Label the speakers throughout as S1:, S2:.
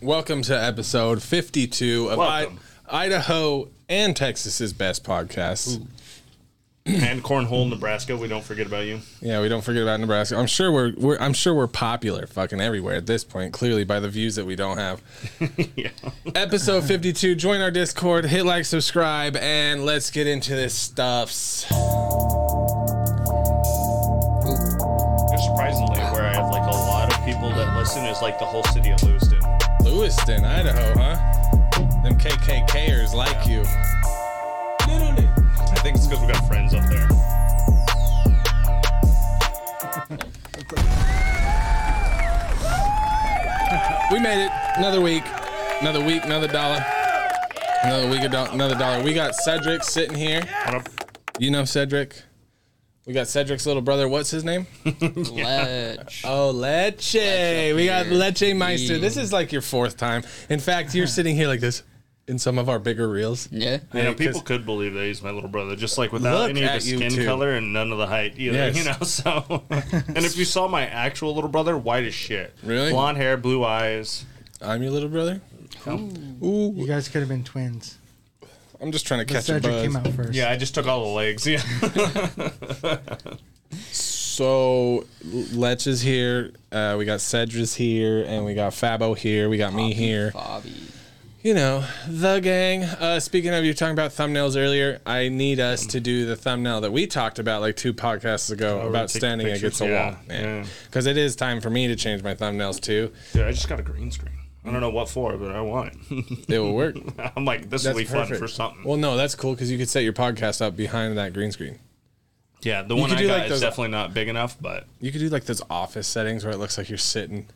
S1: Welcome to episode 52 of I-
S2: Welcome.
S1: Idaho and Texas's best podcast.
S2: and cornhole, Nebraska. We don't forget about you.
S1: Yeah, we don't forget about Nebraska. I'm sure we're, we're I'm sure we're popular fucking everywhere at this point, clearly by the views that we don't have.
S2: yeah,
S1: Episode 52, join our Discord, hit like, subscribe, and let's get into this stuffs.
S2: There's surprisingly where I have like a lot of people that listen is like the whole city of Lewiston.
S1: Lewiston, Idaho, huh? Them KKKers like you.
S2: I think it's because we got friends up there.
S1: We made it. Another week. Another week, another dollar. Another week, a do- another dollar. We got Cedric sitting here.
S2: What up?
S1: You know Cedric? We got Cedric's little brother. What's his name?
S3: Ledge.
S1: Oh, Leche. we got
S3: here.
S1: Leche Meister.
S3: Yeah.
S1: This is like your fourth time. In fact, you're sitting here like this in some of our bigger reels.
S3: Yeah.
S2: You know,
S1: 'cause-
S2: people could believe that he's my little brother, just like without
S1: Look
S2: any of the
S1: at you
S2: skin
S1: two.
S2: color and none of the height either.
S1: Yes.
S2: You know, so and if you saw my actual little brother, white as shit,
S1: Really?
S2: blonde hair, blue eyes.
S1: I'm your little brother.
S4: You guys could have been twins.
S1: I'm just trying to
S4: But
S1: catch a
S4: Cedric
S1: buzz.
S4: came out first.
S2: Yeah, I just took all the legs. Yeah,
S1: So Lech is here. Uh, we got Cedric's here, and we got Fabo here. We got me here.
S3: Bobby.
S1: You know the gang. Uh, speaking of, you were talking about thumbnails earlier. I need us to do the thumbnail that we talked about like two podcasts ago
S2: we
S1: about
S2: Oh, take
S1: standing against
S2: pictures?
S1: a
S2: Yeah,
S1: wall.
S2: yeah.
S1: Because it is time for me to change my thumbnails too.
S2: Dude, I just got a green screen. I don't know what for, but I want it.
S1: It will work.
S2: I'm like, this
S1: That's
S2: will be
S1: perfect.
S2: fun for something.
S1: Well, no, that's cool because you could set your podcast up behind that green screen.
S2: yeah, the one
S1: could
S2: I
S1: do
S2: got
S1: like
S2: is
S1: those-
S2: definitely not big enough, but
S1: You could do like those office settings where it looks like you're sitting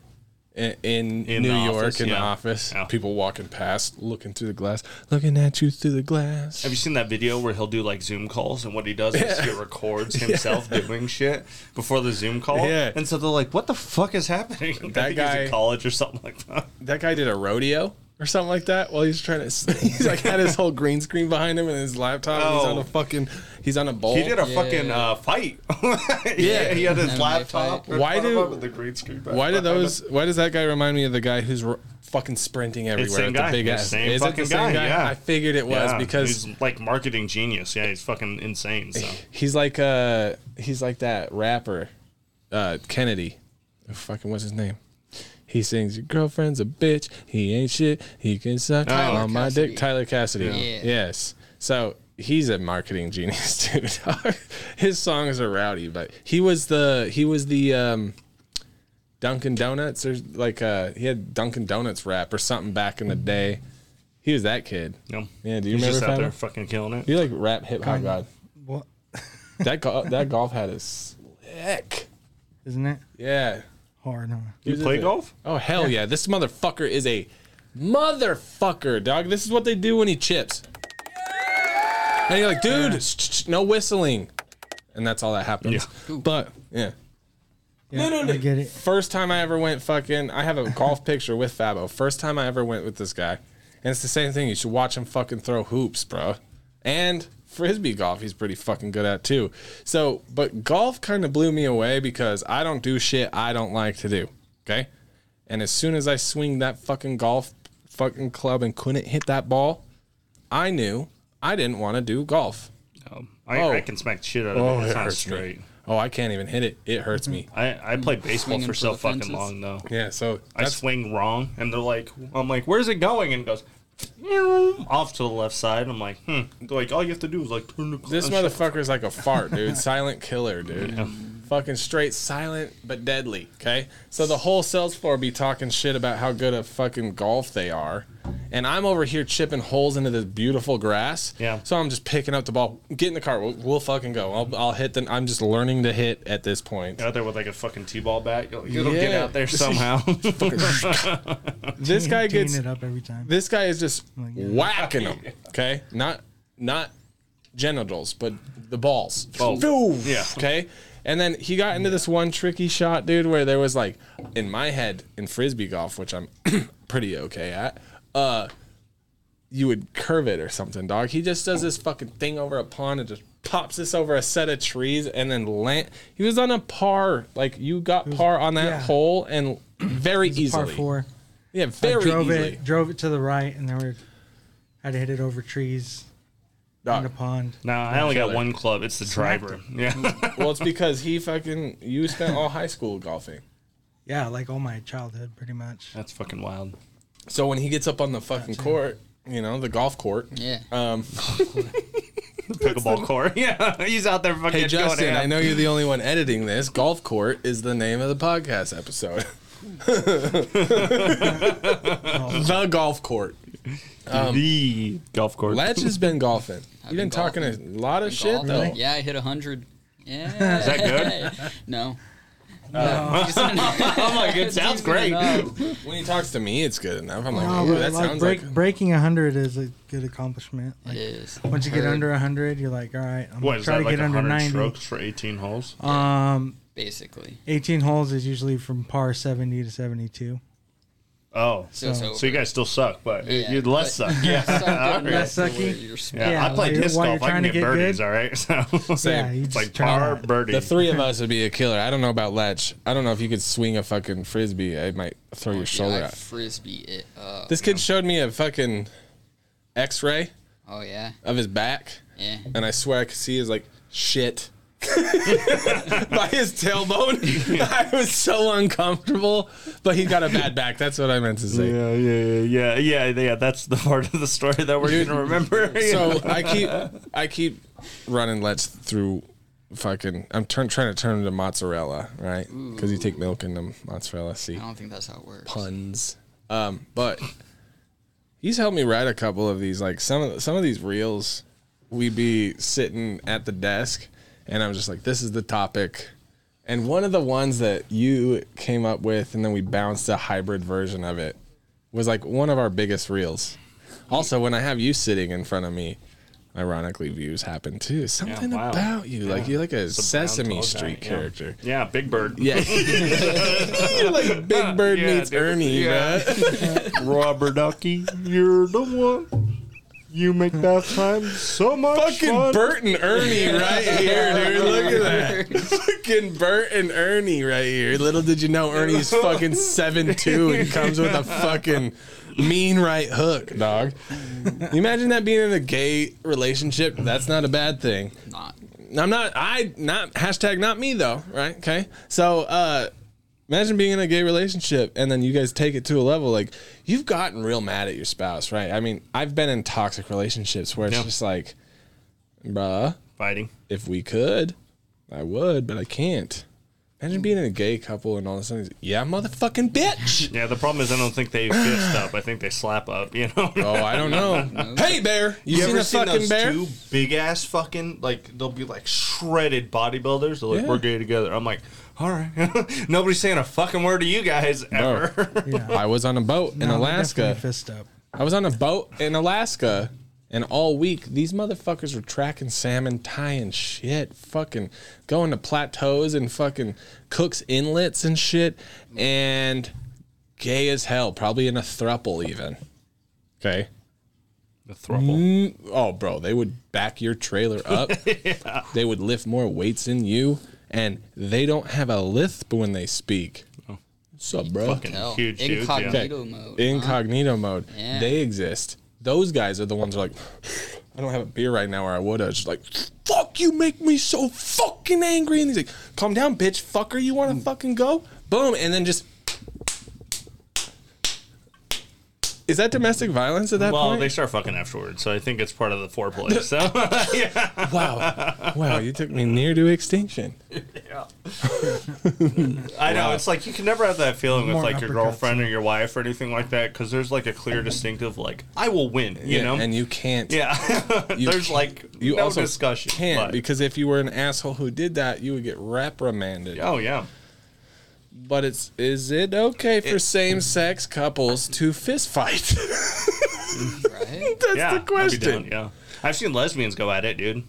S1: in, in,
S2: In
S1: New
S2: the
S1: York
S2: office,
S1: in the
S2: yeah.
S1: office.
S2: Yeah.
S1: People walking past, looking through the glass, looking at you through the glass.
S2: Have you seen that video where he'll do like Zoom calls and what he does is he records himself doing shit before the Zoom call?
S1: Yeah.
S2: And so they're like, what the fuck is happening? I
S1: That
S2: think
S1: guy-
S2: he's in college or something like that.
S1: That guy did a rodeo. Or something like that. While he's trying to, he's like had his whole green screen behind him and his laptop. And he's
S2: Oh.
S1: on a fucking, he's on a bowl.
S2: He did a
S3: Yeah.
S2: fucking uh, fight. yeah. He had his
S3: MMA
S2: laptop.
S3: fight.
S2: in
S1: Why
S2: front of
S1: do-
S2: him with the green screen back
S1: why do
S2: behind him.
S1: those? Why does that guy remind me of the guy who's r fucking sprinting everywhere?
S2: same
S1: at the
S2: guy.
S1: Big
S2: It's
S1: ass.
S2: same
S1: Is it
S2: fucking
S1: the same guy?
S2: guy, yeah.
S1: I figured it was
S2: Yeah,
S1: because
S2: he's like marketing genius. Yeah, he's fucking insane. So
S1: He's like uh he's like that rapper, uh Kennedy. Oh, fucking what's his name? He sings Your girlfriend's a bitch, he ain't shit, he can suck
S2: Tyler
S1: on my
S3: Cassidy.
S1: dick. Tyler Cassidy.
S3: Yeah.
S1: Yes. So he's a marketing genius too. dog. his songs are rowdy, but he was the he was the um Dunkin' Donuts or like uh he had Dunkin' Donuts rap or something back in the day. He was that kid.
S2: yeah,
S1: Yeah, do you
S2: he's
S1: remember
S2: just out
S1: Fabo?
S2: there fucking killing it.
S1: You like rap hip hop god.
S4: What?
S1: That go- that golf hat is slick.
S4: Isn't it
S1: Yeah.
S4: hard? Huh?
S2: You play golf?
S1: Oh hell yeah! This motherfucker is a motherfucker, dog. This is what they do when he chips. And you're like, dude, sh- sh- sh- no whistling, and that's all that happens. But yeah,
S4: Yeah, no, no, I get it.
S1: first time I ever went fucking, I have a golf picture with Fabo. First time I ever went with this guy, and it's the same thing. You should watch him fucking throw hoops, bro. And frisbee golf, he's pretty fucking good at too. So, but golf kind of blew me away because I don't do shit I don't like to do. Okay, and as soon as I swing that fucking golf fucking club and couldn't hit that ball, I knew I didn't want to do golf.
S2: No. I,
S1: Oh.
S2: I can smack the shit out of Oh, it. It's not straight.
S1: me. Oh, I can't even hit it. It hurts me.
S2: I, I played baseball
S3: Swinging
S2: for
S3: for
S2: so
S3: the
S2: fucking
S3: fences.
S2: long though.
S1: Yeah, so
S2: I
S1: that's
S2: swing wrong, and they're like, I'm like, where's it going? And it goes "Meow," off to the left side. I'm like, hmm. They're like, all you have to do is like turn the.
S1: This
S2: oh, shit.
S1: motherfucker is like a fart, dude. Silent killer, dude. Fucking straight, silent but deadly. Okay, so the whole sales floor be talking shit about how good at fucking golf they are, and I'm over here chipping holes into this beautiful grass.
S2: Yeah.
S1: So I'm just picking up the ball, get in the car. We'll, we'll fucking go. I'll, I'll hit. Then I'm just learning to hit at this point.
S2: Out there with like a fucking t-ball bat, you'll, it'll get
S1: Yeah.
S2: out there somehow.
S1: This guy
S4: Teeing
S1: gets
S4: it up every time.
S1: this guy is just
S4: Like, yeah.
S1: whacking them. Okay, not not genitals, but the balls.
S2: Balls.
S1: Boom.
S2: Yeah.
S1: Okay. And then he got into this one tricky shot, dude, where there was like in my head in frisbee golf, which I'm pretty okay at. Uh, you would curve it or something, dog. He just does this fucking thing over a pond and just pops this over a set of trees and then land. He was on a par, like you got par on that
S4: yeah.
S1: hole and very
S4: Par
S1: easily.
S4: four.
S1: Yeah,
S4: I
S1: very
S4: drove
S1: easily.
S4: it, drove it to the right, and there were had to hit it over trees in
S1: Dog.
S4: a pond.
S2: No, I only got
S1: Killer.
S2: one club. It's the driver. Yeah.
S1: Well, it's because he fucking you spent all high school golfing.
S4: Yeah, like all my childhood, pretty much.
S2: That's fucking wild.
S1: So when he gets up on the fucking court, you know, the golf court.
S3: Yeah.
S1: Um,
S2: Pickleball court. Yeah. He's out there fucking
S1: hey Justin,
S2: going
S1: I know you're the only one editing this. Golf court is the name of the podcast episode. the golf court.
S2: the golf course.
S1: Latch has been golfing. You've been,
S3: been
S1: talking a lot of shit
S3: Golf.
S1: though.
S4: Really?
S3: Yeah, I hit 100. Yeah. Is
S2: that
S3: good? no.
S2: I'm like, it sounds great.
S3: uh,
S1: When he talks to me, it's good enough. I'm like,
S4: No,
S1: "Ooh,
S4: Oh, but
S1: that
S4: like
S1: sounds
S4: break,
S1: like
S4: breaking hundred is a good accomplishment.
S3: It
S4: Like
S3: is.
S4: once you get
S3: Heard.
S4: under hundred, you're like, all right, I'm
S2: What
S4: gonna
S2: is
S4: try
S2: that
S4: to
S2: like
S4: get under
S2: 100
S4: ninety.
S2: strokes for 18 holes?
S4: Um,
S3: Basically.
S4: eighteen holes is usually from par seventy to seventy-two.
S2: Oh.
S3: So, it's
S4: So-
S2: So
S3: over.
S2: you guys still suck, but
S3: Yeah,
S2: you less
S3: but-
S2: suck. Yeah.
S3: Sucked up
S4: Less
S3: enough to where
S4: sucky?
S3: you're sp-
S2: Yeah,
S4: Yeah,
S2: I play
S4: like,
S2: disc
S4: while
S2: golf.
S4: you're
S2: I can
S4: trying to
S2: get,
S4: get
S2: birdies,
S4: good.
S2: all right? So
S4: Yeah, you
S2: it's
S4: just
S2: like
S4: try
S2: par
S4: that.
S2: birdie.
S1: the three of us would be a killer. I don't know about Latch. I don't know if you could swing a fucking frisbee. I might throw your shoulder
S3: yeah, I
S1: out.
S3: frisbee it up.
S1: This kid showed me a fucking X-ray
S3: oh yeah,
S1: of his back,
S3: yeah.
S1: and I swear I could see his like shit by his tailbone. I was so uncomfortable, but he got a bad back. That's what I meant to say.
S2: yeah, yeah, yeah, yeah, yeah, yeah. That's the part of the story that we're gonna remember.
S1: So I keep I keep running Let's through fucking. I'm turn, trying to turn them to mozzarella, right? Because you take milk in the mozzarella. See,
S3: I don't think that's how it works.
S1: puns. Um, but he's helped me write a couple of these. Like some of the, some of these reels, we be sitting at the desk, and I'm just like, this is the topic. And one of the ones that you came up with, and then we bounced a hybrid version of it, was like one of our biggest reels. Also, when I have you sitting in front of me, ironically, views happen too. Something
S2: wow.
S1: about you, like you're like a
S2: brown
S1: Sesame
S2: tall guy,
S1: Street
S2: yeah.
S1: character.
S2: yeah, Big Bird.
S1: Yeah, You're like Big Bird
S2: Yeah,
S1: meets
S2: dude.
S1: Ernie,
S2: Yeah.
S1: bruh.
S2: Robert Ducky, you're the one. You make that time so much
S1: Fucking Bert and Ernie right here, dude. Look at that. Fucking Bert and Ernie right here. Little did you know Ernie's fucking seven two and comes with a fucking mean right hook, dog. You imagine that being in a gay relationship? That's not a bad thing.
S3: Not.
S1: I'm not I not hashtag not me though, right? Okay. So uh imagine being in a gay relationship and then you guys take it to a level like you've gotten real mad at your spouse, right? I mean, I've been in toxic relationships where it's
S2: Yeah.
S1: just like, bruh,
S2: Fighting.
S1: if we could, I would, but I can't. Imagine being in a gay couple and all of a sudden, yeah, motherfucking bitch.
S2: Yeah, the problem is I don't think they fist up. I think they slap up. You know.
S1: Oh, I don't know. hey, bear, you,
S5: You
S1: seen
S5: ever
S1: a
S5: seen
S1: fucking
S5: those
S1: bear?
S5: two big ass fucking like they'll be like
S2: shredded bodybuilders. They're like,
S1: Yeah.
S2: we're gay together. I'm like, all right. Nobody's saying a fucking word to you guys ever.
S4: Yeah,
S1: I was on a boat in
S4: No,
S1: Alaska.
S4: definitely Fist up.
S1: I was on a boat in Alaska, and all week these motherfuckers were tracking salmon, tying shit, fucking going to plateaus and fucking Cook's Inlets and shit, and gay as hell, probably in a thruple even. Okay.
S2: the thruple.
S1: Mm, Oh, bro, they would back your trailer up. They would lift more weights than you, and they don't have a lisp when they speak. What's up, bro?
S2: Fucking
S3: No.
S2: huge dudes. Yeah.
S3: Incognito mode.
S1: Incognito mode.
S3: Yeah.
S1: They exist. Those guys are the ones who are like, I don't have a beer right now, or I would have. Just like, fuck, you make me so fucking angry. And he's like, calm down, bitch, fucker, you want
S3: Mm.
S1: to fucking go? Boom, and then just. Is that domestic violence at that
S2: Well,
S1: point?
S2: they start fucking afterwards, so I think it's part of the foreplay. So yeah.
S1: wow, wow, you took me near to extinction.
S2: I know it's like you can never have that feeling with
S4: More
S2: like your
S4: uppercuts.
S2: girlfriend or your wife or anything like that because there's like a clear distinctive like I will win, you
S1: Yeah,
S2: know?
S1: and you can't.
S2: yeah,
S1: you
S2: there's
S1: can't-
S2: like
S1: you
S2: no
S1: also
S2: discussion.
S1: can't
S2: but-
S1: because if you were an asshole who did that, you would get reprimanded.
S2: oh yeah,
S1: But it's is it okay for same sex couples to fist fight?
S3: Right?
S1: That's
S2: yeah,
S1: the
S2: I'd be down,
S1: question.
S2: yeah, I've seen lesbians go at it, dude.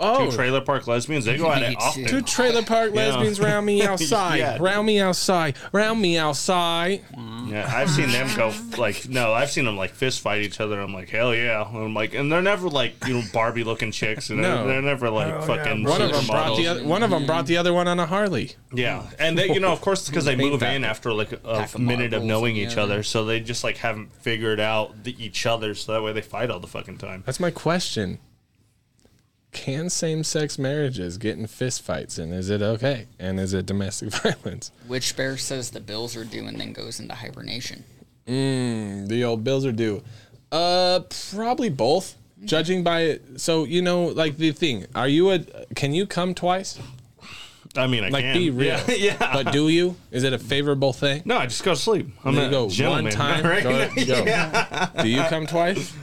S1: Oh,
S2: Two trailer park lesbians, they go at it
S3: Me
S2: often.
S1: two
S3: too.
S1: trailer park lesbians round me outside,
S2: Yeah.
S1: round me outside, round me outside.
S2: Yeah, I've seen them go like no, I've seen them like fist fight each other. I'm like hell yeah, and I'm like, and they're never like you know Barbie looking chicks, and
S1: No. Oh,
S2: they're, they're never like fucking
S1: One of them brought
S2: supermodels.
S1: the other, one of them brought the
S2: Mm.
S1: other one on a Harley.
S2: Yeah, and they, you know, of course, because they
S1: Big
S2: move
S1: fat
S2: in after like a
S3: pack of
S2: minute of
S3: marbles,
S2: knowing each
S3: yeah.
S2: other, so they just like haven't figured out the, each other, so that way they fight all the fucking time.
S1: That's my question. Can same-sex marriages get in fistfights, and is it okay? And is it domestic violence?
S3: Which bear says the Bills are due and then goes into hibernation.
S1: The old bills are due. Uh, probably both.
S2: Mm-hmm.
S1: Judging by it, so you know, like the thing. Are you a? Can you come twice?
S2: I mean, I
S1: Like,
S2: can
S1: be real.
S2: Yeah, yeah.
S1: But do you? Is it a favorable thing?
S2: no, I just go to sleep. I'm
S1: There
S2: a
S1: you go.
S2: gentleman,
S1: One time.
S2: right?
S1: Go, go. Do you come twice?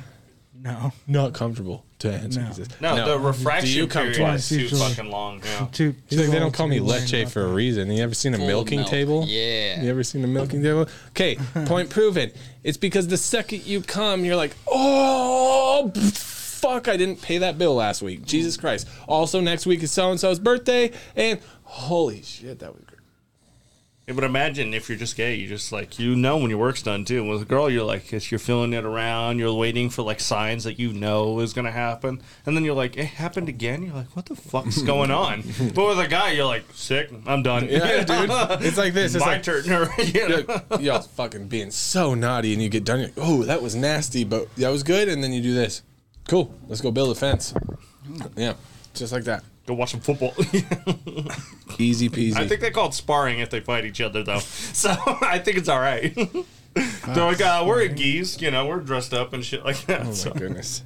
S4: No.
S1: Not comfortable to answer.
S4: No.
S1: He says,
S2: No, the refraction
S1: Do you come
S2: period
S1: twice?
S2: is too
S4: Usually.
S2: fucking long. Yeah.
S4: Too,
S1: He's
S4: too
S1: like, they don't
S4: old
S1: call
S4: to be
S1: me
S4: worrying
S1: leche
S4: about
S1: for a reason. You ever seen a
S3: Full of
S1: milking
S3: milk.
S1: table?
S3: Yeah.
S1: You ever seen a milking table? Okay, point proven. It's because the second you come, you're like, oh, fuck, I didn't pay that bill last week. Jesus Christ. Also, next week is so and so's birthday, and holy shit, that was great.
S2: Yeah, but imagine if you're just gay, you just like you know when your work's done too. With a girl, you're like it's, you're feeling it around, you're waiting for like signs that you know is gonna happen, and then you're like it happened again. You're like, what the fuck's going on? But with a guy, you're like sick. I'm done.
S1: Yeah, dude. It's like this. It's
S2: My
S1: like,
S2: turn. or, you know?
S1: Like, y'all fucking being so naughty, and you get done. You're like, oh, that was nasty, but that was good. And then you do this. Cool. Let's go build a fence. Yeah, just like that.
S2: Go watch some football.
S1: Easy peasy.
S2: I think they call it sparring if they fight each other though, so I think it's all right. They're like, uh, we're geese, you know, we're dressed up and shit like that.
S1: oh
S2: so
S1: my goodness.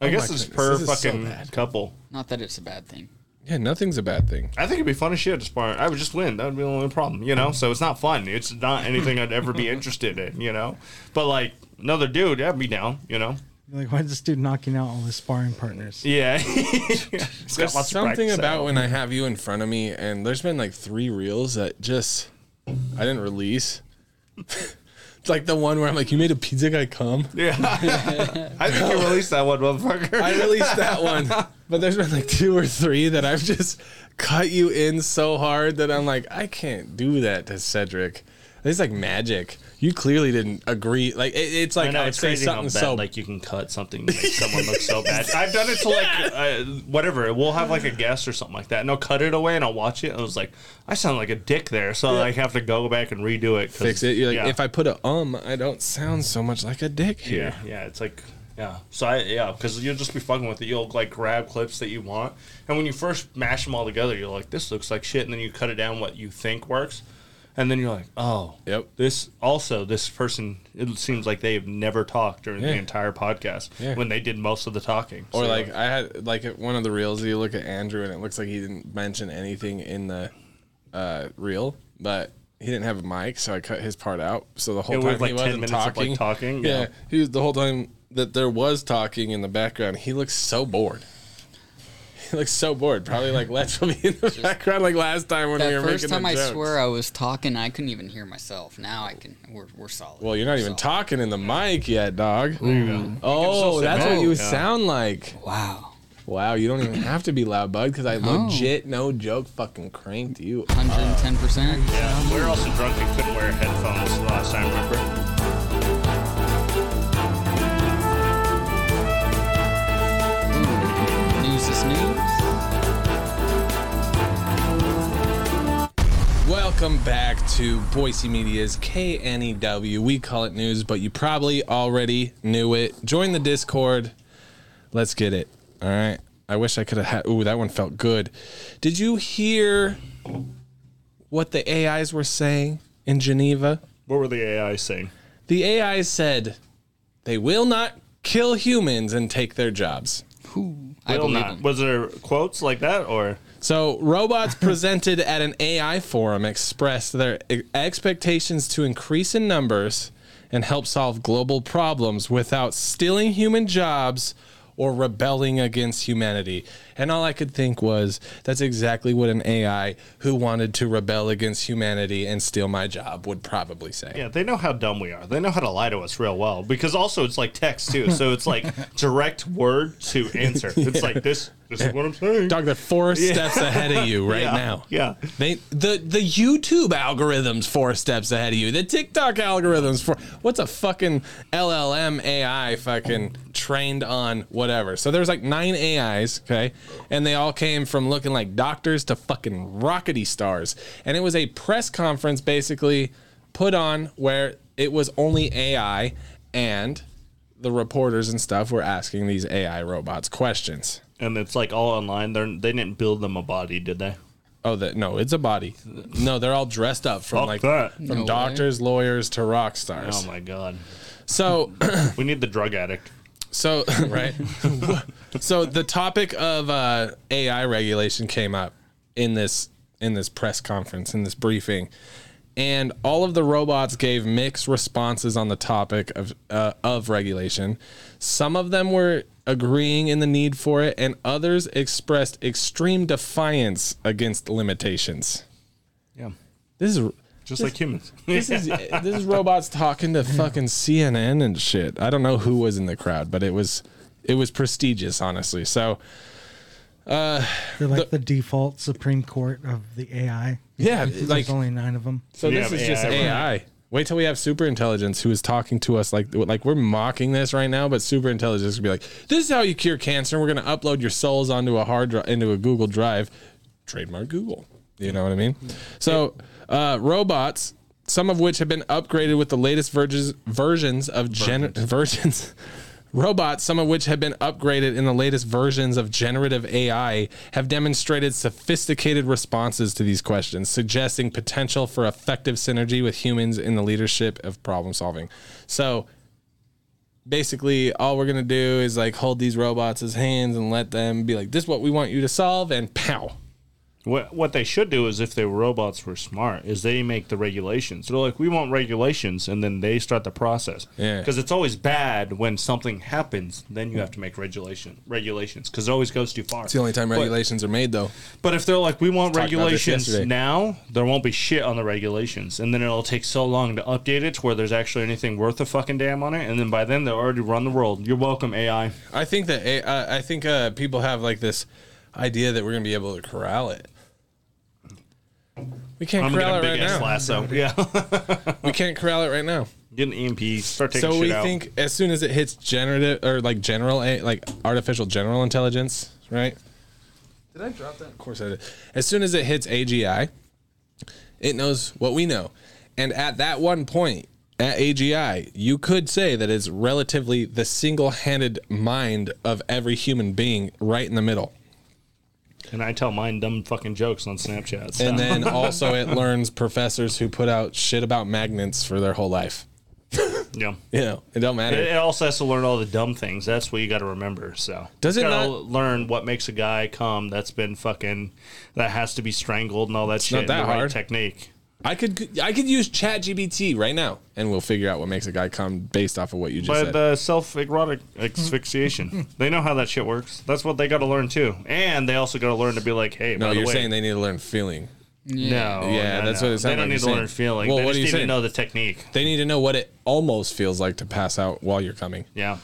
S2: I guess
S1: my
S2: it's
S1: goodness,
S2: per
S1: this is so
S2: fucking
S1: bad.
S2: couple.
S3: Not that it's a bad thing.
S1: Yeah, nothing's a bad thing.
S2: I think it'd be fun as shit to spar. I would just win. That would be the only problem, you know. So it's not fun. It's not anything I'd ever be interested in, you know. But like another dude, I'd be down, you know.
S4: You're Like, why is this dude knocking out all his sparring partners?
S2: Yeah. He's got
S1: There's
S2: lots of
S1: something
S2: practice
S1: about
S2: out.
S1: when I have you in front of me, and there's been like three reels that just I didn't release. it's like the one where I'm like, "You made a pizza guy come."
S2: Yeah. I think you released that one, motherfucker.
S1: I released that one, but there's been like two or three that I've just cut you in so hard that I'm like, I can't do that to Cedric. It's like magic. You clearly didn't agree. Like it, it's like
S2: I
S1: I,
S2: know
S1: would
S2: it's
S1: say
S2: crazy how
S1: something
S2: bad
S1: so
S2: like you can cut something to make someone look so bad. I've done it to like uh, whatever. We'll have like a guest or something like that, and I'll cut it away and I'll watch it. And I was like, I sound like a dick there, so I have to go back and redo it. 'cause-
S1: fix it. You're like,
S2: yeah.
S1: if I put a um, I don't sound so much like a dick here.
S2: Yeah, yeah, it's like yeah. So I yeah, because you'll just be fucking with it. You'll like grab clips that you want, and when you first mash them all together, you're like, this looks like shit, and then you cut it down what you think works, and then you're like, oh,
S1: Yep.
S2: This also this person it seems like they have never talked during
S1: Yeah.
S2: the entire podcast
S1: Yeah.
S2: when they did most of the talking.
S1: Or
S2: So-
S1: like I had like at one of the reels, you look at Andrew and it looks like he didn't mention anything in the uh, reel, but he didn't have a mic, so I cut his part out. So the whole
S2: It was
S1: time
S2: like
S1: he
S2: 10
S1: wasn't
S2: minutes of, like,
S1: talking,
S2: talking,
S1: Yeah,
S2: yeah.
S1: he was the whole time that there was talking in the background. He looks so bored. He looks so bored. Probably like let's be in the background like last time when we
S3: That
S1: were
S3: first
S1: making
S3: time
S1: the
S3: I
S1: jokes.
S3: swear I was talking, I couldn't even hear myself. Now I can. We're, we're solid.
S1: Well, you're not even
S3: Solid.
S1: talking in the mic yet, dog. Oh,
S2: still say
S1: that's what
S2: no.
S1: you
S2: Oh, Yeah.
S1: sound like.
S3: Wow.
S1: Wow, you don't even have to be loud, bud, because I legit, no joke, fucking cranked you.
S3: 110%.
S2: yeah, we were also drunk and couldn't wear headphones last time. Remember?
S3: Ooh. News is news.
S1: Welcome back to Boise Media's KNEW. We call it news, but you probably already knew it. Join the Discord. Let's get it. All right. I wish I could have had. Ooh, that one felt good. Did you hear what the AIs were saying in Geneva?
S2: What were the AI saying?
S1: The AI said they will not kill humans and take their jobs.
S3: Ooh. I
S2: Will
S3: believe
S2: not.
S3: him.
S2: Was there quotes like that or?
S1: So, robots presented at an AI forum expressed their e- expectations to increase in numbers and help solve global problems without stealing human jobs or rebelling against humanity. And all I could think was that's exactly what an AI who wanted to rebel against humanity and steal my job would probably say.
S2: Yeah, they know how dumb we are. They know how to lie to us real well because also it's like text too. So it's like direct word to answer. It's like this. This is what I'm saying.
S1: Dog, they're four steps ahead of you right
S2: Yeah,
S1: now.
S2: yeah.
S1: They the the YouTube algorithms four steps ahead of you. The TikTok algorithms for what's a fucking LLM AI fucking trained on whatever. So there's like nine AIs, okay? And they all came from looking like doctors to fucking rockety stars. And it was a press conference basically put on where it was only AI and the reporters and stuff were asking these AI robots questions.
S2: And it's like all online. They they didn't build them a body, did they?
S1: Oh, that no, it's a body. No, they're all dressed up from
S2: Fuck
S1: like
S2: that.
S1: from
S3: No way.
S1: doctors, lawyers to rock stars.
S2: Oh my god.
S1: So,
S2: We need the drug addict.
S1: so right. so the topic of uh, AI regulation came up in this in this press conference in this briefing, and all of the robots gave mixed responses on the topic of uh, of regulation. Some of them were agreeing in the need for it, and others expressed extreme defiance against limitations.
S2: Yeah.
S1: This is
S2: Just like humans.
S1: this is this is robots talking to fucking CNN and shit. I don't know who was in the crowd, but it was it was prestigious, honestly. So
S4: They're like the, default Supreme Court of the AI.
S1: yeah, like
S4: There's only nine of them.
S1: so this
S2: Yeah,
S1: is just
S2: AI, right.
S1: AI. Wait till we have super intelligence who is talking to us like like we're mocking this right now, but super intelligence could be like, "This is how you cure cancer. We're gonna upload your souls onto a hard drive into a Google Drive, trademark Google." You know what I mean? So uh, robots. Some of which have been upgraded with the latest verges, versions of gen- versions Robots, some of which have been upgraded in the latest versions of generative AI, have demonstrated sophisticated responses to these questions, suggesting potential for effective synergy with humans in the leadership of problem solving. So basically, all we're going to do is like hold these robots as hands and let them be like, this is what we want you to solve, and pow.
S2: What what they should do is if the robots were smart, is they make the regulations. They're like, we want regulations, and then they start the process.
S1: Yeah.
S2: Because it's always bad when something happens, then you have to make regulation regulations because it always goes too far.
S1: It's the only time regulations are made, though.
S2: But if they're like, we want
S1: talked about this
S2: regulations
S1: yesterday.
S2: now, there won't be shit on the regulations, and then it'll take so long to update it to where there's actually anything worth a fucking damn on it, and then by then they'll already run the world. You're welcome, AI.
S1: I think that A- uh, I think uh, people have like this idea that we're gonna be able to corral it. We can't
S2: I'm gonna
S1: corral
S2: get
S1: it
S2: a big
S1: right
S2: ass
S1: now.
S2: lasso. Yeah,
S1: We can't corral it right now.
S2: get an EMP. Start taking
S1: So
S2: shit
S1: we
S2: out.
S1: think as soon as it hits generative or like general A- like artificial general intelligence, right?
S5: Did I drop that?
S1: Of course I did. As soon as it hits AGI, it knows what we know. And at that one point at AGI, you could say that it's relatively the single-handed mind of every human being right in the middle.
S2: And I tell mine dumb fucking jokes on Snapchat. so-
S1: And then also it learns professors who put out shit about magnets for their whole life.
S2: yeah.
S1: You know, it don't
S2: It,
S1: matter.
S2: it also has to learn all the dumb things. That's what you got to remember. So
S1: Does it
S2: Gotta
S1: not-
S2: l- learn what makes a guy come? That's been fucking. That has to be strangled and all that shit.
S1: not
S2: and
S1: that
S2: the
S1: hard.
S2: Right technique.
S1: I could I could use Chat GBT right now and we'll figure out what makes a guy come based off of what you just
S2: By
S1: said.
S2: the self erotic uh, asphyxiation, they know how that shit works. That's what they got to learn too. And they also got to learn to be like, hey,
S1: no,
S2: by the
S1: you're
S2: way,
S1: saying they need to learn feeling.
S2: no,
S1: Yeah,
S2: no,
S1: that's
S2: no.
S1: what it sounds
S2: They don't
S1: like
S2: need
S1: you're
S2: to
S1: saying.
S2: learn feeling.
S1: Well,
S2: they
S1: what are
S2: just
S1: you
S2: need to
S1: saying?
S2: know the technique.
S1: They need to know what it almost feels like to pass out while you're coming,
S2: Yeah,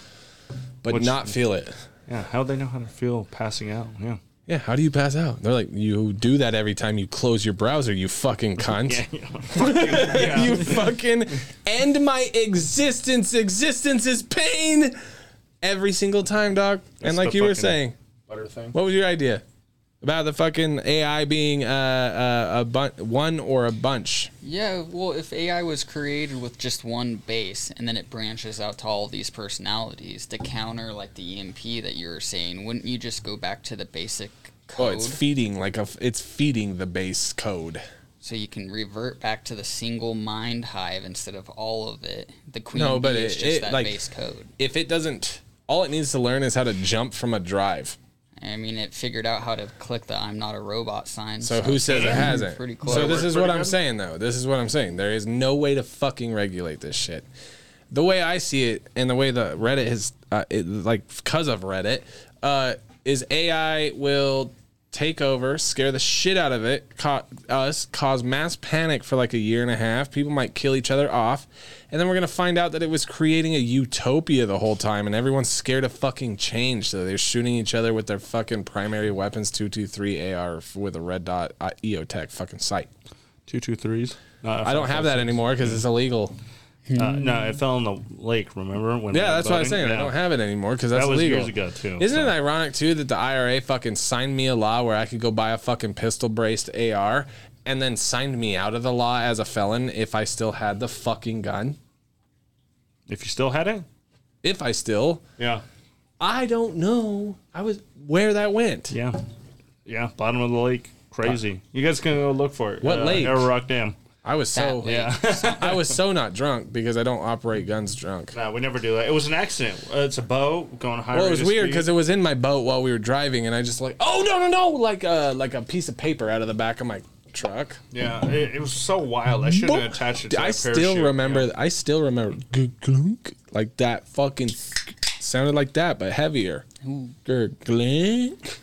S1: but
S2: Which-
S1: not feel it.
S2: yeah. How they know how to feel passing out? Yeah.
S1: Yeah, how do you pass out? They're like, you do that every time you close your browser, you fucking cunt.
S2: Yeah, yeah.
S1: you fucking end my existence. Existence is pain every single time, dog. and like
S2: the
S1: you were
S2: fucking-
S1: saying,
S2: butter thing.
S1: what was your idea about the fucking AI being uh, uh, a bun- one or a bunch?
S3: Yeah, well, if AI was created with just one base and then it branches out to all these personalities to counter like the EMP that you were saying, wouldn't you just go back to the basic
S1: Oh,
S3: code
S1: it's feeding like a. f- It's feeding the base code.
S3: so you can revert back to the single mind hive instead of all of it? The queen
S1: No,
S3: bee
S1: but
S3: is
S1: it-
S3: just
S1: it,
S3: that
S1: like-
S3: base code.
S1: If it doesn't, all it needs to learn is how to jump from a drive.
S3: I mean, it figured out how to click the "I'm not a robot" sign.
S1: So who says it hasn't?
S3: Pretty
S1: So
S3: close.
S1: this is what
S5: Pretty
S1: I'm
S5: good.
S1: saying though. This is what I'm saying. There is no way to fucking regulate this shit. the way I see it, and the way the Reddit has, uh, it, like, because of Reddit, uh, is AI will take over, scare the shit out of it, ca- us, cause mass panic for like a year and a half. People might kill each other off, and then we're gonna find out that it was creating a utopia the whole time, and everyone's scared of fucking change, so they're shooting each other with their fucking primary weapons, two two three AR f- with a red dot uh, EOTech fucking sight.
S2: Two two threes. Uh, No,
S1: I don't have that anymore because it's illegal.
S2: Uh, no, it fell in the lake. Remember when? we
S1: Mm. Yeah,
S2: were
S1: that's what I'm
S2: voting?
S1: saying. I
S2: Yeah.
S1: don't have it anymore because that's
S2: That was
S1: legal.
S2: years ago too.
S1: Isn't
S2: so-
S1: it ironic too that the IRA fucking signed me a law where I could go buy a fucking pistol braced AR and then signed me out of the law as a felon if I still had the fucking gun?
S2: If you still had it,
S1: If I still,
S2: yeah,
S1: I don't know. I was where that went.
S2: yeah, yeah. Bottom of the lake, crazy. You guys can go look for it.
S1: Uh, What lake?
S2: Arrow Rock Dam.
S1: I was so
S3: That way.
S2: Yeah.
S1: I was so not drunk because I don't operate guns drunk.
S2: No, we never do that. It was an accident. Uh, it's a boat going high.
S1: Well, it
S2: rate
S1: was
S2: of
S1: weird
S2: speed.
S1: because it was in my boat while we were driving, and I just like, oh no no no, like a like a piece of paper out of the back of my truck.
S2: yeah, it, it was so wild. I shouldn't have attached it. To
S1: I
S2: that
S1: still
S2: parachute,
S1: remember.
S2: yeah.
S1: I still remember. Glunk, like that fucking sounded like that, but heavier. Glunk.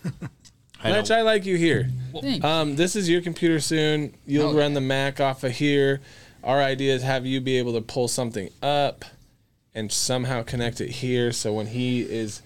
S2: know.
S1: Which I like you here.
S3: Thanks.
S1: Um, this is your computer soon. You'll
S3: Oh,
S1: run the Mac off of here. Our idea is have you be able to pull something up and somehow connect it here. So when he is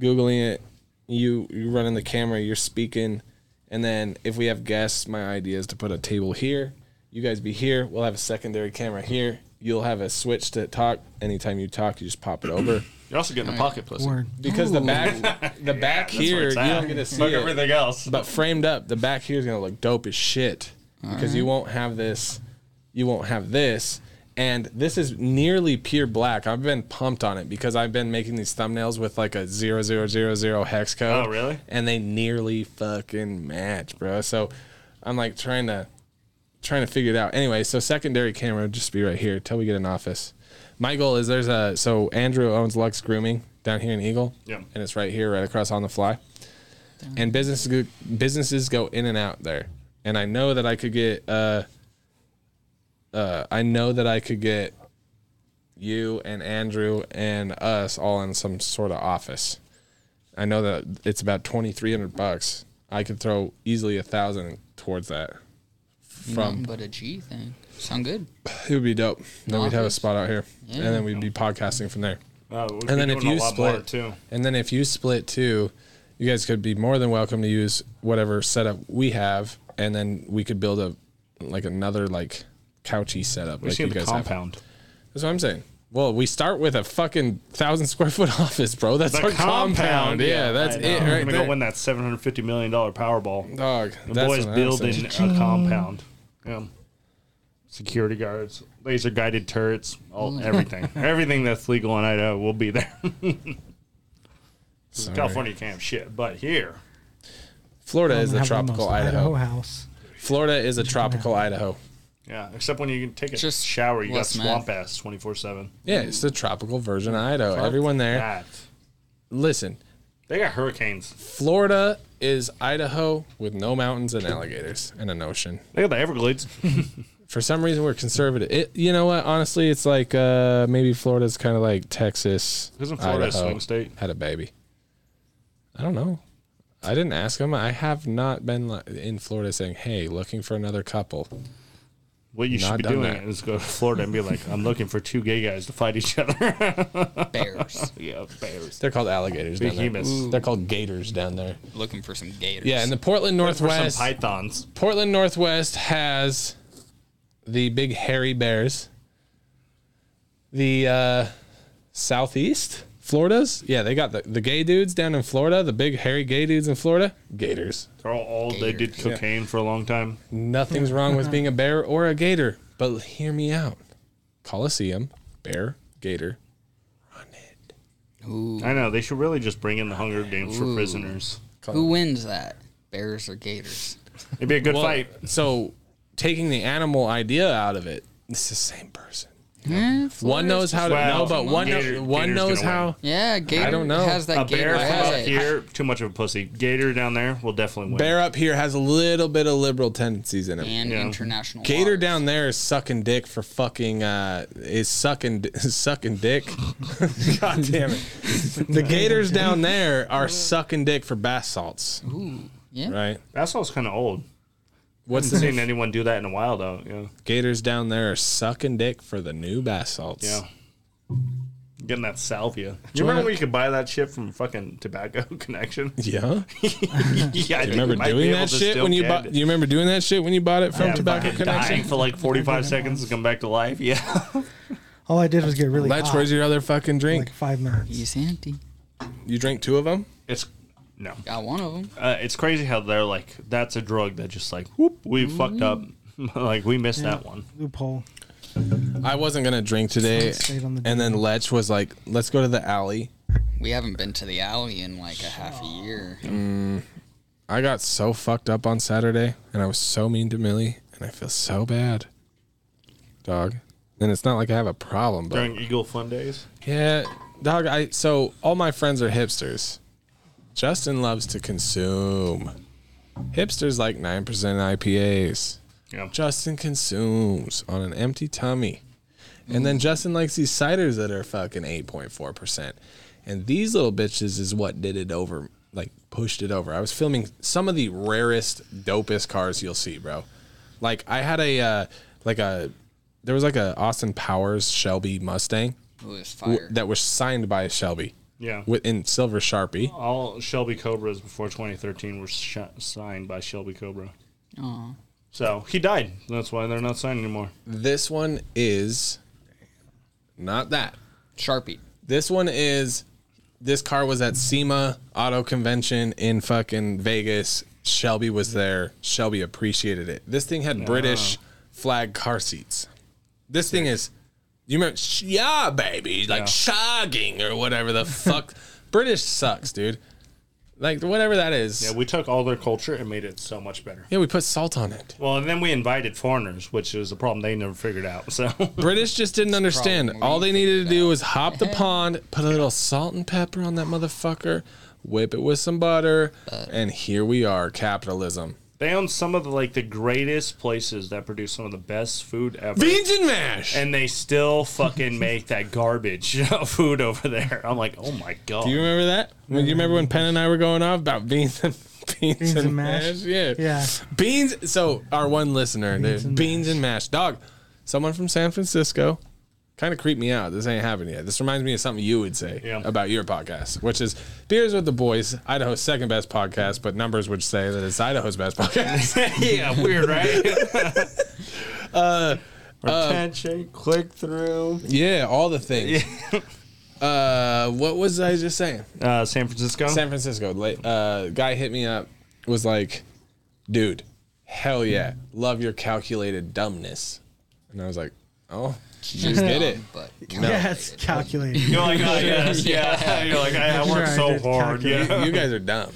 S1: googling it, you you running the camera, you're speaking, and then if we have guests, my idea is to put a table here. You guys be here. We'll have a secondary camera here. You'll have a switch to talk. Anytime you talk, you just pop it over.
S2: You're also getting a pocket pussy.
S4: Word.
S1: Because the back, the back here, you
S2: That's where it's
S1: don't
S2: at.
S1: get to see
S2: Fuck
S1: it.
S2: everything else.
S1: But framed up, the back here is gonna look dope as shit because you won't have this, you won't have this, and this is nearly pure black. I've been pumped on it because I've been making these thumbnails with like a zero zero zero zero hex code.
S2: Oh, really?
S1: And they nearly fucking match, bro. So I'm like trying to trying to figure it out. Anyway, so secondary camera would just be right here till we get an office. My goal is there's a so Andrew owns Lux Grooming down here in Eagle.
S2: Yep.
S1: And it's right here, right across on the fly. And businesses go, businesses go in and out there. And I know that I could get uh uh I know that I could get you and Andrew and us all in some sort of office. I know that it's about twenty three hundred bucks. I could throw easily a thousand towards that.
S3: Nothing but a G thing. Sound good.
S1: It would be dope. Then we'd have a
S3: Office.
S1: spot out here, and then we'd be podcasting from there.
S2: Uh, we'd be
S1: And then if
S2: doing a
S1: you
S2: lot more,
S1: split
S2: too.
S1: and then if you split too, you guys could be more than welcome to use whatever setup we have, and then we could build a like another like couchy setup
S2: We
S1: like
S2: see
S1: you
S2: the
S1: guys have.
S2: compound.
S1: That's what I'm saying. Well, we start with a fucking thousand square foot office, bro. That's
S2: The
S1: our compound. Yeah, that's
S2: I
S1: it
S2: know. I'm
S1: right
S2: gonna
S1: there.
S2: go win that 750 million dollar Powerball.
S1: Dog,
S2: The
S1: that's
S2: boys
S1: what I'm
S2: building
S1: saying.
S2: a compound. Yeah. Security guards, laser guided turrets, all everything, everything that's legal in Idaho will be there.
S1: Sorry.
S2: California you can't have shit, but here,
S1: Florida is
S4: I'm
S1: a
S4: having the
S1: tropical
S4: most
S1: Idaho.
S4: house.
S1: Florida is a tropical Idaho.
S2: yeah. Except when you can take a
S3: Just
S2: shower, you got
S3: less meth.
S2: swamp ass 24 seven.
S1: Yeah, it's the tropical version of Idaho. Everyone there,
S2: That
S1: listen.
S2: they got hurricanes.
S1: Florida is Idaho with no mountains and alligators and an ocean.
S2: They got the Everglades.
S1: For some reason, we're conservative. It, you know what? Honestly, it's like uh, maybe Florida's kind of like Texas.
S2: Isn't Florida a
S1: Idaho
S2: swing state?
S1: Had a baby. I don't know. I didn't ask him. I have not been li- in Florida saying, "Hey, looking for another couple."
S2: What you
S1: Not
S2: should be
S1: done
S2: doing
S1: that.
S2: is go to Florida and be like, I'm looking for two gay guys to fight each other.
S3: Bears.
S2: yeah, bears.
S1: They're called alligators. Down there.
S2: Behemoths. Ooh.
S1: They're called gators down there.
S3: Looking for some gators.
S1: Yeah, and the Portland
S2: For some
S1: Northwest.
S2: pythons.
S1: Portland Northwest has the big hairy bears. The uh, southeast, Florida's. Yeah, they got the, the gay dudes down in Florida, the big hairy gay dudes in Florida. Gators.
S2: They're all, all they did
S3: Gators.
S2: cocaine for a long time.
S1: Nothing's wrong with being a bear or a gator, but hear me out. Coliseum, bear, gator. Run it.
S3: Ooh.
S2: I know they should really just bring in the Hunger Games for
S3: Ooh.
S2: prisoners.
S3: Who wins that? Bears or gators?
S2: It'd be a good
S1: Well,
S2: fight.
S1: So taking the animal idea out of it, it's the same person.
S3: Eh,
S1: One
S3: Flores
S1: knows how to
S2: Well,
S1: no, but one
S2: Gator-
S1: kno- one
S2: Gator's
S1: knows
S2: gonna
S1: how.
S2: win.
S3: Yeah, Gator
S1: don't know.
S3: has that
S2: a
S3: Gator
S2: bear from up
S3: edge.
S2: here, too much of a pussy. Gator down there will definitely win.
S1: Bear up here has a little bit of liberal tendencies in it.
S3: and
S2: Yeah.
S3: international.
S1: Gator
S3: waters.
S1: down there is sucking dick for fucking uh is sucking d- sucking dick. God damn it. The gators down there are sucking dick for bath salts,
S3: Yeah.
S1: right?
S2: That's all kind of old.
S1: What's
S2: I
S1: the
S2: haven't
S1: name?
S2: seen anyone do that in a while though. Yeah,
S1: Gators down there are sucking dick for the new bath salts.
S2: yeah. Getting that salvia. You
S1: wanna-
S2: remember when you could buy that shit from fucking Tobacco Connection?
S1: Yeah.
S2: yeah, I
S1: You remember doing that shit when you bought? You remember doing that shit when you bought it from Tobacco Connection?
S2: for like 45 seconds to come back to life. Yeah,
S4: All I did was get really
S1: Let's
S4: hot,
S1: where's your other fucking drink?
S4: like five minutes.
S3: He's handy.
S1: You drink two of them.
S2: it's no,
S3: Got one of them.
S2: uh, it's crazy how they're like that's a drug that just like whoop we fucked up,
S1: Mm-hmm.
S2: like we missed that one.
S4: Loophole.
S1: I wasn't gonna drink today,
S4: Stayed on the
S1: and then Letch was like, "Let's go to the alley."
S3: We haven't been to the alley in like a half a year.
S1: I got so fucked up on Saturday, and I was so mean to Millie, and I feel so bad, dog. And it's not like I have a problem, but
S2: During Eagle Fun Days,
S1: Yeah, dog. I so all my friends are hipsters. Justin loves to consume. Hipsters like nine percent IPAs.
S2: yeah,
S1: Justin consumes on an empty tummy, and then Justin likes these ciders that are fucking eight point four percent. And these little bitches is what did it over, like pushed it over. I was filming some of the rarest, dopest cars you'll see, bro. Like I had a, uh, like a, there was like a Austin Powers Shelby Mustang
S3: It was
S1: w-
S3: fire.
S1: that was signed by Shelby
S2: yeah. Oh.
S1: with in silver sharpie.
S2: All Shelby Cobras before 2013 were sh- signed by Shelby Cobra.
S3: Aw.
S2: So he died. That's why they're not signed anymore.
S1: This one is not that.
S3: Sharpie.
S1: This one is this car was at SEMA Auto Convention in fucking Vegas. Shelby was there. Shelby appreciated it. This thing had British flag car seats. This thing is you remember sh- yeah baby like
S2: Yeah.
S1: shagging or whatever the fuck British sucks, dude. Like whatever that is.
S2: Yeah, we took all their culture and made it so much better.
S1: yeah, we put salt on it.
S2: Well, and then we invited foreigners, which is a problem they never figured out. So
S1: British just didn't understand.
S3: problem we
S1: All they needed to do was hop the pond, put a little salt and pepper on that motherfucker, whip it with some butter, and here we are, capitalism.
S2: they own some of the like the greatest places that produce some of the best food ever.
S1: Beans and mash.
S2: and they still fucking make that garbage food over there. I'm like, oh my god.
S1: do you remember that? When, you remember when Penn and I were going off about beans and beans,
S4: Beans
S1: and,
S4: and mash?
S1: mash? Yeah.
S4: Yeah.
S1: Beans. So our one listener, beans, and, beans and mash. Dog. Someone from San Francisco. Kind of creeped me out. This ain't happened yet. This reminds me of something you would say
S2: Yeah.
S1: about your podcast, which is Beers with the Boys, Idaho's second best podcast, but numbers would say that it's Idaho's best podcast.
S2: yeah, weird, right? Uh, Retention, click through.
S1: yeah, all the things. uh, what was I just saying?
S2: Uh, San Francisco.
S1: San Francisco. la- Uh, guy hit me up, was like, dude, hell yeah, love your calculated dumbness. And I was like, oh, you just get it.
S3: But
S4: Yeah, it's calculated.
S2: You're like, oh, yes, yeah. You're like, I, I worked
S4: Sure, I
S2: so
S4: did
S2: hard.
S4: calculate.
S2: Yeah.
S1: You guys are dumb.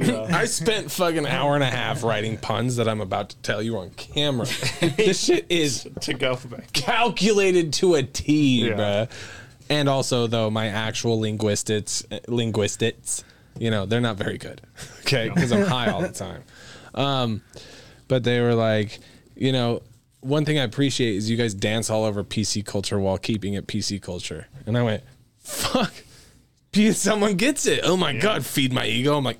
S1: I spent fucking an hour and a half writing puns that I'm about to tell you on camera. this shit is
S2: to go back.
S1: calculated to a T,
S2: Yeah.
S1: bruh. And also, though, my actual linguistics, linguistics, you know, they're not very good. Okay, because I'm high all the time. Um, but they were like, you know, one thing I appreciate is you guys dance all over PC culture while keeping it PC culture. And I went, fuck, P- someone gets it. Oh my god, feed my ego. I'm like,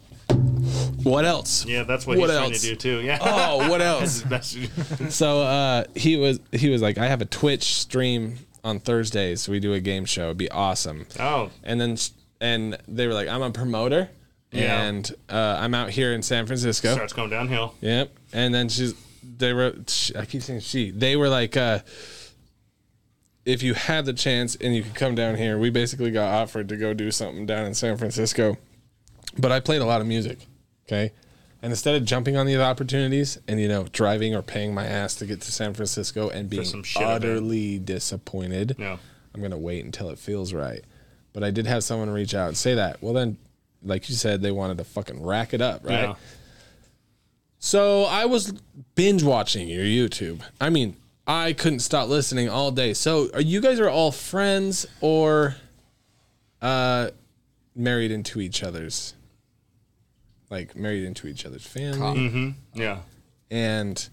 S1: what else?
S2: Yeah, that's what, he's trying to do too. Yeah.
S1: Oh, what else?
S2: That's his message.
S1: So uh, he was he was like, I have a Twitch stream on Thursdays. We do a game show. It'd be awesome.
S2: Oh,
S1: And then s- and they were like, I'm a promoter,
S2: Yeah.
S1: and uh, I'm out here in San Francisco.
S2: starts going downhill.
S1: Yep. And then she's they were sh I keep saying she. They were like, uh, if you had the chance and you could come down here, we basically got offered to go do something down in San Francisco. But I played a lot of music. Okay. And instead of jumping on these opportunities and you know driving or paying my ass to get to San Francisco and being
S2: some shit event.
S1: utterly disappointed,
S2: No.
S1: I'm gonna wait until it feels right. But I did have someone reach out and say that. Well, then, like you said, they wanted to fucking rack it up, right?
S2: Yeah.
S1: So I was binge watching your YouTube. I mean, I couldn't stop listening all day. So, are you guys are all friends or uh married into each other's like married into each other's family?
S3: Cop.
S2: Yeah.
S1: And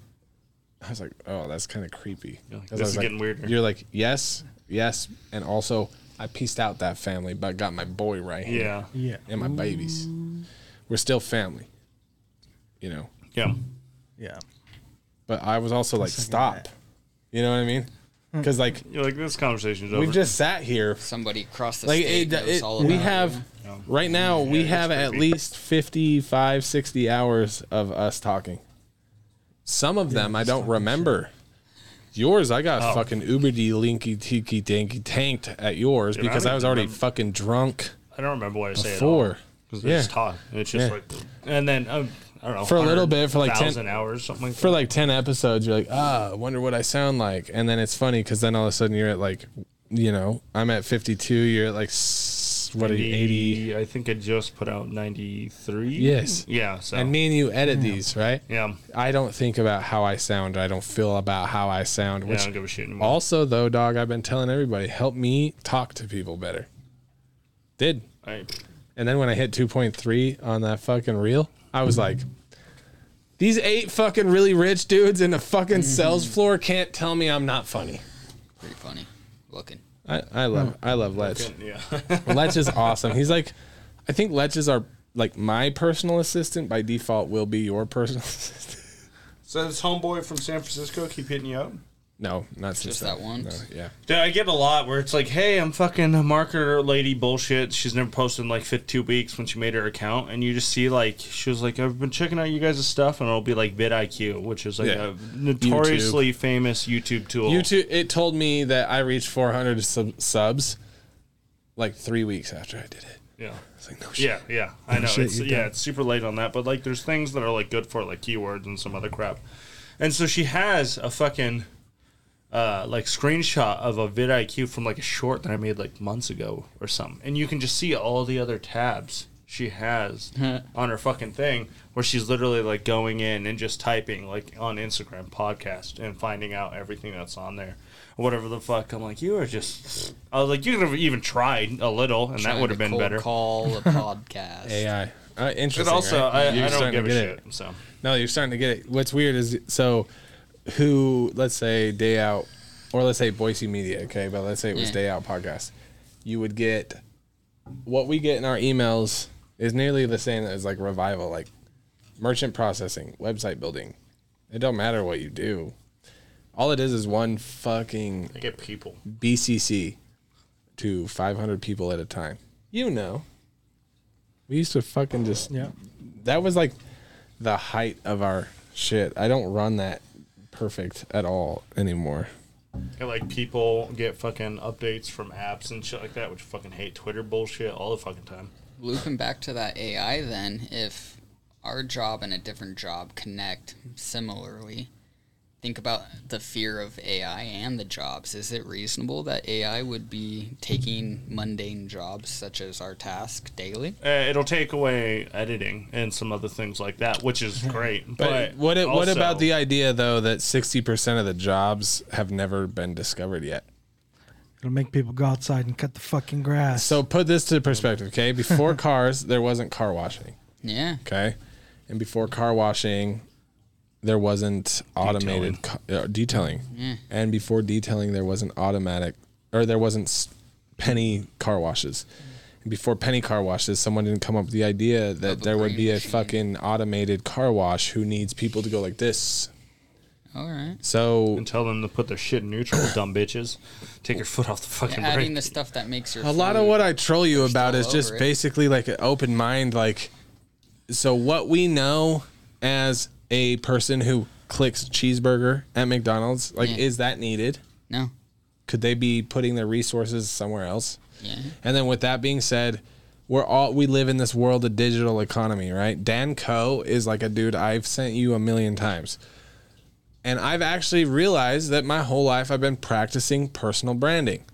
S1: I was like, "Oh, that's kind of creepy."
S2: You're like,
S1: 'Cause I
S2: this
S1: was
S2: is getting weirder.
S1: You're like, "Yes, yes," and also I pieced out that family, but got my boy right here
S2: Yeah.
S4: Yeah.
S1: and my babies. We're still family, you know.
S2: Yeah.
S4: Yeah.
S1: But I was also like, "Stop," you know what I mean?
S2: Hmm.
S1: Because like
S2: You're like, this conversation's over.
S1: we've just sat here
S3: Somebody across the
S1: like
S3: state
S1: it,
S3: knows
S1: it-
S3: all about
S1: we
S3: it.
S1: have right now we
S2: it's
S1: have at
S2: creepy.
S1: least 55 60 hours of us talking some of them i don't remember yours i got
S2: Oh.
S1: fucking uber d linky tiki tanky tanked at yours
S2: I
S1: because
S2: don't
S1: i was already
S2: remember.
S1: fucking drunk
S2: I don't remember what I say at all.
S1: before
S2: Because they
S1: yeah
S2: just talk. And it's just
S1: Yeah.
S2: like, and then, um, I don't know.
S1: For a little bit, for like 10
S2: 1,000 hours, something like
S1: for
S2: that.
S1: like 10 episodes you're like ah I wonder what i sound like and then it's funny because then all of a sudden you're at like you know i'm at 52 you're at like s- what are you 80
S2: 80. I think I just put out 93.
S1: Yes.
S2: Yeah. So,
S1: and me and you edit these right
S2: yeah.
S1: I don't think about how I sound. I don't feel about how I sound.
S2: Yeah, I
S1: Which
S2: don't give a shit anymore.
S1: also, though, dog, I've been telling everybody, help me talk to people better. Did.
S2: I,
S1: And then when I hit 2.3 on that fucking reel, I was
S2: Mm-hmm.
S1: like, these eight fucking really rich dudes in the fucking
S2: Mm-hmm.
S1: sales floor can't tell me I'm not funny.
S3: Pretty funny looking.
S1: I, I love I love Letch.
S2: yeah.
S1: Letch is awesome. He's like, I think Letch is our like my personal assistant by default will be your personal assistant.
S2: so, this homeboy from San Francisco keep hitting you up?
S1: No, not since
S3: Just that
S1: No,
S3: once?
S1: yeah.
S2: Dude, I get a lot where it's like, hey, I'm fucking a marketer lady bullshit. She's never posted in like 52 weeks when she made her account. And you just see like, she was like, I've been checking out you guys' stuff. And it'll be like vidIQ, which is like
S1: Yeah.
S2: a notoriously famous YouTube tool.
S1: YouTube. It told me that I reached 400 sub- subs like three weeks after I did it.
S2: Yeah.
S1: It's like no shit.
S2: Yeah, yeah, I know.
S4: shit,
S2: it's,
S4: you're
S2: yeah,
S4: done.
S2: it's super late on that, but like, there's things that are like good for like keywords and some other crap. And so she has a fucking uh, like screenshot of a vidIQ from like a short that I made like months ago or something, and you can just see all the other tabs she has on her fucking thing where she's literally like going in and just typing like on Instagram podcast and finding out everything that's on there. Whatever the fuck, I'm like, you are just. I was like, you could have even tried a little, and that
S3: Trying
S2: would
S3: to
S2: have been
S3: cold
S2: better.
S3: Call a podcast.
S1: AI. Uh, interesting.
S2: But also,
S1: right? You're
S2: I, I don't
S1: starting to
S2: give a
S1: get
S2: shit.
S1: it.
S2: So
S1: No, you're starting to get it. What's weird is so who let's say day out or let's say Boise Media, okay, but let's say it was
S3: Yeah.
S1: day out podcast. You would get what we get in our emails is nearly the same as like revival, like merchant processing, website building. It don't matter what you do. All it is is one fucking
S2: I get people.
S1: BCC to 500 people at a time. You know. We used to fucking just
S4: Yeah.
S1: that was like the height of our shit. I don't run that perfect at all anymore.
S2: And, like people get fucking updates from apps and shit like that, which fucking hate Twitter bullshit all the fucking time.
S3: Looping back to that AI, then, if our job and a different job connect similarly, think about the fear of AI and the jobs. Is it reasonable that AI would be taking mundane jobs such as our task daily?
S2: Uh, it'll take away editing and some other things like that, which is great. But,
S1: But what it, what
S2: also-
S1: about the idea though that 60% of the jobs have never been discovered yet?
S4: It'll make people go outside and cut the fucking grass.
S1: So put this to perspective, okay? Before cars, there wasn't car washing,
S3: Yeah.
S1: okay? And before car washing, there wasn't automated detailing, uh, detailing. and before detailing, there wasn't automatic or there wasn't s- penny car washes. And before penny car washes, someone didn't come up with the idea that
S3: a
S1: there would
S3: brain
S1: be a
S3: machine.
S1: fucking automated car wash who needs people to go like this.
S3: All right.
S1: So
S2: And tell them to put their shit in neutral, dumb bitches. Take your foot off the fucking brake.
S3: Adding the stuff that makes your
S1: a lot of
S3: food-
S1: what I troll you about
S3: still
S1: is just
S3: over it.
S1: basically like an open mind. Like, so what we know as a person who clicks cheeseburger at McDonald's, like,
S3: Yeah.
S1: is that needed?
S3: no.
S1: Could they be putting their resources somewhere else?
S3: Yeah.
S1: And then with that being said, we're all we live in this world of digital economy, right? Dan Coe is like a dude I've sent you a million times. And I've actually realized that my whole life I've been practicing personal branding.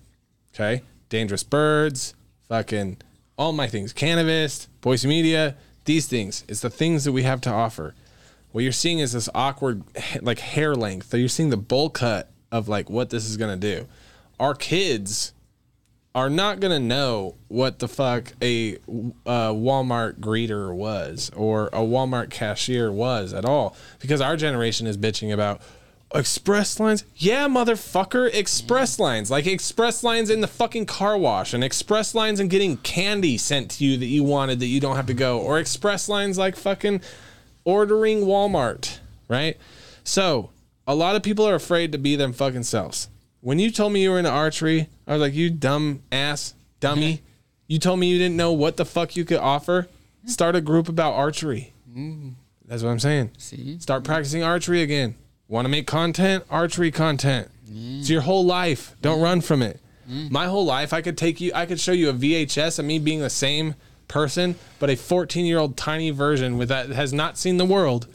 S1: Okay? Dangerous birds, fucking all my things, cannabis, voice media, these things. It's the things that we have to offer. What you're seeing is this awkward like hair length. You're seeing the bowl cut of like what this is going to do. Our kids are not going to know what the fuck a uh, Walmart greeter was or a Walmart cashier was at all because our generation is bitching about express lines. Yeah, motherfucker, express lines. Like express lines in the fucking car wash and express lines in getting candy sent to you that you wanted that you don't have to go or express lines like fucking ordering Walmart, right? So, a lot of people are afraid to be them fucking selves. When you told me you were into archery, I was like, you dumb ass dummy. you told me you didn't know what the fuck you could offer. Start a group about archery. That's what I'm saying.
S3: See?
S1: Start practicing archery again. Want to make content? Archery content. It's your whole life. Don't run from it. My whole life, I could take you, I could show you a VHS of me being the same person, but a 14 year old tiny version with that has not seen the world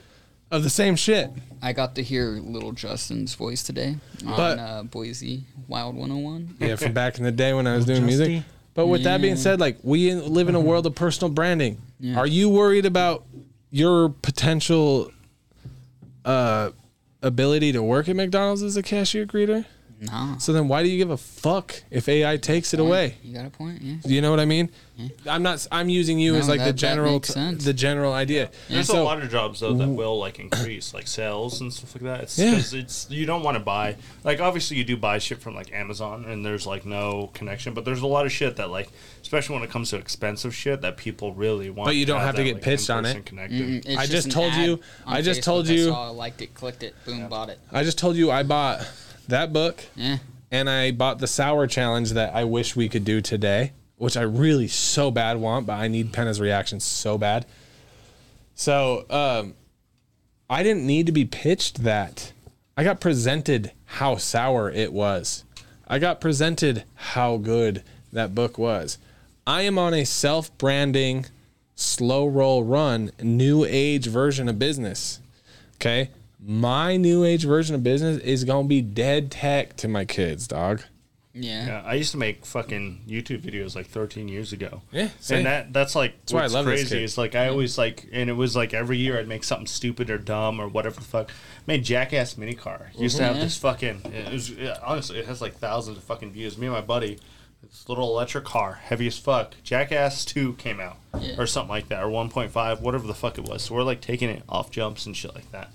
S1: of the same shit.
S3: I got to hear little Justin's voice today on
S1: But-
S3: uh, Boise Wild 101.
S1: Yeah, from back in the day when I was doing music.
S4: Justy.
S1: But with that being said, like we in- live in a world of personal branding. Are you worried about your potential uh, ability to work at McDonald's as a cashier greeter?
S3: Nah.
S1: So then why do you give a fuck if AI takes it away?
S3: You got a point, yeah.
S1: Do you know what I mean? I'm not. I'm using you
S3: No,
S1: as like the
S3: that- that
S1: general,
S3: makes sense.
S1: the general idea.
S2: There's
S1: So-
S2: a lot of jobs though that will like increase like sales and stuff like that. It's
S1: Yeah.
S2: 'cause it's you don't want to buy like obviously you do buy shit from like Amazon and there's like no connection, but there's a lot of shit that like especially when it comes to expensive shit that people really want.
S1: But you don't have to
S2: that,
S1: get
S2: like,
S1: pitched on
S2: in-person
S1: it.
S2: Connected.
S3: Mm, it's
S1: I just
S3: an
S1: told
S3: ad
S1: you-
S3: on
S1: I just told you-
S3: I saw, liked it, clicked it, boom, bought it.
S1: I just told you I bought that book
S3: Yeah.
S1: and I bought the sour challenge that I wish we could do today, which I really so bad want, but I need Penna's reaction so bad. So um, I didn't need to be pitched that. I got presented how sour it was. I got presented how good that book was. I am on a self branding, slow roll run, new age version of business. Okay. My new age version of business is going to be dead tech to my kids, dog.
S3: Yeah.
S2: Yeah, I used to make fucking YouTube videos like 13 years ago.
S1: Yeah, same.
S2: and that that's like that's
S1: why I
S2: what's
S1: love this
S2: crazy.
S1: kid.
S2: It's like I always like, and it was like every year I'd make something stupid or dumb or whatever the fuck. made Jackass Mini Car. Used to
S1: Oh,
S2: have
S3: Mhm.
S2: this fucking. It was it, honestly, it has like thousands of fucking views. Me and my buddy, this little electric car, heavy as fuck. Jackass 2 came out
S3: Yeah.
S2: or something like that, or 1.5, whatever the fuck it was. So we're like taking it off jumps and shit like that.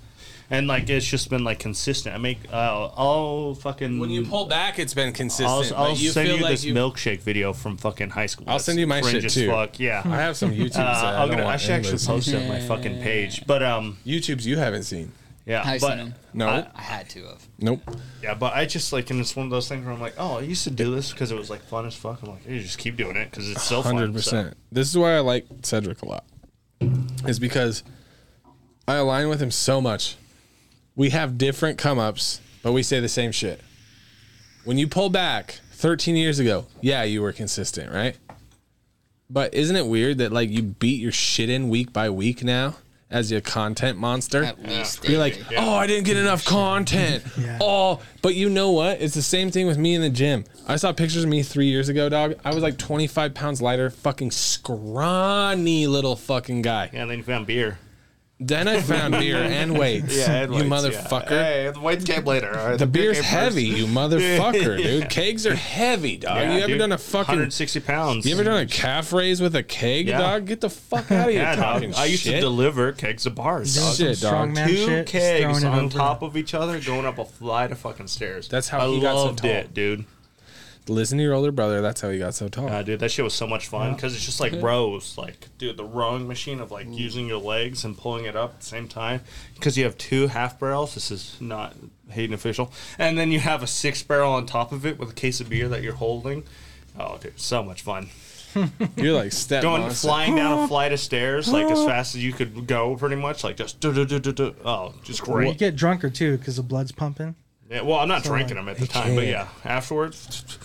S2: And like it's just been like consistent. I make uh, all fucking
S1: When you pull back, it's been
S2: I'll,
S1: consistent.
S2: I'll
S1: but you
S2: send
S1: feel
S2: you
S1: like
S2: this
S1: you,
S2: milkshake video from fucking high school.
S1: I'll send you my
S2: Cringe
S1: shit,
S2: as
S1: too.
S2: Fuck.
S1: I
S2: Yeah.
S1: have some YouTubes.
S2: Uh,
S1: that I
S2: I'm
S1: don't
S2: gonna, I
S1: want
S2: should actually
S1: endless.
S2: post it on my fucking page, but um,
S1: YouTubes you haven't seen.
S2: yeah,
S3: I
S2: but
S3: seen him.
S1: No.
S2: I-
S3: I had to have.
S1: nope.
S2: yeah, but I just like, and it's one of those things where I'm like, oh, I used to do this because it was like fun as fuck. I'm like, hey, just keep doing it because it's so fun.
S1: Hundred percent. This is why I like Cedric a lot. Is because I align with him so much. We have different come ups, but we say the same shit. When you pull back 13 years ago, yeah, you were consistent, right? But isn't it weird that like you beat your shit in week by week now as your content monster?
S3: At least
S1: You're
S3: daily.
S1: like, oh, I didn't get enough content.
S4: Yeah.
S1: Oh, but you know what? It's the same thing with me in the gym. I saw pictures of me three years ago, dog. I was like 25 pounds lighter, fucking scrawny little fucking guy.
S2: Yeah, and then you found beer.
S1: Then I found beer and weights. you motherfucker.
S2: the weights came later.
S1: The beer's heavy, you motherfucker, dude. Kegs are heavy, dog. you ever
S2: dude,
S1: done a fucking?
S2: 160 pounds?
S1: You ever done a calf raise with a keg,
S2: Yeah.
S1: dog? Get the fuck out of here,
S2: Yeah, dog.
S1: talking
S2: I used
S1: shit.
S2: to deliver kegs of bars.
S1: Yeah.
S2: Dog.
S1: Shit, dog.
S4: strongman
S2: two
S4: shit, just
S2: kegs
S4: throwing it
S2: on
S4: over.
S2: top of each other, going up a flight of fucking stairs.
S1: That's how
S2: I
S1: he got so
S2: loved
S1: tall.
S2: it, dude.
S1: Listen to your older brother. That's how he got so tall.
S2: Uh, dude, that shit was so much fun because it's just like rows, like dude, the rowing machine of like using your legs and pulling it up at the same time because you have two half barrels. This is not Hayden official, and then you have a six barrel on top of it with a case of beer that you're holding. Oh, dude, so much fun!
S1: You're like step
S2: Going
S1: monster.
S2: flying down a flight of stairs like as fast as you could go, pretty much like just do do do do do. Oh, just great.
S4: You get drunker too because the blood's pumping.
S2: Yeah, well, I'm not
S4: So,
S2: drinking
S4: like,
S2: them at the time, but yeah, afterwards.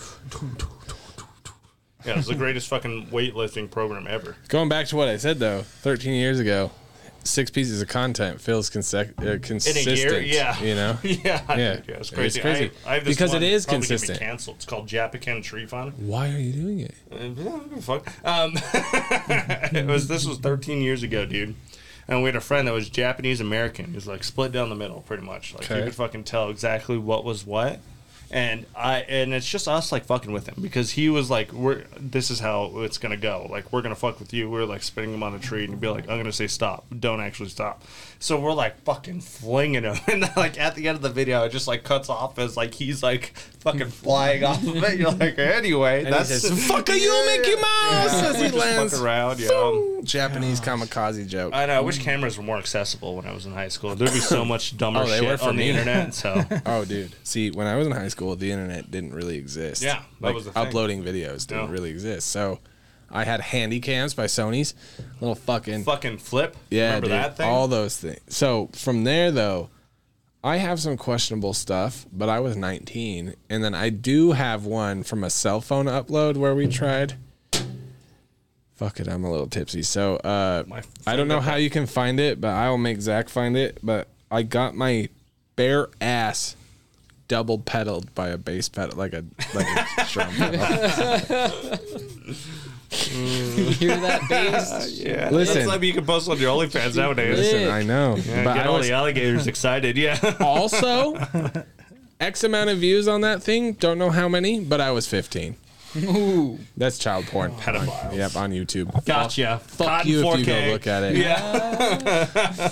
S2: Yeah, it's the greatest fucking weightlifting program ever.
S1: Going back to what I said though, 13 years ago, six pieces of content feels consec- uh,
S2: In a
S1: consistent.
S2: year, yeah,
S1: You know?
S2: yeah,
S1: Yeah,
S2: dude,
S1: it's
S2: it's crazy.
S1: crazy.
S2: I, I have this
S1: Because
S2: one
S1: it is
S2: that's probably gonna be
S1: consistent.
S2: Canceled. It's called Japacan Tree Fund.
S1: Why are you doing it?
S2: Uh, yeah, I don't give a fuck. Um, it was this was 13 years ago, dude. And we had a friend that was Japanese American. He was like split down the middle, pretty much. Like you
S1: Okay.
S2: could fucking tell exactly what was what. And I and it's just us like fucking with him because he was like, "We're this is how it's gonna go. Like we're gonna fuck with you. We're like spinning him on a tree and be like, I'm gonna say stop. Don't actually stop. So we're like fucking flinging him, and then, like at the end of the video, it just like cuts off as like he's like fucking flying off of it. You're like, anyway,
S1: And
S2: that's
S1: he says, "Fuck you, Mickey Mouse!"
S2: Yeah.
S1: as
S2: We
S1: he
S2: just
S1: lands.
S2: fuck around, yeah.
S1: Japanese kamikaze joke.
S2: I know. I wish cameras were more accessible when I was in high school. There'd be so much dumber
S1: Oh, they were
S2: shit
S1: for
S2: on
S1: me.
S2: the internet. So
S1: oh, dude. See, when I was in high school, the internet didn't really exist.
S2: Yeah, that
S1: like,
S2: was the thing.
S1: uploading videos didn't
S2: No.
S1: really exist. So, I had handy cams by Sony's, little fucking
S2: fucking flip.
S1: Yeah,
S2: remember
S1: dude,
S2: that thing?
S1: all those things. So from there, though, I have some questionable stuff, but I was 19, and then I do have one from a cell phone upload where we tried. Fuck it, I'm a little tipsy. So uh,
S2: My
S1: I don't know how you can find it, but I will make Zach find it. But I got my bare ass double pedaled by a bass pedal, like a like a drum pedal.
S3: You hear that bass?
S2: yeah,
S1: Listen.
S2: that's like you can post on your OnlyFans nowadays.
S1: Listen, I know,
S2: Yeah,
S1: but
S2: get
S1: I
S2: all
S1: was
S2: the alligators excited. Yeah,
S1: also x amount of views on that thing don't know how many but i was 15
S3: Ooh,
S1: that's child porn
S2: pedophiles.
S1: yep on youtube
S2: Gotcha.
S1: fuck
S2: Cotton
S1: you
S2: 4K.
S1: if you go look at it
S2: Yeah.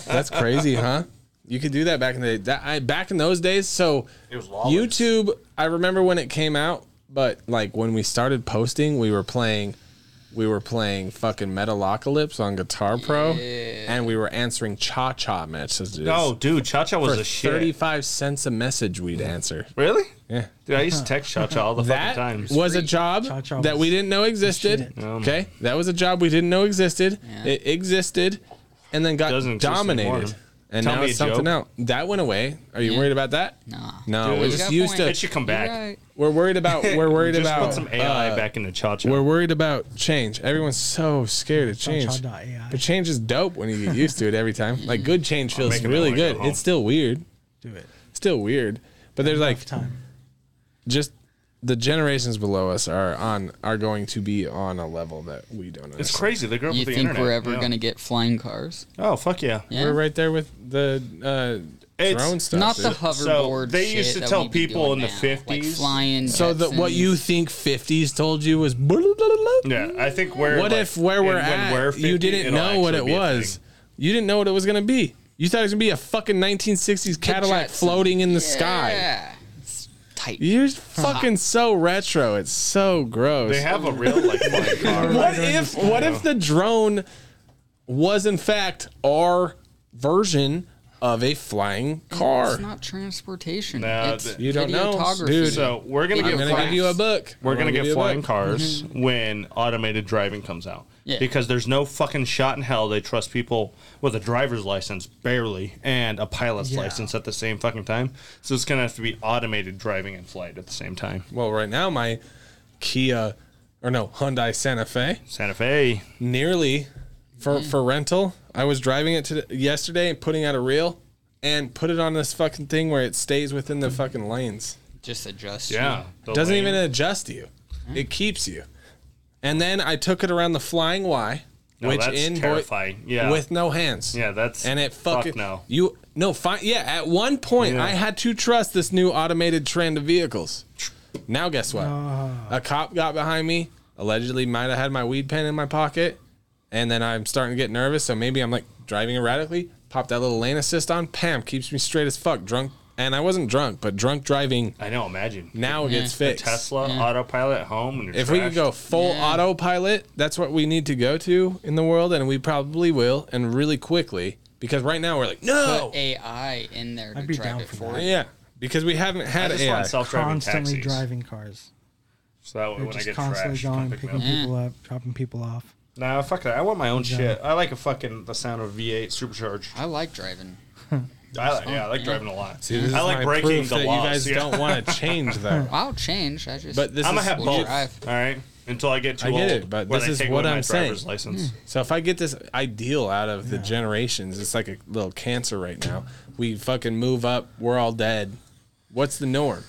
S1: that's crazy huh you could do that back in the day that, I, back in those days so
S2: It was lawless.
S1: youtube i remember when it came out but like when we started posting we were playing we were playing fucking Metalocalypse on Guitar Pro, and we were answering Cha Cha messages.
S2: No, dude, Cha Cha was
S1: for
S2: a shit.
S1: thirty-five cents a message, we'd answer.
S2: Really?
S1: Yeah.
S2: Dude, I used to text Cha Cha all the
S1: That
S2: fucking times. Oh
S1: was a job
S4: Cha-cha
S1: that
S4: was
S1: we didn't know existed.
S4: shit.
S1: Okay, that was a job we didn't know existed.
S3: Yeah.
S1: It existed, and then got
S2: Doesn't exist anymore.
S1: dominated. And
S2: Tell
S1: now
S2: me
S1: it's
S2: a
S1: something
S2: joke.
S1: else. That went away. Are you
S3: Yeah.
S1: worried about that?
S3: nah.
S1: No,
S2: Dude,
S1: we're
S2: you
S1: just
S3: got
S1: used
S2: It
S1: to.
S2: should come
S3: You're
S2: back.
S3: right.
S1: We're worried about. We're worried
S2: Just
S1: about
S2: put some AI
S1: uh,
S2: back into Cha Cha.
S1: We're worried about change. Everyone's so scared of change.
S4: Cha-cha.ai.
S1: But change is dope when you get used to it every time. Like good change feels
S2: making that
S1: really
S2: when I go
S1: good.
S2: home.
S1: It's still weird.
S4: Do it.
S1: Still weird. But there's like
S4: Time.
S1: just the generations below us are on are going to be on a level that we don't understand.
S2: It's crazy. They grew up
S3: You
S2: with the
S3: think
S2: internet.
S3: we're ever
S2: Yeah.
S3: gonna get flying cars?
S2: Oh fuck yeah!
S3: Yeah.
S1: We're right there with the uh,
S2: It's-
S1: drone stuff.
S3: Not the
S1: dude.
S3: hoverboard.
S2: they used
S3: shit
S2: to
S3: that
S2: tell
S3: we'd be
S2: people
S3: doing
S2: in the
S3: now,
S2: 50s.
S3: like flying.
S1: so the, what you
S3: Jetsons.
S1: think 50s told you was blah, blah, blah, blah, blah.
S2: Yeah, I think where
S1: what
S2: like,
S1: if where we're
S2: in- when
S1: at
S2: we're
S1: you
S2: 50,
S1: didn't
S2: it'll
S1: know what it
S2: actually be a
S1: was.
S2: thing.
S1: You didn't know what it was going to be. You thought it was going to be a fucking 1960s Cadillac
S3: Jetson.
S1: floating in the sky.
S3: Yeah, it's tight.
S1: You're fucking so retro. It's so gross.
S2: They have a real like flying car.
S1: what if what if the drone was in fact our version of a flying
S3: It's
S1: car?
S3: not transportation.
S2: No,
S3: it's
S2: th-
S1: You don't know,
S3: videography.
S1: dude.
S2: So we're gonna
S1: I'm
S2: get
S1: gonna
S2: flying-
S1: give you a book.
S2: We're
S1: I'm
S2: gonna,
S1: give
S2: get
S1: you Mm-hmm. a
S2: flying
S1: book.
S2: cars when automated driving comes out.
S3: Yeah.
S2: Because there's no fucking shot in hell they trust people with a driver's license barely and a pilot's
S4: Yeah.
S2: license at the same fucking time. So it's gonna have to be automated driving and flight at the same time.
S1: Well, right now my Kia or no Hyundai Santa Fe
S2: Santa Fe.
S1: nearly
S3: Mm.
S1: for for rental. I was driving it to yesterday and putting out a reel and put it on this fucking thing where it stays within the fucking lanes.
S3: Just adjust.
S2: Yeah. the
S1: Doesn't
S2: lane.
S1: even adjust you.
S3: Mm.
S1: It keeps you. And then I took it around the flying Y,
S2: No,
S1: which
S2: that's
S1: in
S2: terrifying. Yeah.
S1: with no hands.
S2: yeah, that's
S1: and it fucking
S2: fuck no.
S1: You no fine. Yeah, at one point
S2: Yeah.
S1: I had to trust this new automated trend of vehicles. Now guess what? A cop got behind me. Allegedly, might have had my weed pen in my pocket, and then I'm starting to get nervous. So maybe I'm like driving erratically. Pop that little lane assist on. Pam keeps me straight as fuck. Drunk, and I wasn't drunk, but drunk driving
S2: I know, imagine.
S1: now gets fixed.
S2: Tesla autopilot at home and you're
S1: If we could
S2: trashed.
S1: go full
S3: Yeah.
S1: autopilot, that's what we need to go to in the world, and we probably will, and really quickly, because right now we're like, no,
S3: Put AI in there to
S4: I'd be
S3: drive
S4: down
S3: it
S4: for
S3: for
S4: that.
S3: you.
S1: Yeah, because we haven't
S2: I
S1: had
S2: just
S1: AI.
S2: want self-driving
S4: Constantly
S2: taxis.
S4: driving cars.
S2: So that way
S4: They're
S2: when I
S4: just
S2: get
S4: constantly
S2: trashed, come
S4: going,
S2: pick me
S4: picking
S2: up.
S3: Yeah.
S4: people up, dropping people off.
S2: Nah, fuck that. I want my own shit. I like a fucking the sound of V8 supercharged.
S3: I like driving.
S2: I like, yeah, I like driving a lot.
S1: See, this
S2: I
S1: is
S2: like
S1: my
S2: breaking
S1: proof
S2: the
S1: that
S2: laws.
S1: You guys
S2: yeah.
S1: don't want to change though.
S3: I'll change. I just.
S1: But this
S2: I'm gonna
S1: is
S2: have
S3: We'll
S2: both.
S3: drive.
S2: All right, until I get too
S1: I get
S2: old.
S1: it, but
S2: where
S1: this
S2: they
S1: is
S2: take
S1: what
S2: away my
S1: I'm saying. Hmm.
S2: driver's License.
S1: so. If I get this ideal out of the generations, it's like a little cancer right now. We fucking move up, we're all dead. What's the norm?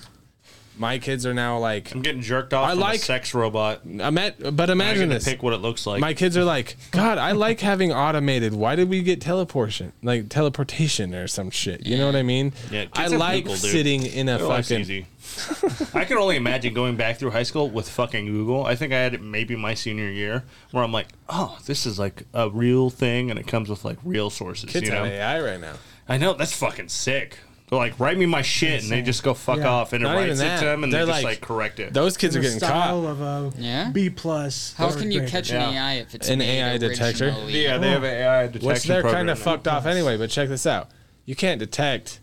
S1: My kids are now like
S2: I'm getting jerked off
S1: I
S2: I from
S1: like-
S2: a sex robot. and
S1: I'm at, but imagine
S2: I get
S1: this.
S2: to pick what it looks like.
S1: My kids are like, God, I like having automated. Why did we get teleportation, like teleportation or some shit? You know what I mean?
S2: Yeah, kids
S1: I
S2: are
S1: like
S2: Google, dude.
S1: sitting in a
S2: Their life's
S1: fucking.
S2: easy. I can only imagine going back through high school with fucking Google. I think I had it maybe my senior year where I'm like, oh, this is like a real thing and it comes with like real sources.
S1: Kids
S2: you know,
S1: have AI right now.
S2: I know that's fucking sick. They're like, write me my shit, and they just go fuck
S4: Yeah.
S2: off, and it
S1: Not even
S2: writes it
S1: that.
S2: to them, and
S1: They're
S2: they just
S1: like-
S2: like correct it.
S1: Those kids
S4: in
S1: are
S4: the
S1: getting
S4: style
S1: caught.
S4: of a
S3: Yeah?
S4: B plus.
S3: How
S4: third
S3: can you
S4: grader.
S3: catch
S2: Yeah.
S3: an AI if it's
S1: An
S3: made
S1: AI detector?
S3: originally?
S2: yeah, they have an AI detection
S1: Which they're
S2: program
S1: kind of
S2: now.
S1: fucked off anyway. But check this out: you can't detect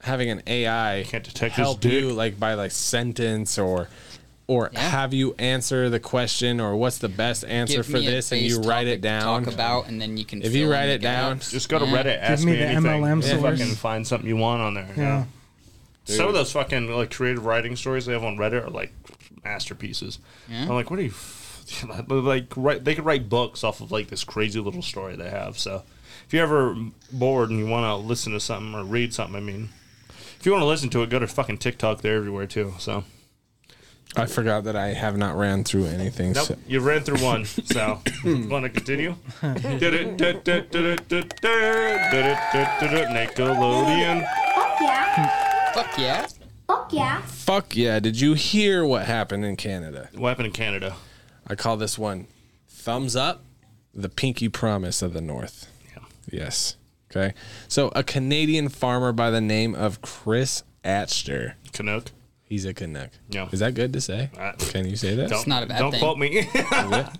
S1: having an AI
S2: Can't detect his
S1: help
S2: dick.
S1: you like by like sentence or or
S3: Yeah.
S1: have you answer the question or what's the best answer
S3: Give
S1: for
S3: me a
S1: this and you
S3: base
S1: write it
S3: topic to
S1: down.
S3: Talk about, and then you can.
S1: If you
S3: fill in
S1: write
S3: the
S1: it down,
S3: gaps.
S2: Just go to
S3: Yeah.
S2: Reddit, ask
S4: me
S2: me,
S4: the
S2: anything.
S4: MLM
S2: you
S4: source.
S2: fucking find something you want on there. Yeah.
S4: Yeah.
S2: Some of those fucking like creative writing stories they have on Reddit are like masterpieces. I'm like, what are you? F-? like, write, they could write books off of like this crazy little story they have. So, if you're ever bored and you want to listen to something or read something, I mean, if you want to listen to it, go to fucking TikTok. They're everywhere too. So,
S1: I forgot that I have not ran through anything.
S2: nope,
S1: so-
S2: you ran through one. So, want to continue? Nickelodeon.
S6: Fuck yeah.
S3: Fuck yeah!
S6: Fuck yeah.
S1: Fuck yeah! Did you hear what happened in Canada?
S2: What happened in Canada?
S1: I call this one thumbs up, the pinky promise of the North.
S2: Yeah.
S1: Yes. Okay. So a Canadian farmer by the name of Chris Atcher.
S2: Canuck.
S1: He's a Canuck.
S2: Yeah.
S1: Is that good to say?
S2: Uh,
S1: Can you say that?
S2: Don't,
S3: not a bad
S2: don't
S3: thing.
S2: quote me.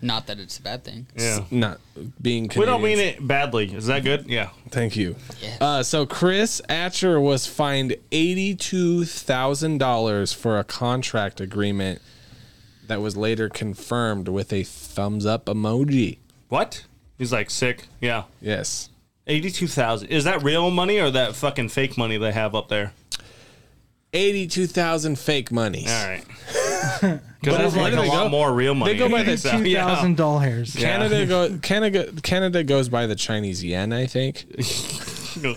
S3: Not that it's a bad thing.
S2: yeah.
S1: Not being
S2: We
S1: Canadian.
S2: don't mean it badly. Is that good? Yeah.
S1: Thank you.
S3: Yes.
S1: Uh, so Chris Atcher was fined eighty-two thousand dollars for a contract agreement that was later confirmed with a thumbs up emoji.
S2: What? He's like sick. Yeah.
S1: Yes.
S2: Eighty-two thousand. Is that real money or that fucking fake money they have up there?
S1: Eighty-two thousand fake monies.
S2: All right. Because that's
S1: where
S2: like
S1: do
S2: a
S1: they
S2: lot
S1: go?
S2: more real money.
S1: go by
S2: I think,
S1: the
S2: so,
S4: Two thousand doll hairs.
S1: Canada go Canada Canada goes by the Chinese yen, I think.
S2: Yeah.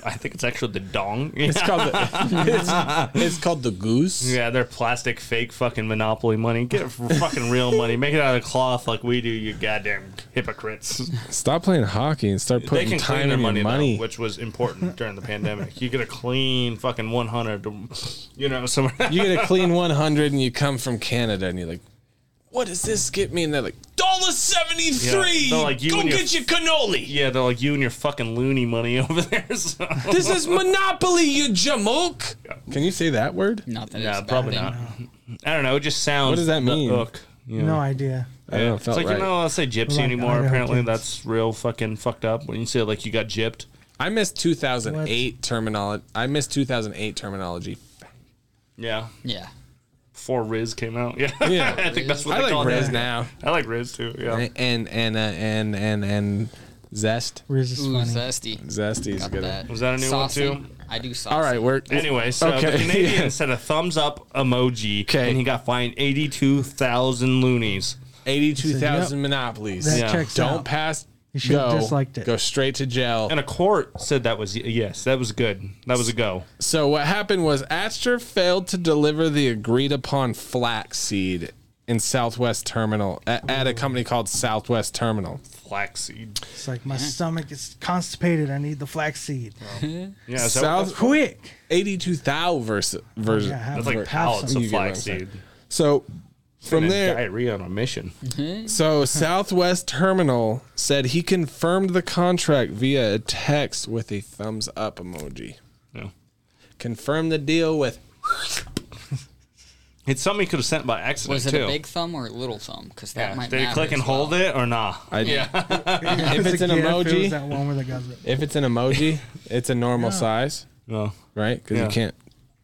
S2: I think it's actually the dong. Yeah.
S1: It's called the, it's, it's called the goose.
S2: yeah, they're plastic, fake, fucking monopoly money. Get fucking real money. Make it out of cloth like we do, you goddamn hypocrites.
S1: Stop playing hockey and start
S2: they
S1: putting
S2: can
S1: time
S2: clean their
S1: and
S2: money,
S1: money. money.
S2: Though, which was important during the pandemic. You get a clean fucking 100, you know, somewhere.
S1: you get a clean 100 and you come from Canada and you're like, what does this get me? And they're like, dollar seventy three.
S2: Yeah, they're like you
S1: Go
S2: and your-
S1: get your cannoli.
S2: yeah, they're like you and your fucking loony money over there. So.
S1: This is monopoly, you jamoke. Can you say that word?
S3: Not that it's
S2: yeah,
S3: a bad
S2: probably
S3: thing.
S2: not. I don't know. It just sounds.
S1: What does that
S2: the
S1: mean?
S2: Hook. Yeah.
S4: No idea.
S1: I don't know. It
S2: it's
S1: felt
S2: like
S1: right.
S2: you're not allowed to say gypsy
S4: Like
S2: anymore.
S4: Idaho
S2: Apparently,
S4: gyps.
S2: that's real fucking fucked up. When you say like you got gypped,
S1: I missed 2008 terminology. I missed 2008 terminology.
S2: yeah.
S3: Yeah.
S2: Before Riz came out, yeah.
S1: Yeah.
S2: I think that's what
S1: I
S2: they call
S1: like Riz
S2: it.
S1: now.
S2: I like Riz too. Yeah.
S1: And and and uh, and and, and zest.
S4: Riz is
S3: Ooh,
S4: funny.
S3: zesty.
S1: Zesty's
S3: Got
S1: good.
S3: that.
S2: Was that a new one,
S3: Saucy.
S2: too?
S3: I do saucy.
S1: All right, we're
S2: Anyway, so
S1: Okay.
S2: the Canadian sent a thumbs up emoji,
S1: Okay.
S2: and he got fined eighty two thousand loonies.
S1: eighty-two thousand
S4: Yep.
S1: monopolies.
S4: That
S2: Yeah.
S4: checks
S1: Don't
S4: out.
S1: pass.
S4: You should have
S1: go.
S4: disliked it.
S1: Go straight to jail.
S2: And a court said that was yes, that was good. That was a go.
S1: So what happened was Astor failed to deliver the agreed upon flaxseed in Southwest Terminal at, at a company called Southwest Terminal.
S2: Flaxseed.
S4: It's like my stomach is constipated. I need the flaxseed.
S2: Yeah, so
S1: South
S4: Quick.
S1: eighty-two thou version version.
S4: Yeah, have
S2: that's
S4: some.
S2: like
S4: Have
S2: pallets
S4: some.
S2: of
S1: You get what I'm
S2: flaxseed.
S1: So from
S2: And
S1: there,
S2: diarrhea on a mission.
S1: So Southwest Terminal said he confirmed the contract via a text with a thumbs up emoji.
S2: Yeah.
S1: Confirm the deal with
S2: It's something he could have sent by accident
S3: Was it
S2: too.
S3: a big thumb or a little thumb? Because that
S2: yeah.
S3: might
S2: Did he
S3: matter
S2: click and
S3: as well.
S2: hold it or nah?
S1: I, if
S4: As
S1: it's
S4: a
S1: an
S4: kid, it was
S1: emoji,
S4: that one where the guys went,
S1: if it's an emoji, it's a normal size,
S2: No.
S1: right? Because
S2: Yeah.
S1: you can't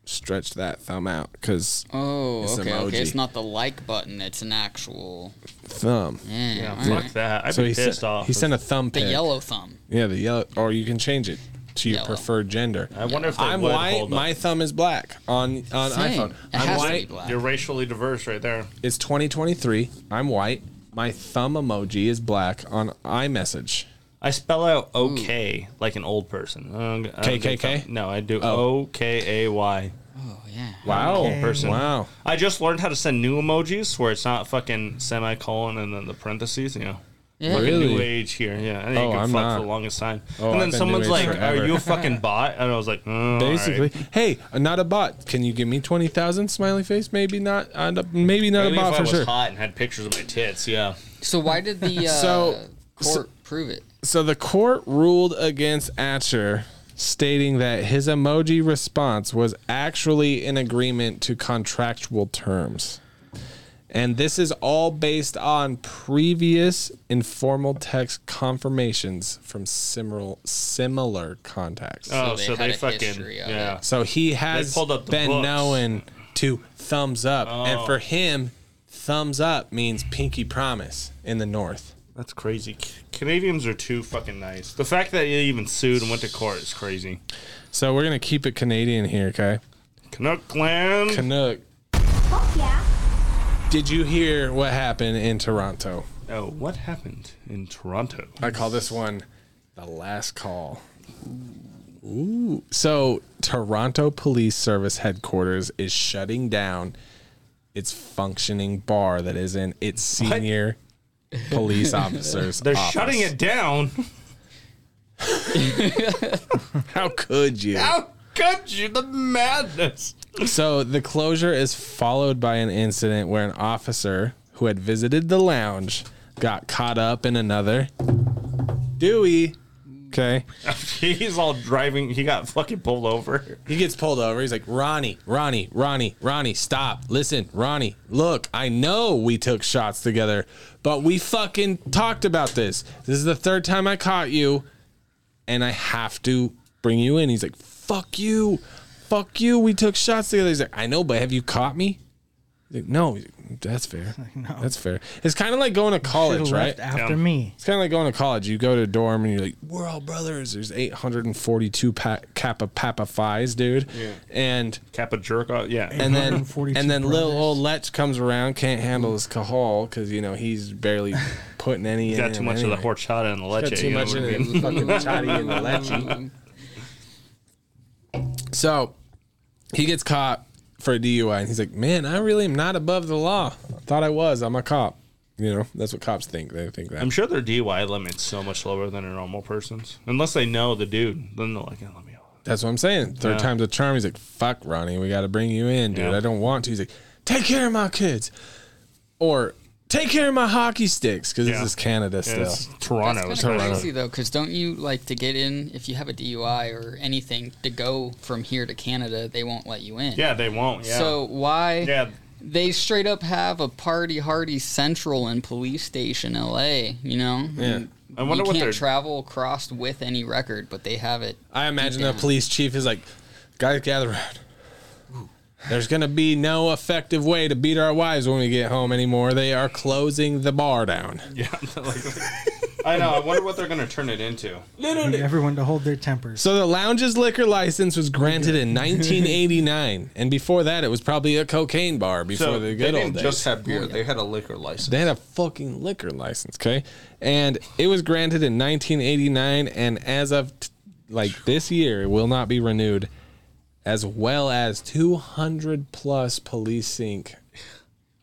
S1: stretch that thumb out because
S3: Oh,
S1: It's
S3: okay,
S1: emoji.
S3: okay. It's not the like button. It's an actual.
S1: thumb.
S3: Yeah,
S2: Yeah,
S3: all
S2: fuck
S3: right.
S2: that. I'd
S1: So
S2: be
S1: he
S2: pissed
S1: sent,
S2: off.
S1: he sent a thumb
S3: The
S1: pic.
S3: yellow thumb.
S1: Yeah, the yellow, or you can change it to your
S3: Yellow.
S1: preferred gender.
S2: I wonder if they
S1: I'm
S2: would
S1: white.
S2: hold up.
S1: My thumb is black on on
S3: Same.
S1: iPhone.
S3: It
S1: I'm
S3: has to
S1: white.
S3: be black.
S2: You're racially diverse right there.
S1: It's 2023. I'm white. My thumb emoji is black on iMessage.
S2: I spell out okay Uh, like an old person. I don't- I don't do
S1: KKK?
S2: thumb- No, I do O K A Y.
S3: Oh yeah.
S1: Wow.
S4: Okay.
S2: person.
S1: Wow.
S2: I just learned how to send new emojis where it's not fucking semicolon and then the parentheses, you know.
S3: Yeah.
S2: Fucking
S1: Really?
S2: new age here. Yeah. I
S1: Oh,
S2: didn't give a
S1: I'm
S2: fuck
S1: not.
S2: for the longest time.
S1: Oh,
S2: and
S1: I've
S2: then
S1: been
S2: someone's
S1: new age
S2: like,
S1: forever.
S2: Are you a fucking bot? And I was like, mm,
S1: Basically,
S2: Basically.
S1: hey, not a bot. Can you give me twenty thousand smiley face? Maybe not. uh, maybe not
S2: Maybe
S1: a
S2: if I
S1: bot for
S2: was
S1: sure.
S2: hot and had pictures of my tits, yeah.
S3: So why did the uh,
S1: So-
S3: court prove it?
S1: So the court ruled against Atcher, stating that his emoji response was actually in agreement to contractual terms. And this is all based on previous informal text confirmations from similar similar contacts.
S2: oh,
S3: they
S2: so
S3: had
S2: they
S3: a
S2: fucking
S3: history of
S2: yeah.
S1: so he has
S2: pulled up the
S1: been
S2: books.
S1: known to thumbs up. And
S2: Oh.
S1: for him, thumbs up means pinky promise in the north.
S2: That's crazy. C- Canadians are too fucking nice. The fact that they even sued and went to court is crazy.
S1: So we're going to keep it Canadian here, okay?
S2: Canuck clan.
S1: Canuck.
S6: Fuck yeah.
S1: Did you hear what happened in Toronto?
S2: oh, what happened in Toronto?
S1: I call this one the last call. Ooh. So, Toronto Police Service headquarters is shutting down its functioning bar that is in its senior police officers.
S2: They're
S1: office.
S2: shutting it down.
S1: How could you?
S2: How could you? The madness.
S1: So the closure is followed by an incident where an officer who had visited the lounge got caught up in another Dewey. Okay.
S2: He's all driving. He got fucking pulled over.
S1: He gets pulled over. He's like, Ronnie, Ronnie, Ronnie, Ronnie, stop. Listen, Ronnie, look, I know we took shots together, but we fucking talked about this. This is the third time I caught you, and I have to bring you in. He's like, fuck you. Fuck you. We took shots together. He's like, I know, but have you caught me? He's like, no. He's like, that's fair.
S4: no.
S1: That's fair. It's kind of like going to
S4: Should've
S1: college, right?
S4: left after
S2: Yeah.
S4: me.
S1: It's kind of like going to college. You go to a dorm and you're like, we're all brothers. There's 842 pa- Kappa Papa Phi's, dude. And
S2: Kappa jerk. off. Yeah.
S1: and then
S4: 842
S1: and then little
S4: brothers.
S1: old Lech comes around, can't handle his cajal because you know he's barely putting any.
S2: He
S1: in
S2: got too
S1: him
S2: much
S1: anyway.
S2: of the horchata and the leche.
S1: Got too
S2: you know
S1: much
S2: what
S1: in
S2: I
S1: it.
S2: mean?
S1: It was fucking chatty and the Leche. So he gets caught for a DUI, and he's like, "Man, I really am not above the law. I thought I was. I'm a cop. You know, that's what cops think. They think that.
S2: I'm sure their DUI limit's so much lower than a normal person's, unless they know the dude. Then they're like, "Yeah, let me. out."
S1: That's what I'm saying. Third
S2: Yeah.
S1: time's a charm. He's like, fuck, Ronnie, we got to bring you in, dude.
S2: Yeah.
S1: I don't want to. He's like, take care of my kids. Or take care of my hockey sticks because
S2: Yeah.
S1: this is Canada
S2: Yeah,
S1: still.
S2: it's Toronto.
S3: That's
S2: It's
S3: kind of
S2: Toronto.
S3: crazy though, because don't you like to get in if you have a DUI or anything to go from here to Canada? They won't let you in.
S2: Yeah, they won't. Yeah.
S3: So why?
S2: yeah,
S3: They straight up have a party hardy central in police station L.A. You know.
S1: Yeah.
S2: I wonder
S3: you
S2: what
S3: can't
S2: they're.
S3: travel across with any record, but they have it.
S1: I imagine
S3: Yeah.
S1: the police chief is like, guys, gather around. There's going to be no effective way to beat our wives when we get home anymore. They are closing the bar down.
S2: yeah. like- I know. I wonder what they're gonna turn it into.
S4: I need everyone to hold their tempers.
S1: So the lounge's liquor license was granted in 1989. and before that, it was probably a cocaine bar before
S2: So
S1: the
S2: they
S1: good
S2: didn't
S1: old days.
S5: Just had beer. They had a liquor license.
S1: They had a fucking liquor license, okay? And it was granted in 1989, and as of t- like this year, it will not be renewed, as well as 200 plus police sync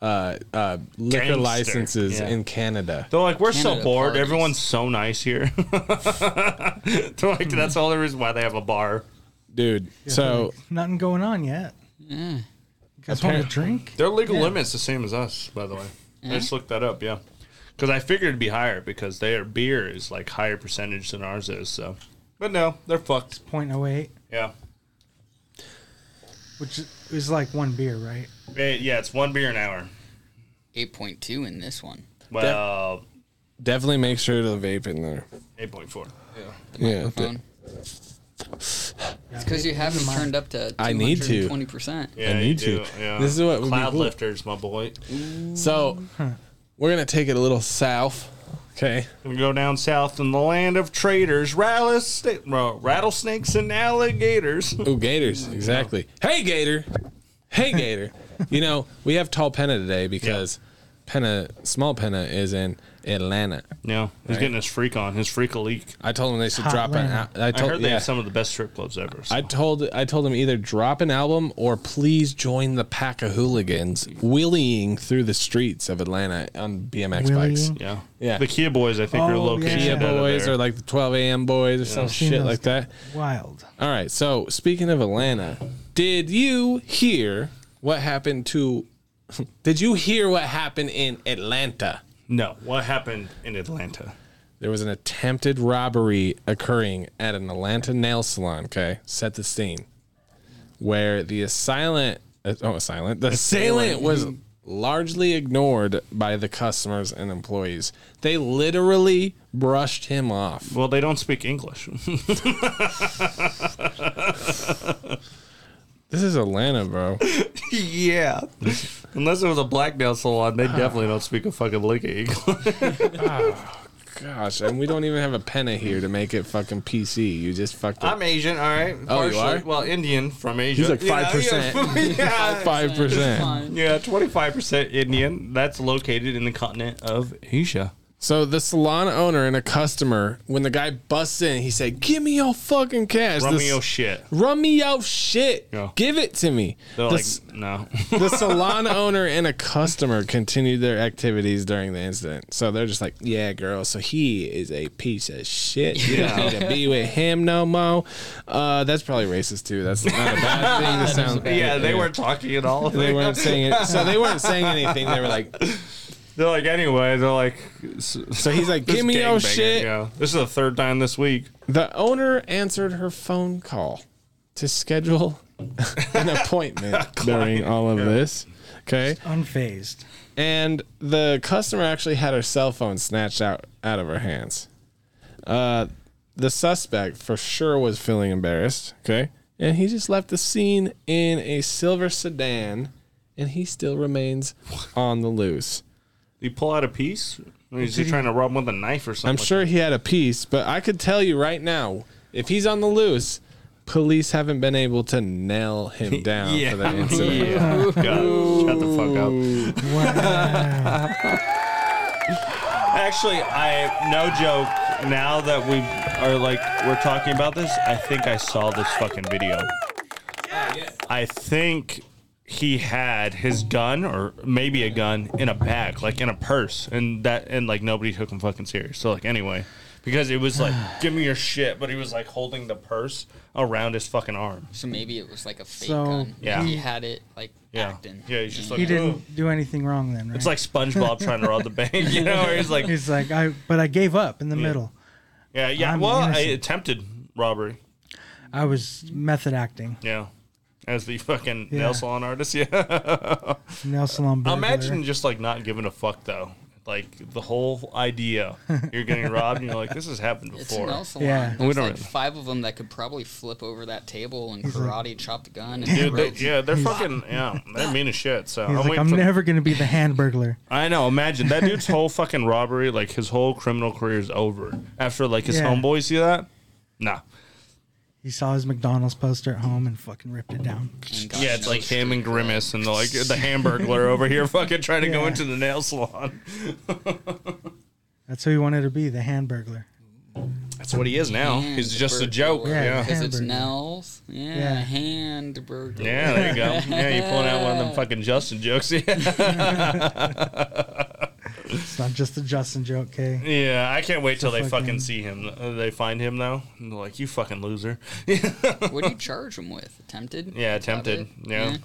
S1: uh, uh, liquor
S2: Gangster.
S1: licenses
S2: Yeah.
S1: in Canada.
S2: They're like, we're so
S3: Canada
S2: bored.
S3: parties.
S2: Everyone's so nice here. They're like, that's all there is why they have a bar.
S1: Dude, so
S4: Nothing going on yet. Yeah. You guys want a
S1: Apparent-
S4: drink?
S2: Their legal limit's the same as us, by the way. I just looked that up. Yeah, because I figured it'd be higher because their beer is like higher percentage than ours is. So, but no, they're fucked.
S4: Point oh eight,
S2: Yeah.
S4: which is like one beer, right?
S2: Eh, Yeah, it's one beer an hour.
S3: 8.2 in this one.
S2: Well,
S1: definitely make sure to vape in there.
S2: 8.4.
S1: Yeah.
S3: Phone. It's because you haven't turned up to
S1: I need to.
S3: 20%.
S2: Yeah,
S1: need
S2: you
S1: to.
S2: do, Yeah.
S1: This is what would be
S2: cloud
S1: cool.
S2: lifters, my boy.
S1: So we're going to take it a little south, okay?
S2: We go down south in the land of traders, rattlesna- uh, rattlesnakes, and alligators.
S1: Oh, Gators, exactly. Hey, Gator. Hey, Gator. you know, we have Tall Penna today because Penna, small Penna, is in Atlanta.
S2: No, he's getting his freak on, his freak leak.
S1: I told him they should
S4: Hot
S1: drop an.
S4: Atlanta.
S1: al- I
S2: I
S1: told,
S2: heard they
S1: yeah.
S2: have some of the best strip clubs ever. so.
S1: I told I told him either drop an album or please join the pack of hooligans wheeling through the streets of Atlanta on BMX bikes.
S4: Wheeling?
S2: yeah,
S1: Yeah.
S2: The Kia Boys, I think, are
S4: Oh,
S2: located.
S1: Kia
S4: yeah.
S2: out of
S1: boys
S2: there.
S1: or like the 12 a.m. boys or some
S4: I've seen
S1: shit
S4: those
S1: like that.
S4: Wild.
S1: All right. So speaking of Atlanta, did you hear what happened to? Did you hear what happened in Atlanta?
S2: no. What happened in Atlanta?
S1: There was an attempted robbery occurring at an Atlanta nail salon. Okay, set the scene, where the assailant, uh, oh, assailant, the assailant was largely ignored by the customers and employees. They literally brushed him off.
S2: Well, they don't speak English.
S1: This is Atlanta, bro.
S2: yeah, unless it was a black nail salon, they definitely don't speak a fucking lick of English.
S1: Gosh, and we don't even have a penna here to make it fucking PC. You just fucked up
S2: I'm Asian, all right.
S1: Oh, you
S2: Partially-
S1: are?
S2: Well, Indian from Asia.
S1: He's like
S2: You know,
S1: 5%.
S2: Yeah,
S1: five percent.
S3: Fine.
S2: yeah, twenty-five percent Indian. That's located in the continent of Asia.
S1: So the salon owner and a customer, when the guy busts in, he said, "Give me your fucking cash."
S2: Rummy
S1: This-
S2: your shit.
S1: Run me out shit.
S2: Yeah.
S1: Give it to me.
S2: They're
S1: the,
S2: like,
S1: s-
S2: no.
S1: the salon owner and a customer continued their activities during the incident. So they're just like, yeah, girl. So he is a piece of shit. You don't need to be with him no more. Uh, that's probably racist, too. That's not a bad thing to sound.
S2: yeah, they weren't talking at all.
S1: They weren't saying it. So they weren't saying anything. They were like,
S2: They're like, anyway, they're like, so
S1: so he's like, give me your shit.
S2: Yeah, this is the third time this week.
S1: The owner answered her phone call to schedule an appointment during all of this. Okay.
S4: Unfazed.
S1: and the customer actually had her cell phone snatched out out of her hands. Uh, the suspect for sure was feeling embarrassed. Okay, and he just left the scene in a silver sedan, and he still remains on the loose.
S2: He pull out a piece. Or is he trying to rob him with a knife or something?
S1: I'm sure he had a piece, but I could tell you right now, if he's on the loose, police haven't been able to nail him down
S2: Yeah.
S1: for that incident.
S2: Yeah. God, shut the fuck up.
S4: Wow.
S2: Actually, I no joke. Now that we are like we're talking about this, I think I saw this fucking video. I think he had his gun or maybe a gun in a bag, like in a purse, and that and like nobody took him fucking serious. So like anyway, because it was like give me your shit, but he was like holding the purse around his fucking arm.
S3: So maybe it was like a fake
S4: So,
S3: gun.
S2: Yeah.
S3: He had it like
S2: Yeah,
S3: acting.
S2: yeah, he's just like
S4: he
S2: "Ooh."
S4: didn't do anything wrong then, right?
S2: It's like SpongeBob trying to rob the bank, you know? Where he's like,
S4: He's like, I, but I gave up in the middle.
S2: yeah, yeah.
S4: I'm
S2: well, I
S4: innocent.
S2: attempted robbery.
S4: I was method acting.
S2: Yeah. As the fucking
S4: Yeah.
S2: nail salon artist, yeah.
S4: Nail salon burglar.
S2: Imagine just like not giving a fuck though. Like the whole idea, you're getting robbed, and you're like, "This has happened
S3: It's an
S2: before."
S3: nail salon.
S4: Yeah.
S3: Yeah.
S4: We
S3: There's
S2: don't
S3: like
S2: really-
S3: five of them that could probably flip over that table and karate chop the gun. And
S2: Dude, they,
S3: rope.
S2: yeah, they're fucking yeah, they're mean as shit. So
S4: He's
S2: I'm
S4: like,
S2: waiting
S4: I'm
S2: for-
S4: never going to be the hand burglar.
S2: I know. Imagine that dude's whole fucking robbery, like his whole criminal career is over after like his
S4: Yeah.
S2: homeboy see that. Nah,
S4: He saw his McDonald's poster at home and fucking ripped it down.
S3: And God
S2: yeah, it's like
S3: knows.
S2: him and Grimace and the, like the Hamburglar over here, fucking trying to go
S4: Yeah.
S2: into the nail salon.
S4: That's who he wanted to be, the hand burglar.
S2: That's what he is now. He's just a joke.
S4: Yeah.
S2: yeah.
S3: Because it's
S4: Hamburger.
S3: nails. Yeah.
S4: Yeah.
S3: Hand burger.
S2: Yeah, there you go. Yeah, you pulling out one of them fucking Justin jokes. yeah,
S4: It's not just a Justin joke, okay?
S2: I can't wait till they
S4: fucking-
S2: fucking see him. Uh, They find him though, and they're like, "You fucking loser."
S3: What do you charge him with? Attempted?
S2: yeah, attempted.
S3: Robbery?
S2: Yeah.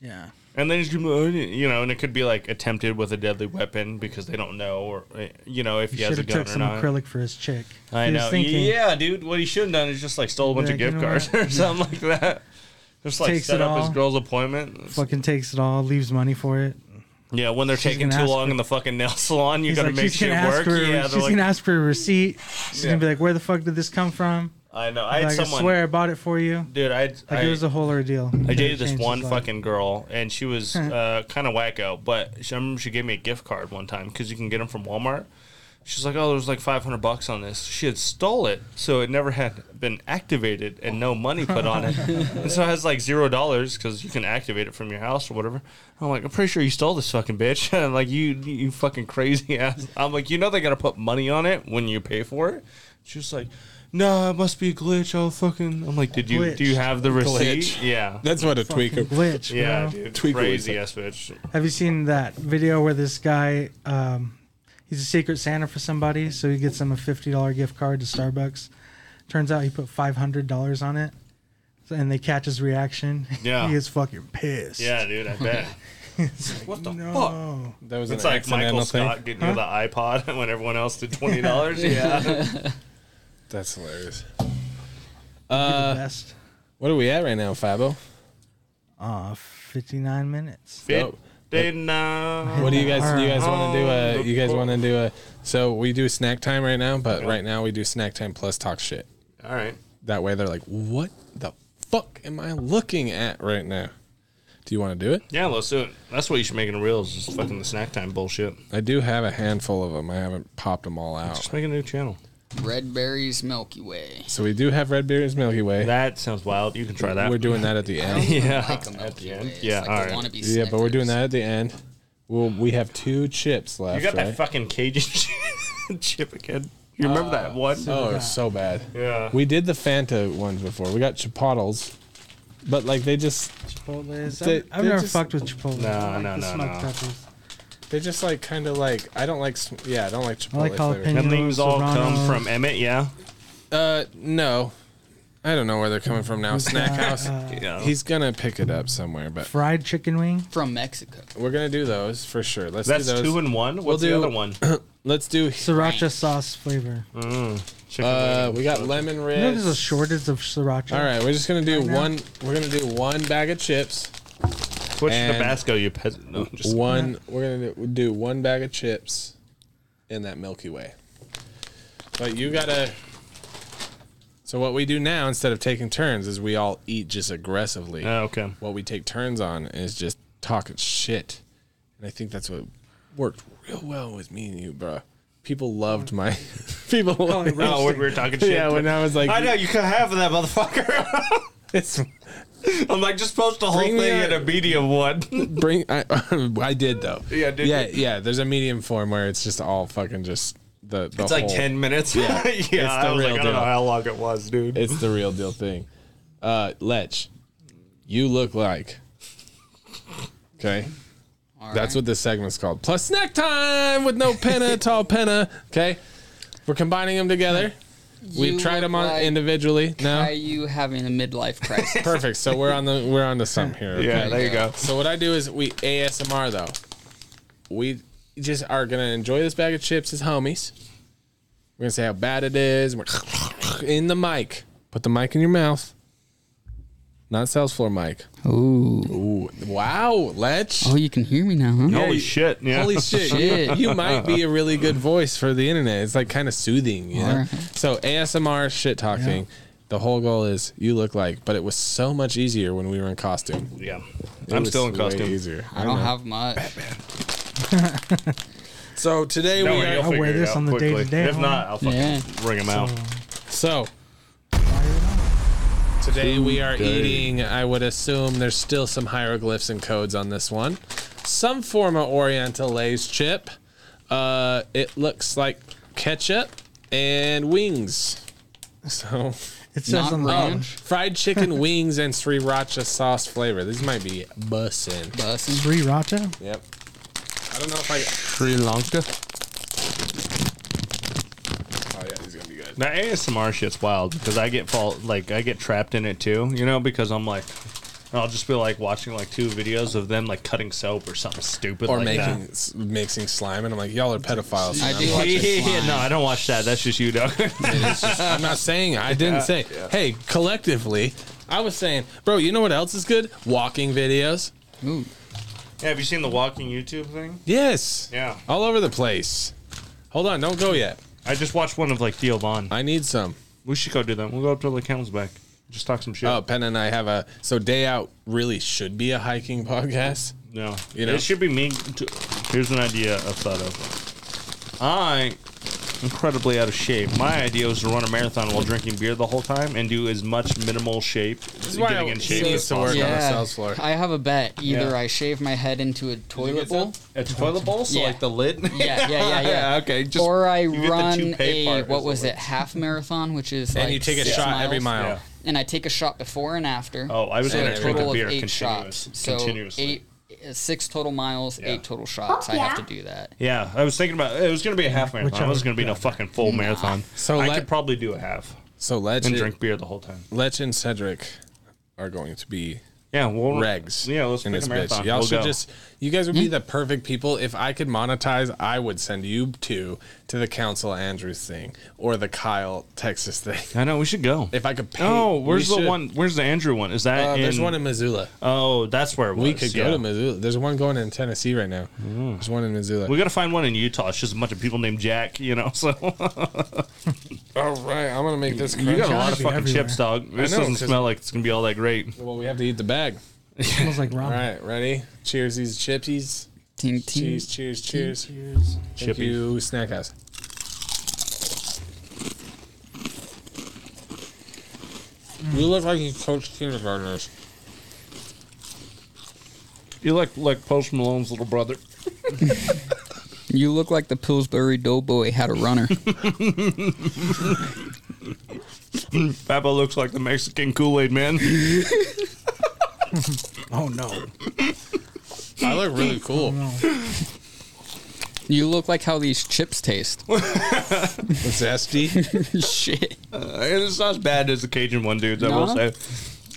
S4: Yeah.
S2: and then he's gonna, be like, "Oh, you know, and it could be like attempted with a deadly weapon because they don't know, or uh, you know, if he,
S4: He
S2: has
S4: should
S2: a
S4: have
S2: gun
S4: took
S2: or
S4: some
S2: not.
S4: acrylic for his chick.
S2: I
S4: He was
S2: know.
S4: thinking,
S2: Yeah, dude. What he should have done is just like stole a bunch
S4: Like,
S2: of
S4: you
S2: gift
S4: know
S2: cards
S4: what?
S2: or something like that. Just like
S4: Takes
S2: set
S4: it
S2: up his
S4: all.
S2: girl's appointment.
S4: Fucking takes it all, leaves money for it.
S2: Yeah, when they're taking
S4: gonna
S2: too
S4: ask
S2: long
S4: for-
S2: in the fucking nail salon, you
S4: He's
S2: gotta
S4: like,
S2: make
S4: she's
S2: shit
S4: gonna ask
S2: work.
S4: for.
S2: Yeah,
S4: she's
S2: they're like,
S4: gonna ask for a receipt. She's
S2: Yeah.
S4: gonna be like, "Where the fuck did this come from?"
S2: I know. I had
S4: Like, I
S2: someone.
S4: swear, I bought it for you.
S2: Dude, I
S4: Like
S2: I,
S4: it was a whole ordeal.
S2: I dated this one fucking girl, and she was uh, kind of wacko, but she, I remember she gave me a gift card one time because you can get them from Walmart. She's like, oh, there's like 500 bucks on this. She had stole it, so it never had been activated and no money put on it. and so it has like zero dollars because you can activate it from your house or whatever. I'm like, I'm pretty sure you stole this fucking bitch. And I'm like, you, you fucking crazy ass. I'm like, you know they gotta put money on it when you pay for it. She was like, no, it must be a glitch. Oh fucking. I'm like, did you do you
S4: Glitch.
S2: have the receipt? Yeah.
S1: That's what a tweaker.
S4: glitch.
S2: yeah,
S4: bro.
S2: dude.
S1: Tweaker
S2: crazy
S1: was-
S2: ass bitch.
S4: Have you seen that video where this guy, um, he's a secret Santa for somebody, so he gets them a fifty dollar gift card to Starbucks. Turns out he put five hundred dollars on it, So- and they catch his reaction.
S2: Yeah.
S4: he is fucking pissed.
S2: Yeah, dude. I bet. what the fuck?
S4: No.
S1: That was
S2: It's
S1: an
S2: like Michael
S1: accidental thing.
S2: Scott getting you the iPod when everyone else did twenty dollars. yeah.
S1: That's hilarious.
S4: Uh, best.
S1: What are we at right now, Fabo?
S4: Uh, fifty nine minutes.
S1: Dope.
S2: Fifty-nine.
S1: What do you guys? Do you guys
S2: Alright.
S1: want to do a?
S2: Oh,
S1: You guys
S2: the-
S1: want to do a? So we do snack time right now, but right now we do snack time plus talk shit.
S2: All right.
S1: That way they're like, what the fuck am I looking at right now? Do you want to do it?
S2: Yeah, let's do it. That's what you should make in a reel is just fucking the snack time bullshit.
S1: I do have a handful of them. I haven't popped them all out.
S2: Just make a new channel.
S3: Red berries Milky Way.
S1: So we do have Red Beard's Milky Way.
S2: That sounds wild. You can try that.
S1: We're doing that at the
S3: I don't
S1: end.
S3: even
S2: Yeah,
S3: like a
S2: at
S3: Milky
S2: the
S3: Way.
S2: end.
S3: It's
S2: Yeah,
S3: like
S2: all
S3: the
S2: right.
S3: wannabe
S1: Yeah, but we're doing
S3: Snickers.
S1: that at the end. We'll, we have two chips left.
S2: You got
S1: right?
S2: that fucking Cajun chip again. You remember that one?
S1: Oh, it was so bad.
S2: Yeah.
S1: We did the Fanta ones before. We got Chipotles, but like they just
S4: Chipotle's.
S1: They-
S4: I've, I've
S1: they
S4: never
S1: just-
S4: fucked with Chipotle.
S2: No,
S4: I like
S2: no,
S4: the
S2: no,
S4: smoked
S2: no.
S4: peppers.
S1: they just like kind of like I don't like sm- yeah I don't like Chipotle
S4: I like
S1: flavors.
S4: jalapeno.
S2: and these all come
S4: Serranos.
S2: from Emmett, yeah.
S1: Uh no, I don't know where they're coming from now. Snack House.
S4: uh,
S2: Yeah.
S1: He's gonna pick it up somewhere, but
S4: Fried chicken wing.
S3: from Mexico.
S1: we're gonna do those for sure. Let's
S2: That's
S1: do those.
S2: two and one. What's
S1: do-
S2: the other one?
S1: Let's do.
S4: Sriracha sauce flavor.
S2: Chicken
S1: Uh,
S2: wing.
S1: we got lemon
S4: You
S1: red.
S4: know there's a shortage of sriracha.
S1: All right, we're just gonna do
S4: Right now?
S1: one. We're gonna do one bag of chips.
S2: Switch to
S1: and-
S2: Tabasco, you peasant. No, just
S1: One. We're gonna do, do one bag of chips, in that Milky Way. But you gotta. So what we do now, instead of taking turns, is we all eat just aggressively.
S2: Oh, okay.
S1: What we take turns on is just talking shit, and I think that's what worked real well with me and you, bro. People loved my. people. Loved
S2: No, Oh, we were talking shit.
S1: yeah, when I was like,
S2: I know you cut half of that motherfucker.
S1: it's
S2: I'm like, just post the whole
S1: Bring me
S2: thing
S1: a-
S2: in a medium one.
S1: Bring I I did though.
S2: Yeah, did
S1: yeah,
S2: you?
S1: yeah. There's a medium form where it's just all fucking just the. the
S2: It's like
S1: whole-
S2: ten minutes.
S1: Oh.
S2: Yeah,
S1: the
S2: yeah. I was
S1: real
S2: like, I
S1: deal.
S2: don't know how long it was, dude.
S1: It's the real deal thing. Uh, Lech, you look like. Okay,
S3: All
S1: that's
S3: right.
S1: what this segment's called. Plus snack time with no penna, tall penna. Okay, we're combining them together. We've
S3: You
S1: tried them
S3: look
S1: on
S3: like
S1: individually. No,
S3: Are you having a midlife crisis?
S1: perfect. So we're on the we're on to something here. Okay?
S2: yeah, there you go.
S1: So what I do is we ASMR though. We just are gonna enjoy this bag of chips as homies. We're gonna say how bad it is. We're in the mic. Put the mic in your mouth. Not sales floor mic.
S3: Ooh.
S1: Ooh, wow, Letch.
S3: Oh, you can hear me now, huh?
S2: Holy
S1: you-
S2: shit! Yeah.
S1: Holy shit!
S3: Shit.
S1: You, you might be a really good voice for the internet. It's like kind of soothing, you know.
S3: Alright.
S1: So ASMR shit talking. The whole goal is you look like, but it was so much easier when we were in costume.
S2: Yeah.
S1: It
S2: I'm
S1: was
S2: still in
S1: way
S2: costume.
S1: Easier.
S3: I don't have much.
S1: So today
S2: Don't
S1: we
S2: worry,
S1: are
S2: you'll
S4: I'll
S2: figure
S4: wear
S2: it
S4: this
S2: out
S4: on the
S2: quickly.
S4: day-to-day,
S2: If
S4: homie.
S2: not, I'll fucking
S3: Yeah.
S2: bring them out.
S1: So today we are eating. I would assume there's still some hieroglyphs and codes on this one. Some form of Oriental Lay's chip. Uh, it looks like ketchup and wings. So
S4: It says
S3: Not
S4: on the
S3: ranch.
S1: fried chicken wings and sriracha sauce flavor. These might be bussin.
S3: Bussin'.
S4: sriracha.
S1: Yep. I don't know if I.
S5: Sri Lanka.
S1: Oh yeah, these are gonna be good.
S2: Now ASMR shit's wild because I get fall like I get trapped in it too, you know, because I'm like I'll just be like watching like two videos of them like cutting soap or something stupid
S1: Or
S2: like
S1: making s- mixing slime, and I'm like, y'all are pedophiles.
S3: I
S1: and I'm
S3: do
S2: that.
S3: watch slime.
S2: no, I don't watch that. That's just you, dog.
S1: I'm not saying I didn't say. Hey, collectively, I was saying, bro. You know what else is good? Walking videos.
S3: Ooh.
S2: have you seen the walking YouTube thing?
S1: Yes.
S2: Yeah.
S1: All over the place. Hold on, don't go yet.
S2: I just watched one of like Theo Vaughn.
S1: I need some.
S2: We should go do that. We'll go up to the counts back. Just talk some shit.
S1: Oh, Penn and I have a so day out really should be a hiking podcast.
S2: No,
S1: You know?
S2: it should be me. T- Here's an idea I thought of. I incredibly out of shape. My idea was to run a marathon while drinking beer the whole time and do as much minimal shape,
S1: why
S2: getting
S1: I
S2: in shape
S1: say
S2: as
S1: it's the word.
S2: possible.
S1: Yeah. on the sales floor.
S3: I have a bet. Either
S2: Yeah.
S3: I shave my head into a toilet bowl.
S5: A toilet bowl, so
S3: Yeah.
S5: like the lid.
S3: Yeah, yeah, yeah, yeah.
S5: okay, just
S3: or I
S2: get the
S3: run
S2: toupee
S3: a
S2: part
S3: what
S2: as
S3: was
S2: the
S3: it half marathon, which is
S1: And
S3: like
S1: you take a
S3: six
S1: shot every
S3: miles.
S1: mile.
S2: Yeah.
S3: and I take a shot before and after.
S2: Oh, I was
S3: so
S2: gonna
S3: a
S2: drink a
S3: total of
S2: beer
S3: eight
S2: continuous-
S3: shots. So
S2: continuously.
S3: eight, uh, six total miles,
S2: Yeah.
S3: eight total shots. I have
S6: yeah.
S3: to do that.
S2: Yeah, I was thinking about it was going to be a half marathon.
S4: Whichever.
S2: It was going to be no fucking full marathon.
S1: So
S2: So I
S1: let-
S2: could probably do a half
S1: So
S2: and
S1: Legend,
S2: drink beer the whole time.
S1: Legend and Cedric are going to be
S2: Yeah, we'll
S1: regs.
S2: Yeah, let's
S1: in
S2: pick
S1: this
S2: a
S1: bitch.
S2: marathon.
S1: Y'all
S2: We'll
S1: should
S2: go.
S1: just. You guys would be the perfect people. If I could monetize, I would send you two to the Council Andrews thing or the Kyle Texas thing.
S2: I know we should go.
S1: If I could pay.
S2: oh,
S1: we
S2: where's the
S1: should-
S2: one? Where's the Andrew one? Is that
S1: Uh,
S2: in,
S1: there's one in Missoula.
S2: Oh, that's where it was.
S1: We could go
S2: yeah. Mm.
S1: to Missoula. There's one going in Tennessee right now. There's one in Missoula.
S2: We got to find one in Utah. It's just a bunch of people named Jack, you know. So
S1: All right, I'm gonna make this.
S2: you
S1: crunch.
S2: got a lot of
S4: be
S2: fucking
S4: everywhere.
S2: chips, dog. This
S1: know,
S2: doesn't
S1: 'cause-
S2: smell like it's gonna be all that great.
S1: Well, we have to eat the bag.
S4: smells like
S1: All
S4: ramen.
S1: right, ready? Cheers, these chippies.
S3: Ting, ting.
S1: Cheers, cheers, cheers. Thank
S2: Chippies.
S1: you, Snack House. Mm. You look like you coach kindergartners.
S2: You look like Post Malone's little brother.
S3: You look like the Pillsbury Doughboy had a runner.
S2: Papa looks like the Mexican Kool Aid Man.
S4: Oh no.
S1: I look really cool.
S3: you look like how these chips taste.
S1: Zesty.
S3: Shit,
S2: Uh, it's not as bad as the Cajun one, dudes. I will
S3: No?
S2: say.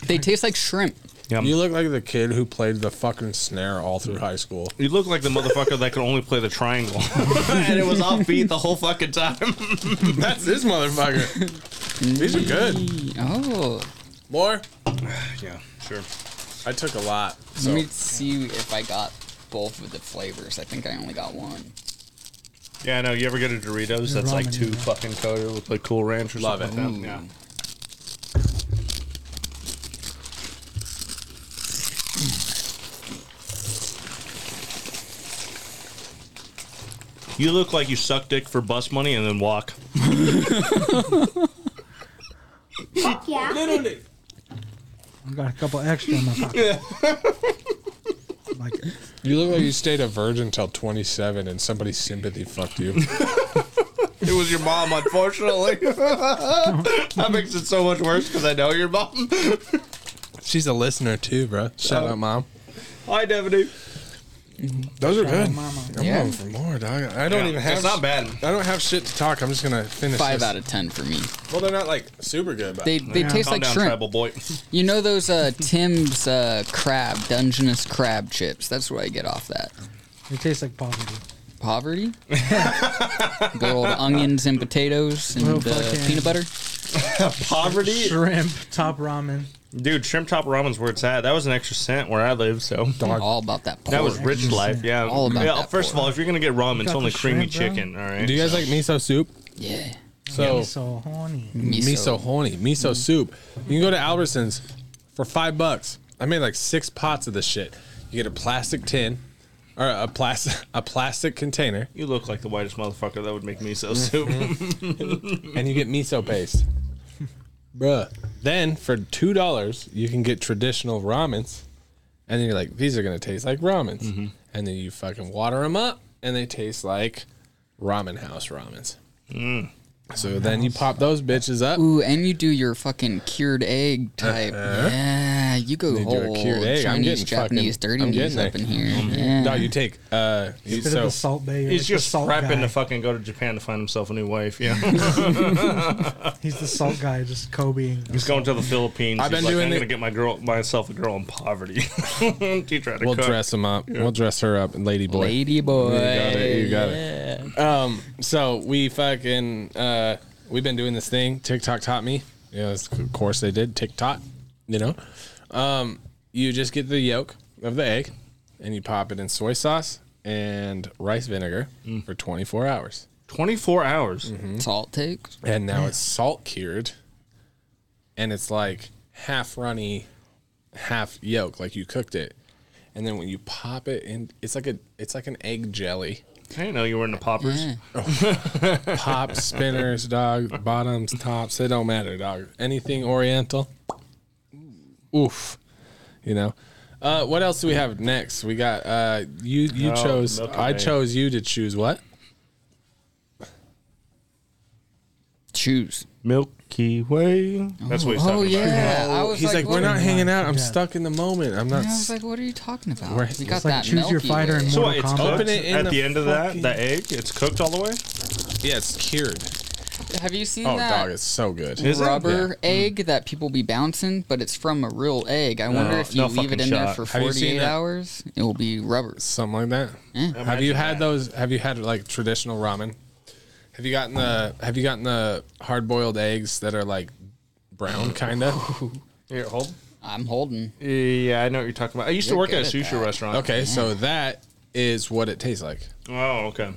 S3: they taste like shrimp.
S2: Yum.
S1: You look like the kid who played the fucking snare all through high school.
S2: You look like the motherfucker that could only play the triangle, and it was offbeat the whole fucking time.
S1: That's this motherfucker. These are good.
S3: Oh,
S1: More?
S2: yeah, sure.
S1: I took a lot.
S3: let
S1: So
S3: me see if I got both of the flavors. I think I only got one.
S2: Yeah, I know. You ever get a Doritos that's like
S4: ramen,
S2: two
S4: yeah.
S2: fucking coated with like Cool Ranch or
S1: Love
S2: something?
S1: it.
S2: Like that? Yeah. You look like you suck dick for bus money and then walk.
S6: Fuck yeah.
S4: I got a couple extra in my pocket. like
S1: you look like you stayed a virgin till 27 and somebody's sympathy fucked you.
S2: It was your mom, unfortunately. that makes it so much worse because I know your mom.
S1: She's a listener too, bro. Shout out, mom.
S2: Hi, Devaney.
S1: Those are good.
S4: mama.
S1: I'm
S3: Yeah.
S1: going for more, dog. I don't
S2: Yeah,
S1: even have.
S2: it's not bad.
S1: I don't have shit to talk. I'm just gonna finish.
S3: Five
S1: this.
S3: out of ten for me.
S1: Well, they're not like super good, but
S3: They they
S4: Yeah.
S3: taste
S2: Calm
S3: like
S2: down,
S3: shrimp.
S2: tribal boy.
S3: You know those uh, Tim's uh, crab, Dungeness crab chips? That's what I get off that.
S4: it tastes like poverty.
S3: Poverty? Good old onions and potatoes and
S4: Well,
S3: uh,
S4: fucking-
S3: peanut butter?
S2: Poverty.
S4: Shrimp, top ramen.
S2: Dude, shrimp top ramen's where it's at. That was an extra cent where I live, so
S3: I'm all about that pork.
S2: that was rich life. Yeah.
S3: All about
S2: yeah. uh,
S3: that
S2: first of
S3: pork.
S2: all, if you're gonna get ramen, it's
S4: Got
S2: only
S4: the
S2: creamy
S4: shrimp, bro.
S2: chicken. All right.
S1: do you guys like miso soup?
S3: Yeah.
S1: So
S4: So horny.
S1: miso, honey, miso soup. You can go to Albertsons for five bucks. I made like six pots of this shit. You get a plastic tin or a plastic a plastic container,
S2: You look like the whitest motherfucker that would make miso soup.
S1: and you get miso paste, bruh. Then for two dollars, you can get traditional ramens, and then you're like, these are gonna taste like ramens, and then you fucking water them up, and they taste like ramen house ramens. Mm. So then you pop those bitches up.
S3: Ooh, and you do your fucking cured egg type. yeah, you go
S1: Uh-huh. do a
S3: whole
S1: cured egg. I'm
S3: Chinese,
S1: getting fucking-
S3: Japanese, dirty
S1: I'm
S3: knees
S1: getting
S3: up
S1: there.
S3: in here. Yeah.
S1: No, you take uh, you,
S4: Bit of
S1: so
S4: a salt bay. You're
S2: He's
S4: like the
S2: just
S4: salt
S2: prepping
S4: guy.
S2: to fucking go to Japan to find himself a new wife. Yeah.
S4: He's the salt guy, just Kobe.
S2: He's going to the Philippines.
S1: I've
S2: He's
S1: been
S2: like,
S1: doing
S2: I'm
S1: the-
S2: gonna get my girl myself a girl in poverty. she tried to
S1: We'll
S2: cook.
S1: dress him up. We'll dress her up, lady boy.
S3: Lady boy.
S1: You got it. You got it. Um, so we fucking uh, we've been doing this thing. TikTok taught me. Yeah, that's- of course they did. TikTok, you know. Um, you just get the yolk of the egg, and you pop it in soy sauce and rice vinegar for 24 hours.
S2: 24 hours.
S3: That's all it takes.
S1: And now it's salt cured, and it's like half runny, half yolk, like you cooked it. And then when you pop it in, it's like a it's like an egg jelly.
S2: I didn't know you were into poppers.
S1: Pop spinners, dog. Bottoms, tops. It don't matter, dog. Anything Oriental. Oof. You know. Uh, what else do we have next? We got uh, you. You
S2: Oh,
S1: chose.
S2: Milky
S1: I
S2: Way.
S1: chose you to choose what?
S3: Choose.
S2: Milky Way. That's what he's
S3: oh,
S2: talking about.
S3: yeah. I was
S1: He's like,
S3: what
S1: we're not
S3: are-
S1: hanging out. I'm
S4: Yeah.
S1: stuck in the moment. I'm not.
S3: I was
S1: s-
S3: like, what are you talking about?
S1: We're-
S3: we got
S4: like
S3: that
S4: choose your
S3: milky
S4: fighter
S3: way.
S4: and
S2: So
S4: Mortal
S2: what, it's
S4: Kombat.
S2: cooked
S1: Open it in
S2: at
S1: the
S2: the, end of that.
S1: fucking-
S2: The egg, it's cooked all the way.
S1: yeah, it's cured.
S3: Have you seen
S1: Oh,
S3: that?
S1: dog, it's so good.
S2: Is it?
S1: Yeah.
S3: rubber egg that people be bouncing, but it's from a real egg. I wonder
S2: No,
S3: if you
S2: no
S3: leave
S2: fucking
S3: it in there
S2: shot.
S3: for
S1: Have you seen
S3: 48
S1: that?
S3: hours, it will be rubber.
S1: something like that.
S3: Mm.
S1: Have you had those? Have you had like traditional ramen? Have you gotten the Have you gotten the hard boiled eggs that are like brown, kind of?
S2: Here, hold.
S3: I'm holding.
S2: Yeah, I know what you're talking about. I used to
S3: You're
S2: work at a
S3: good at
S2: sushi
S3: that.
S2: restaurant.
S1: Okay,
S3: Mm-hmm.
S1: so that is what it tastes like.
S2: Oh, okay.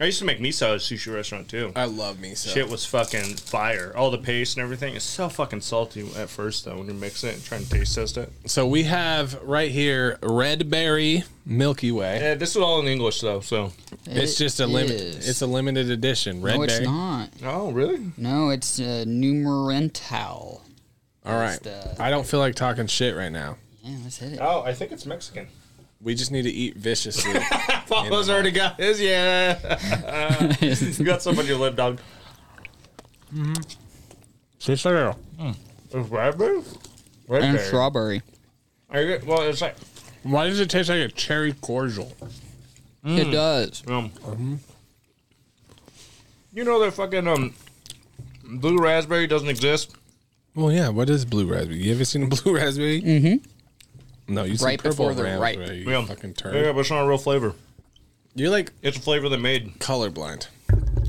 S2: I used to make miso at a sushi restaurant too.
S1: I love miso.
S2: Shit was fucking fire. All the paste and everything. It's so fucking salty at first though when you're mixing it and trying to taste test it.
S1: So we have right here red berry Milky Way.
S2: Yeah, this is all in English though. So.
S1: It's
S3: It
S1: just a limit.
S3: is.
S1: It's a limited edition red
S3: no, it's
S1: berry.
S3: not.
S2: Oh, really?
S3: No, it's uh, numerental.
S1: All right,
S3: the-
S1: I don't feel like talking shit right now.
S3: Yeah, let's hit it.
S2: Oh, I think it's Mexican.
S1: We just need to eat viciously.
S2: Papa's already got his. Yeah, you got some on your lip, dog.
S1: Cicero.
S2: It's raspberry.
S3: and
S2: Raspberry.
S3: strawberry.
S2: Are you, well, it's like
S1: Why does it taste like a cherry cordial?
S3: It does.
S2: um, you know that fucking um, blue raspberry doesn't exist.
S1: Well, yeah. What is blue raspberry? You ever seen a blue raspberry? Mm-hmm. No, you
S3: Mm-hmm. Right
S1: right purple
S3: before they're ripe.
S1: raspberry. You
S2: Yeah.
S1: fucking
S2: Yeah,
S1: turd.
S2: but it's not a real flavor.
S1: You're like
S2: It's a flavor they made
S1: colorblind.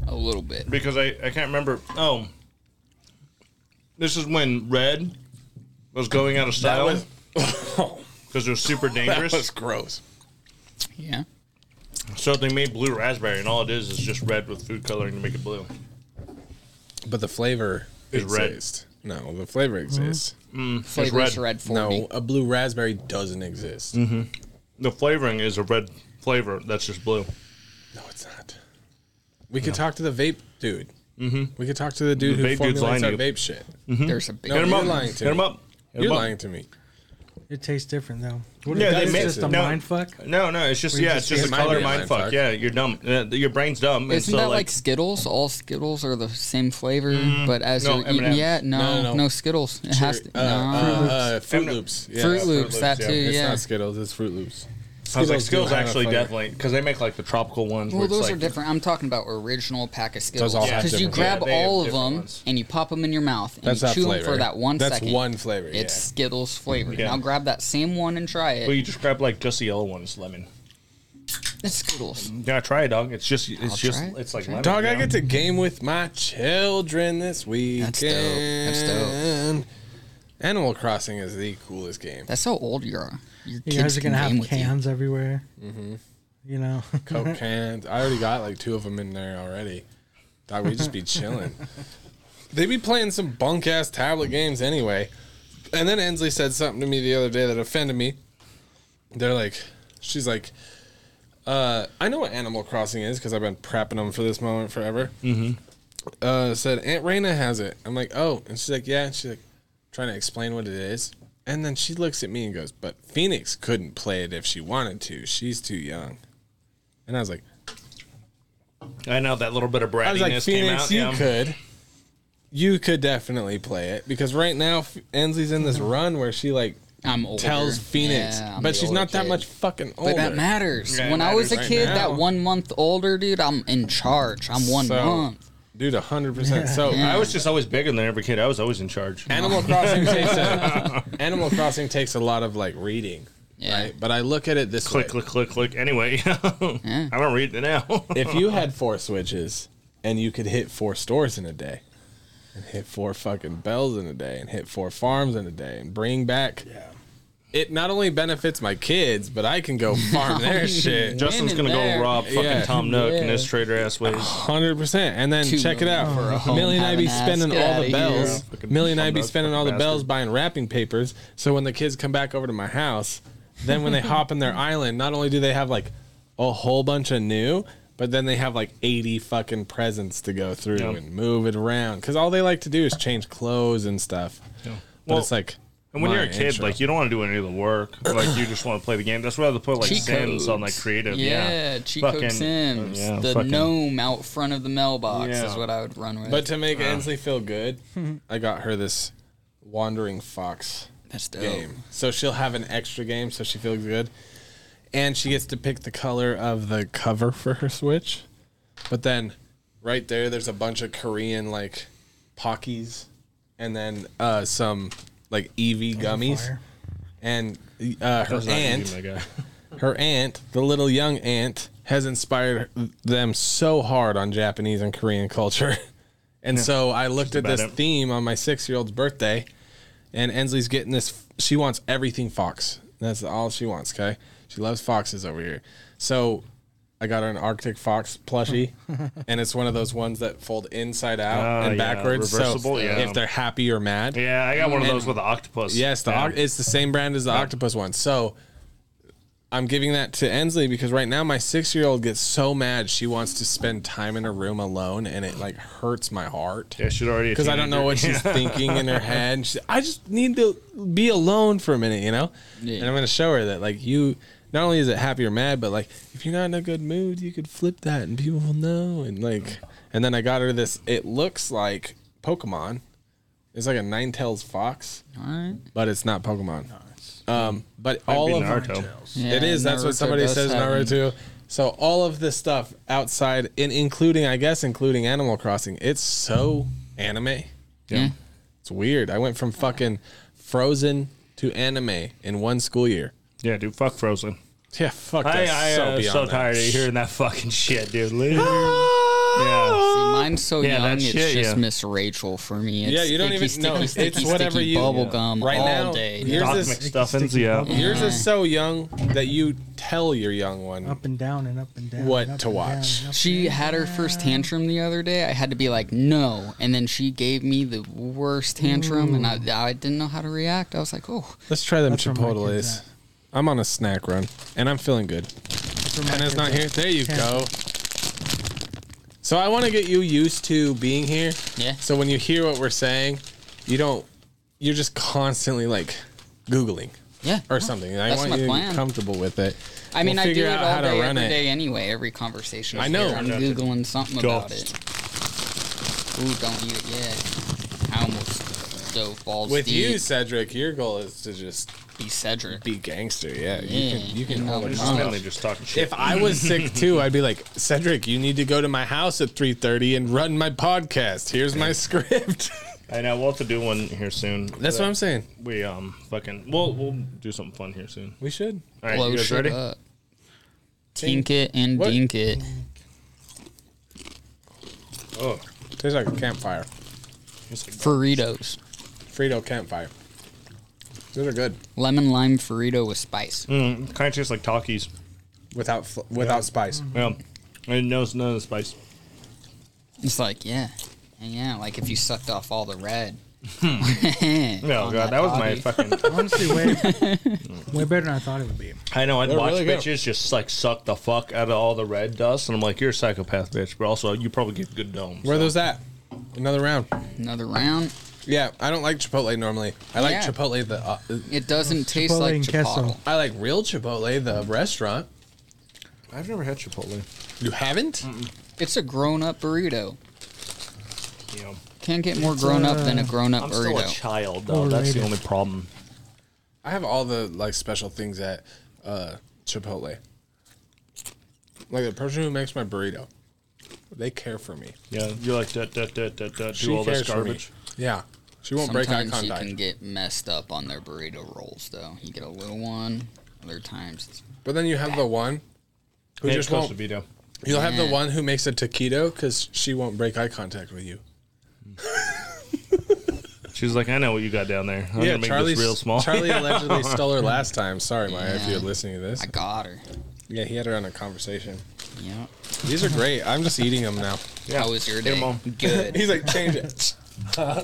S3: A little bit.
S2: because I I can't remember. Oh, this is when red was going out of style
S1: was-
S2: because it was super dangerous.
S1: gross.
S3: Yeah.
S2: So they made blue raspberry, and all it is is just red with food coloring to make it blue.
S1: But the flavor
S2: It's red.
S1: exists. No, the flavor exists.
S2: red.
S3: Flavor's red for
S1: No,
S3: me.
S1: a blue raspberry doesn't exist.
S2: Mm-hmm. The flavoring is a red flavor that's just blue.
S1: Oh, No, it's not. We could talk to the vape dude. Mm-hmm. We could talk to the dude
S2: The
S1: who
S2: vape dude's
S1: formulates our
S2: lying to you.
S1: vape shit.
S3: There's a big
S1: No,
S2: Hit 'em
S1: you're
S2: up.
S1: lying to
S2: Hit 'em
S1: me.
S2: up. Hit 'em
S1: You're
S2: up.
S1: lying to me.
S4: It tastes different though. What
S2: Yeah,
S4: it
S2: they
S4: does is
S2: make-
S4: just a
S2: no.
S4: mind fuck.
S2: No, no, it's just
S4: We
S2: yeah,
S4: just-
S2: it's just
S1: it
S2: a
S1: might
S2: color
S1: be a
S2: mind
S1: mind
S2: fuck.
S1: fuck.
S2: Yeah, you're dumb. Uh, your brain's dumb. and
S3: Isn't
S2: so,
S3: that like, Skittles? All Skittles are the same flavor, but as
S2: no,
S3: you're eating,
S2: M&Ms.
S3: yeah, no,
S1: No,
S3: no,
S1: no.
S3: Skittles. It has to.
S1: Uh,
S3: no.
S1: uh, Fruit Loops. Yeah,
S3: Fruit Loops,
S2: Loops,
S3: that
S2: yeah.
S3: too, yeah.
S1: It's not Skittles. It's Fruit Loops.
S2: I was like,
S1: Skittles
S2: Skittles
S1: do have
S2: actually
S1: flavor.
S2: definitely because they make like the tropical ones.
S3: Well,
S2: where it's
S3: those
S2: like,
S3: are different. I'm talking about original pack of Skittles.
S1: all have
S3: Because you
S1: different
S3: grab
S2: flavors. Yeah, they have
S3: all of
S2: different
S3: them
S2: ones.
S3: and you pop them in your mouth and
S1: That's
S3: you
S1: that
S3: chew
S1: flavor.
S3: them for that one
S1: That's
S3: second.
S1: one flavor.
S3: It's
S1: yeah.
S3: Skittles flavor.
S2: Yeah.
S3: Now grab that same one and try it.
S2: Well, you just grab like just the yellow one. It's lemon.
S3: It's Skittles.
S2: Yeah, try it, dog. It's just it's just
S3: try it.
S2: it's like lemon.
S1: Dog,
S2: yeah.
S1: I get to game with my children this weekend.
S3: dope. That's
S1: dope. Animal Crossing is the coolest game.
S3: That's how old you are. Your
S4: You
S3: kids
S4: guys are
S3: can
S4: gonna
S3: game
S4: have
S3: with you.
S4: cans everywhere. You know,
S1: Coke cans. I already got like two of them in there already. Dog, we just be chilling. they be playing some bunk ass tablet games anyway. And then Ensley said something to me the other day that offended me. They're like, she's like, uh, I know what Animal Crossing is because I've been prepping them for this moment forever. Mm-hmm. Uh, said Aunt Raina has it. I'm like, oh, and she's like, yeah. And she's like, trying to explain what it is. And then she looks at me and goes, but Phoenix couldn't play it if she wanted to. She's too young. And I was like,
S2: I know that little bit of brattiness
S1: I was like,
S2: came
S1: Phoenix,
S2: out.
S1: you
S2: yeah.
S1: could, you could definitely play it because right now F- Ensley's in this run where she like
S3: I'm older.
S1: tells Phoenix,
S3: Yeah, I'm
S1: but
S3: the
S1: she's
S3: older
S1: not that
S3: kid.
S1: much fucking older.
S3: But that matters.
S2: Yeah, it
S3: when I was a
S1: matters.
S3: kid,
S1: Right
S3: that
S1: now.
S3: one month older, dude, I'm in charge. I'm one
S1: So-
S3: month.
S1: dude, hundred percent. So
S2: I was just always bigger than every kid. I was always in charge.
S1: Animal Crossing takes a, Animal Crossing takes a lot of like reading,
S3: Yeah.
S1: right? But I look at it this
S2: click,
S1: way.
S2: click, click, click. Anyway, I don't read it now.
S1: if you had four switches and you could hit four stores in a day and hit four fucking bells in a day and hit four farms in a day and bring back it not only benefits my kids but i can go farm their shit
S2: Justin's
S3: in
S2: gonna go
S3: there.
S2: rob fucking
S1: Yeah.
S2: Tom Nook and
S3: Yeah.
S2: his traitor ass ways.
S1: 100% and then
S3: Two
S1: check it
S3: million
S1: out
S3: for a home
S1: Oh, millie and i be
S3: having ass.
S1: spending
S3: Get
S1: all
S3: outta
S1: the
S3: here.
S1: bells
S2: Fucking
S1: millie and i be
S2: bum-ass
S1: spending all the
S2: fucking
S1: bells
S2: bastard.
S1: buying wrapping papers so when the kids come back over to my house then when they hop in their island not only do they have like a whole bunch of new But then they have like 80 fucking presents to go through
S2: Yeah.
S1: and move it around because all they like to do is change clothes and stuff. But
S2: Well,
S1: it's like,
S2: And when
S1: my
S2: you're a kid,
S1: intro.
S2: like you don't want to do any of the work. Like you just want to play the game. That's why they put like
S3: Cheat
S2: Sims on
S3: codes.
S2: like creative.
S3: Yeah,
S2: Yeah,
S3: cheat
S2: Fucking- uh,
S3: code Sims.
S2: yeah,
S3: the
S2: fucking-
S3: gnome out front of the mailbox
S2: Yeah.
S3: is what I would run with.
S1: But to make Ainsley feel good, I got her this wandering fox
S3: that's dope.
S1: game. Oh. So she'll have an extra game so she feels good. And she gets to pick the color of the cover for her Switch. But then right there there's a bunch of Korean like Pockies and then uh some like Eevee gummies.
S4: Fire.
S1: And uh, her
S2: That's not you,
S1: aunt
S2: my guy.
S1: her aunt, the little young aunt, has inspired them so hard on Japanese and Korean culture. And so I looked at
S2: about
S1: this
S2: it.
S1: theme on my six year old's birthday, and Ensley's getting this. She wants everything fox. That's all she wants, okay? She loves foxes over here. So I got her an Arctic fox plushie, and it's one of those ones that fold inside out
S2: Ah,
S1: and
S2: yeah,
S1: backwards. so
S2: reversible, yeah.
S1: if they're happy or mad,
S2: Yeah, I got one of those with the octopus.
S1: Yes, the
S2: yeah.
S1: oc- it's the same brand as the octopus one. So I'm giving that to Ensley because right now my six year old gets so mad she wants to spend time in her room alone, and it like hurts my heart
S2: Yeah, she'd already a
S1: because I don't know what
S2: teenager.
S1: she's thinking in her head. She, I just need to be alone for a minute, you know.
S3: Yeah.
S1: And I'm gonna show her that like you. Not only is it happy or mad, but like if you're not in a good mood, you could flip that and people will know. And like, and then I got her this. It looks like Pokemon. It's like a nine tails fox
S3: All right.
S1: but it's not Pokemon. Um, but
S2: Might be
S1: all of
S2: Naruto.
S1: it is. That's what somebody says in Naruto. So all of this stuff outside, in including I guess including Animal Crossing, it's so anime.
S3: Yeah.
S1: It's weird. I went from fucking Frozen to anime in one school year.
S2: Yeah, dude, fuck Frozen.
S1: Yeah, fuck.
S2: I,
S1: That's
S2: I
S1: so
S2: am
S1: beyond
S2: so
S1: that.
S2: tired of hearing that fucking shit, dude. Leave. yeah.
S3: See, mine's so
S2: Yeah,
S3: young,
S2: that
S3: it's
S2: shit,
S3: just
S2: yeah.
S3: Miss Rachel for me. It's
S1: Yeah, you don't
S3: icky,
S1: even
S3: sticky,
S1: know.
S3: Sticky,
S1: It's whatever
S3: sticky
S1: you-
S3: bubble
S1: Yeah.
S3: gum
S1: Right
S3: all
S1: now,
S3: day.
S1: you're-
S2: Doc
S1: Here's this-
S2: McStuffins, yeah.
S1: Yours is so young that you tell your young one.
S4: Up and down and up and down.
S1: What
S4: and up
S1: to
S4: and down
S1: watch.
S4: and up
S3: She
S4: and
S3: had her first tantrum the other day. I had to be like, no. And then she gave me the worst tantrum, and I, I didn't know how to react. I was like, oh.
S1: Let's try them
S4: That's where my kid's
S1: Chipotle's.
S4: at.
S1: I'm on a snack run, and I'm feeling good.
S4: down.
S1: And it's not here. There you
S4: Yeah.
S1: go. So I want to get you used to being here.
S3: Yeah.
S1: So when you hear what we're saying, you don't. You're just constantly like googling
S3: Yeah.
S1: or something. I
S3: That's
S1: want
S3: my
S1: you to
S3: plan.
S1: get comfortable with it.
S3: I mean,
S1: We'll
S3: I do
S1: figure
S3: it
S1: out
S3: all
S1: how to
S3: day,
S1: run
S3: every
S1: it.
S3: day anyway. Every conversation. is
S1: I know.
S3: there. I'm googling something about it. Ooh, don't eat it yet. I almost dove balls
S1: With
S3: deep.
S1: you, Cedric, your goal is to just
S3: be Cedric.
S1: be gangster. Yeah.
S3: Yeah,
S1: You can. You can
S3: you
S1: hold
S3: know,
S1: it
S3: no.
S1: off.
S2: Mainly just talking shit.
S1: If I was sick too, I'd be like, Cedric, you need to go to my house at 3:30 and run my podcast. Here's my script.
S2: I know we'll have to do one here soon.
S1: That's what I'm saying.
S2: We um fucking we'll we'll do something fun here soon.
S1: We should.
S2: All right,
S3: Blow
S2: you guys
S3: shit
S2: ready?
S3: up. Tink it and
S1: What?
S3: dink it.
S2: Oh,
S1: Tastes like a campfire.
S2: it's like-
S3: Burritos.
S1: Frito campfire. Those are good
S3: Lemon lime Frito with spice.
S2: mm, kind of tastes like Takis.
S1: without fl- without spice.
S2: Yeah, Mm, it knows none of the spice.
S3: It's like, yeah. And yeah, like if you sucked off all the red.
S2: No,
S3: On
S2: Hmm. Oh, god, that, was my
S3: body.
S2: fucking.
S4: Honestly, way, way better than I thought it would be.
S2: I know I'd
S1: They're
S2: watch
S1: really good.
S2: bitches just like suck the fuck out of all the red dust, and I'm like, you're a psychopath, bitch. But also, you probably get good domes.
S1: Where are
S2: so.
S1: those at? Another round.
S3: Another round.
S1: Yeah, I don't like Chipotle normally. I like
S3: Yeah.
S1: Chipotle the. Uh,
S3: It doesn't taste
S4: Chipotle
S3: like
S4: and queso.
S3: Chipotle.
S1: I like real Chipotle the restaurant.
S2: I've never had Chipotle.
S1: You haven't?
S3: It's a grown up burrito.
S2: Yeah.
S3: Can't get more grown up than a
S4: uh,
S3: grown up
S2: I'm still a
S3: burrito.
S2: child though. That's the
S4: Overrated.
S2: only problem.
S1: I have all the like special things at uh, Chipotle. Like the person who makes my burrito, they care for me.
S2: Yeah, you're like that, that, that, that, that.
S1: She
S2: Do all this
S1: cares for me.
S2: garbage.
S1: Yeah, she won't break eye
S3: Sometimes you
S1: contact.
S3: can get messed up on their burrito rolls, though. You get a little one. Other times, it's
S1: But then you have the one who
S2: Hey, it's
S1: just
S2: supposed
S1: won't.
S2: to be though.
S1: You'll have the
S3: Yeah.
S1: one who makes a taquito because she won't break eye contact with you.
S2: She's like, I know what you got down there. I'm gonna make
S1: Charlie's-
S2: this real small.
S1: Charlie allegedly stole her last time. Sorry, Maya, if
S3: Yeah.
S1: you're listening to this.
S3: I got her.
S1: Yeah, he had her on a conversation.
S3: Yep.
S1: These are great. I'm just eating them now.
S2: yeah.
S3: How was your
S2: Hey,
S3: day?
S2: Mom.
S3: Good.
S1: He's like, change it.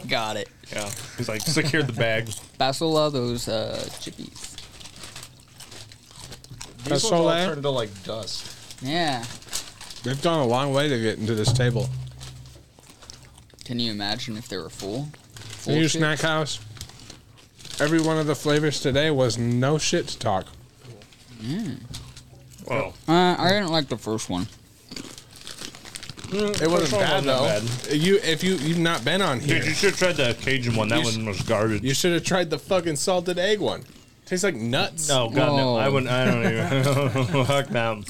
S3: got it.
S2: Yeah. He's like, secure the bag.
S3: Basil love those uh, chippies.
S5: These ones
S1: so
S5: all
S1: loud.
S5: turned to like dust.
S3: Yeah.
S1: They've gone a long way to get into this table.
S3: Can you imagine if they were full? Full
S1: New
S3: chips?
S1: snack house. Every one of the flavors today was no shit to talk.
S2: Oh,
S3: Uh, I didn't like the first one.
S1: It wasn't bad
S2: wasn't
S1: though.
S2: bad.
S1: You if you you've not been on here,
S2: dude, you should have tried the Cajun one. That
S1: You s-
S2: one was garbage.
S1: you should have tried the fucking salted egg one. Tastes like nuts.
S2: No, God, no.
S1: Oh.
S3: Whoa.
S2: I wouldn't. I don't even. Fuck them.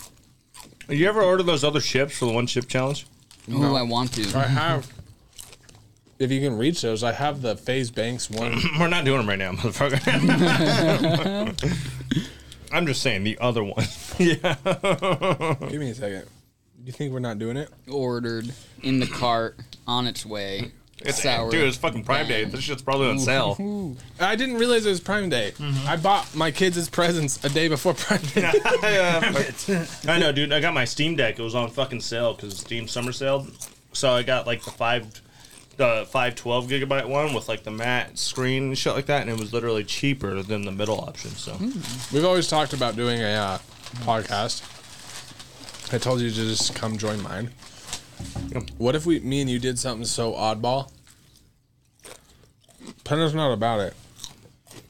S2: You ever order those other chips for the one chip challenge?
S3: Oh, I want to.
S1: I have. If you can reach those, I have the Phase Banks one.
S2: We're not doing them right now, motherfucker. I'm just saying the other one. yeah.
S1: Give me a second. You think we're not doing it?
S3: Ordered in the cart on its way.
S2: It's,
S3: sour.
S2: dude, it's fucking Prime Day.
S3: Bang.
S2: This shit's probably on sale.
S1: I didn't realize it was Prime Day. I bought my kids as presents a day before Prime Day.
S2: I know, dude. I got my Steam Deck. It was on fucking sale because Steam summer sale. So I got like the five, the five twelve gigabyte one with like the matte screen and shit like that, and it was literally cheaper than the middle option. So
S1: We've always talked about doing a uh, podcast. I told you to just come join mine.
S2: Yep.
S1: What if we, me and you, did something so oddball? Penner's not about it.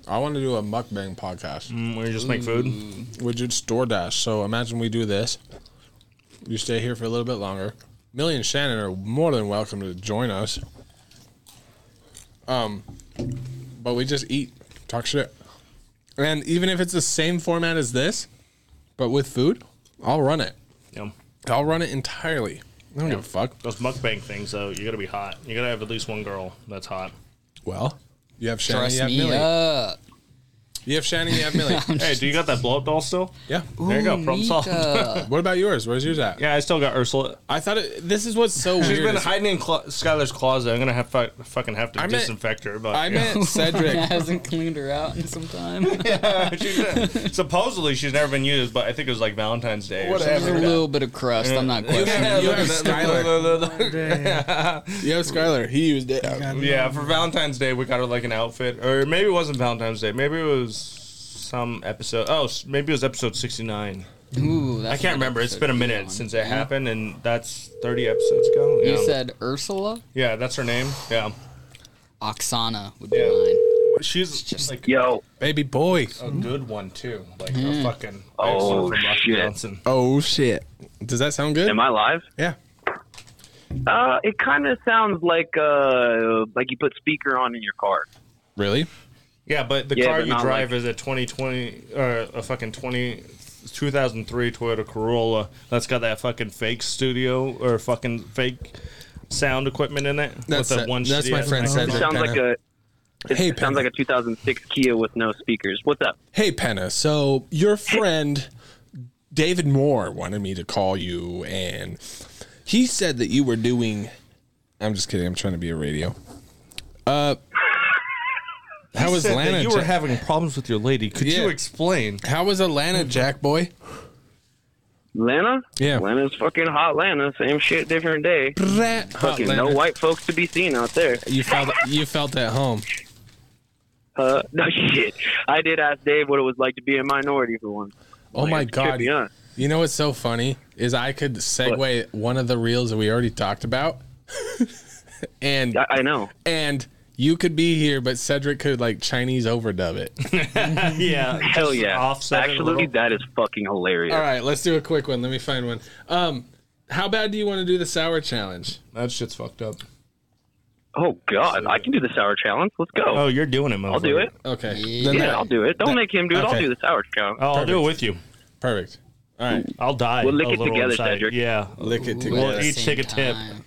S1: I want to do a mukbang podcast.
S2: Mm, we just make food.
S1: We do DoorDash. So imagine we do this. You stay here for a little bit longer. Millie and Shannon are more than welcome to join us. Um, but we just eat, talk shit, and even if it's the same format as this, but with food, I'll run it.
S2: Yum.
S1: I'll run it entirely. I don't give a fuck.
S2: Those mukbang things, though, you gotta be hot. You gotta have at least one girl that's hot.
S1: Well, you have Shannon,
S3: Dress
S1: you have
S3: me
S1: Millie.
S3: up.
S1: You have Shannon, you have Millie.
S2: Hey, do you got that blow up doll still?
S1: yeah.
S2: There you go, problem solved.
S3: Mika.
S1: What about yours? Where's yours at?
S2: Yeah, I still got Ursula.
S1: I thought it, this is what's so
S2: She's
S1: weird.
S2: been
S1: is-
S2: hiding in Cla- Skylar's closet. I'm gonna have to fucking have to
S1: I meant-
S2: disinfect her. But
S1: I meant Cedric.
S3: hasn't cleaned her out in some time.
S2: She's- supposedly she's never been used, but I think it was like Valentine's Day. Or
S5: Whatever.
S2: something.
S3: There's a little bit of crust. I'm not questioning.
S1: You have Skylar.
S4: Day.
S1: You have Skylar. He used it.
S2: Yeah, for Valentine's Day we got her like an outfit, or maybe it wasn't Valentine's Day. Maybe it was some episode. Oh, s- maybe it was episode 69.
S3: Ooh,
S2: I
S3: that's
S2: can't
S3: a good
S2: remember. It's
S3: episode
S2: been a
S3: to be
S2: minute
S3: on.
S2: since it
S3: Yeah.
S2: happened, and that's 30 episodes ago.
S3: You
S2: Yeah.
S3: said Ursula?
S2: Yeah, that's her name. Yeah.
S3: Oksana would be
S2: Yeah.
S3: mine.
S2: She's just like
S7: Yo,
S1: Baby boy.
S2: a good one too. Like a fucking
S7: Oh,
S2: excellent from Rocky
S7: shit.
S2: Johnson.
S1: Oh shit! Does that sound good?
S7: am I live?
S1: yeah.
S7: Uh, it kind of sounds like uh, like you put speaker on in your car.
S1: Really?
S2: Yeah, but the
S7: Yeah,
S2: car
S7: but
S2: you
S7: not
S2: drive
S7: like-
S2: is a 2020 or a fucking 20 2003 Toyota Corolla that's got that fucking fake studio or fucking fake sound equipment in it.
S1: That's
S2: with the
S1: it.
S2: one
S1: That's
S2: shitty
S1: my
S2: ass
S1: friend
S2: microphone.
S7: It
S1: Sandra.
S7: sounds like a it
S1: Hey,
S7: sounds
S1: Penny.
S7: like a 2006 Kia with no speakers. What's up?
S1: Hey Penna. So your friend David Moore wanted me to call you, and he said that you were doing. I'm just kidding. I'm trying to be a radio. Uh, how was
S2: Said that
S1: Atlanta?
S2: you were
S1: Jack-
S2: having problems with your lady. Could
S1: Yeah.
S2: you explain?
S1: how was Atlanta, Jack boy?
S7: Lana?
S1: Yeah.
S7: Lana's fucking hot Lana. Same shit, different day.
S1: Hot
S7: Fucking no
S1: Atlanta.
S7: white folks to be seen out there.
S1: You felt you felt at home.
S7: Uh, no shit. I did ask Dave what it was like to be a minority for one.
S1: Oh my god!
S7: trippy, huh?
S1: You know what's so funny is I could segue one of the reels that we already talked about, and
S7: I, I know.
S1: and you could be here, but Cedric could like Chinese overdub it.
S2: yeah.
S7: Hell
S2: just
S7: yeah.
S2: offset it a
S7: Actually,
S2: little.
S7: that is fucking hilarious.
S1: All right, let's do a quick one. Let me find one. Um, how bad do you want to do the sour challenge?
S2: That shit's fucked up.
S7: Oh god, I can do the sour challenge. Let's go.
S2: Oh, you're doing it, motherfucker.
S7: I'll do it.
S1: Okay,
S3: Yeah.
S1: Then
S7: Yeah,
S1: that-
S7: I'll do it. Don't
S1: that-
S7: make him do it.
S1: okay.
S7: I'll do the sour challenge.
S2: Oh, I'll do it with you.
S1: perfect. All right,
S2: I'll die.
S7: We'll lick
S2: a
S7: it
S2: little
S7: together,
S2: inside.
S7: Cedric.
S2: Yeah.
S1: lick it
S3: Ooh, at
S1: together.
S3: the
S2: each take
S3: same
S2: a tip.
S3: time.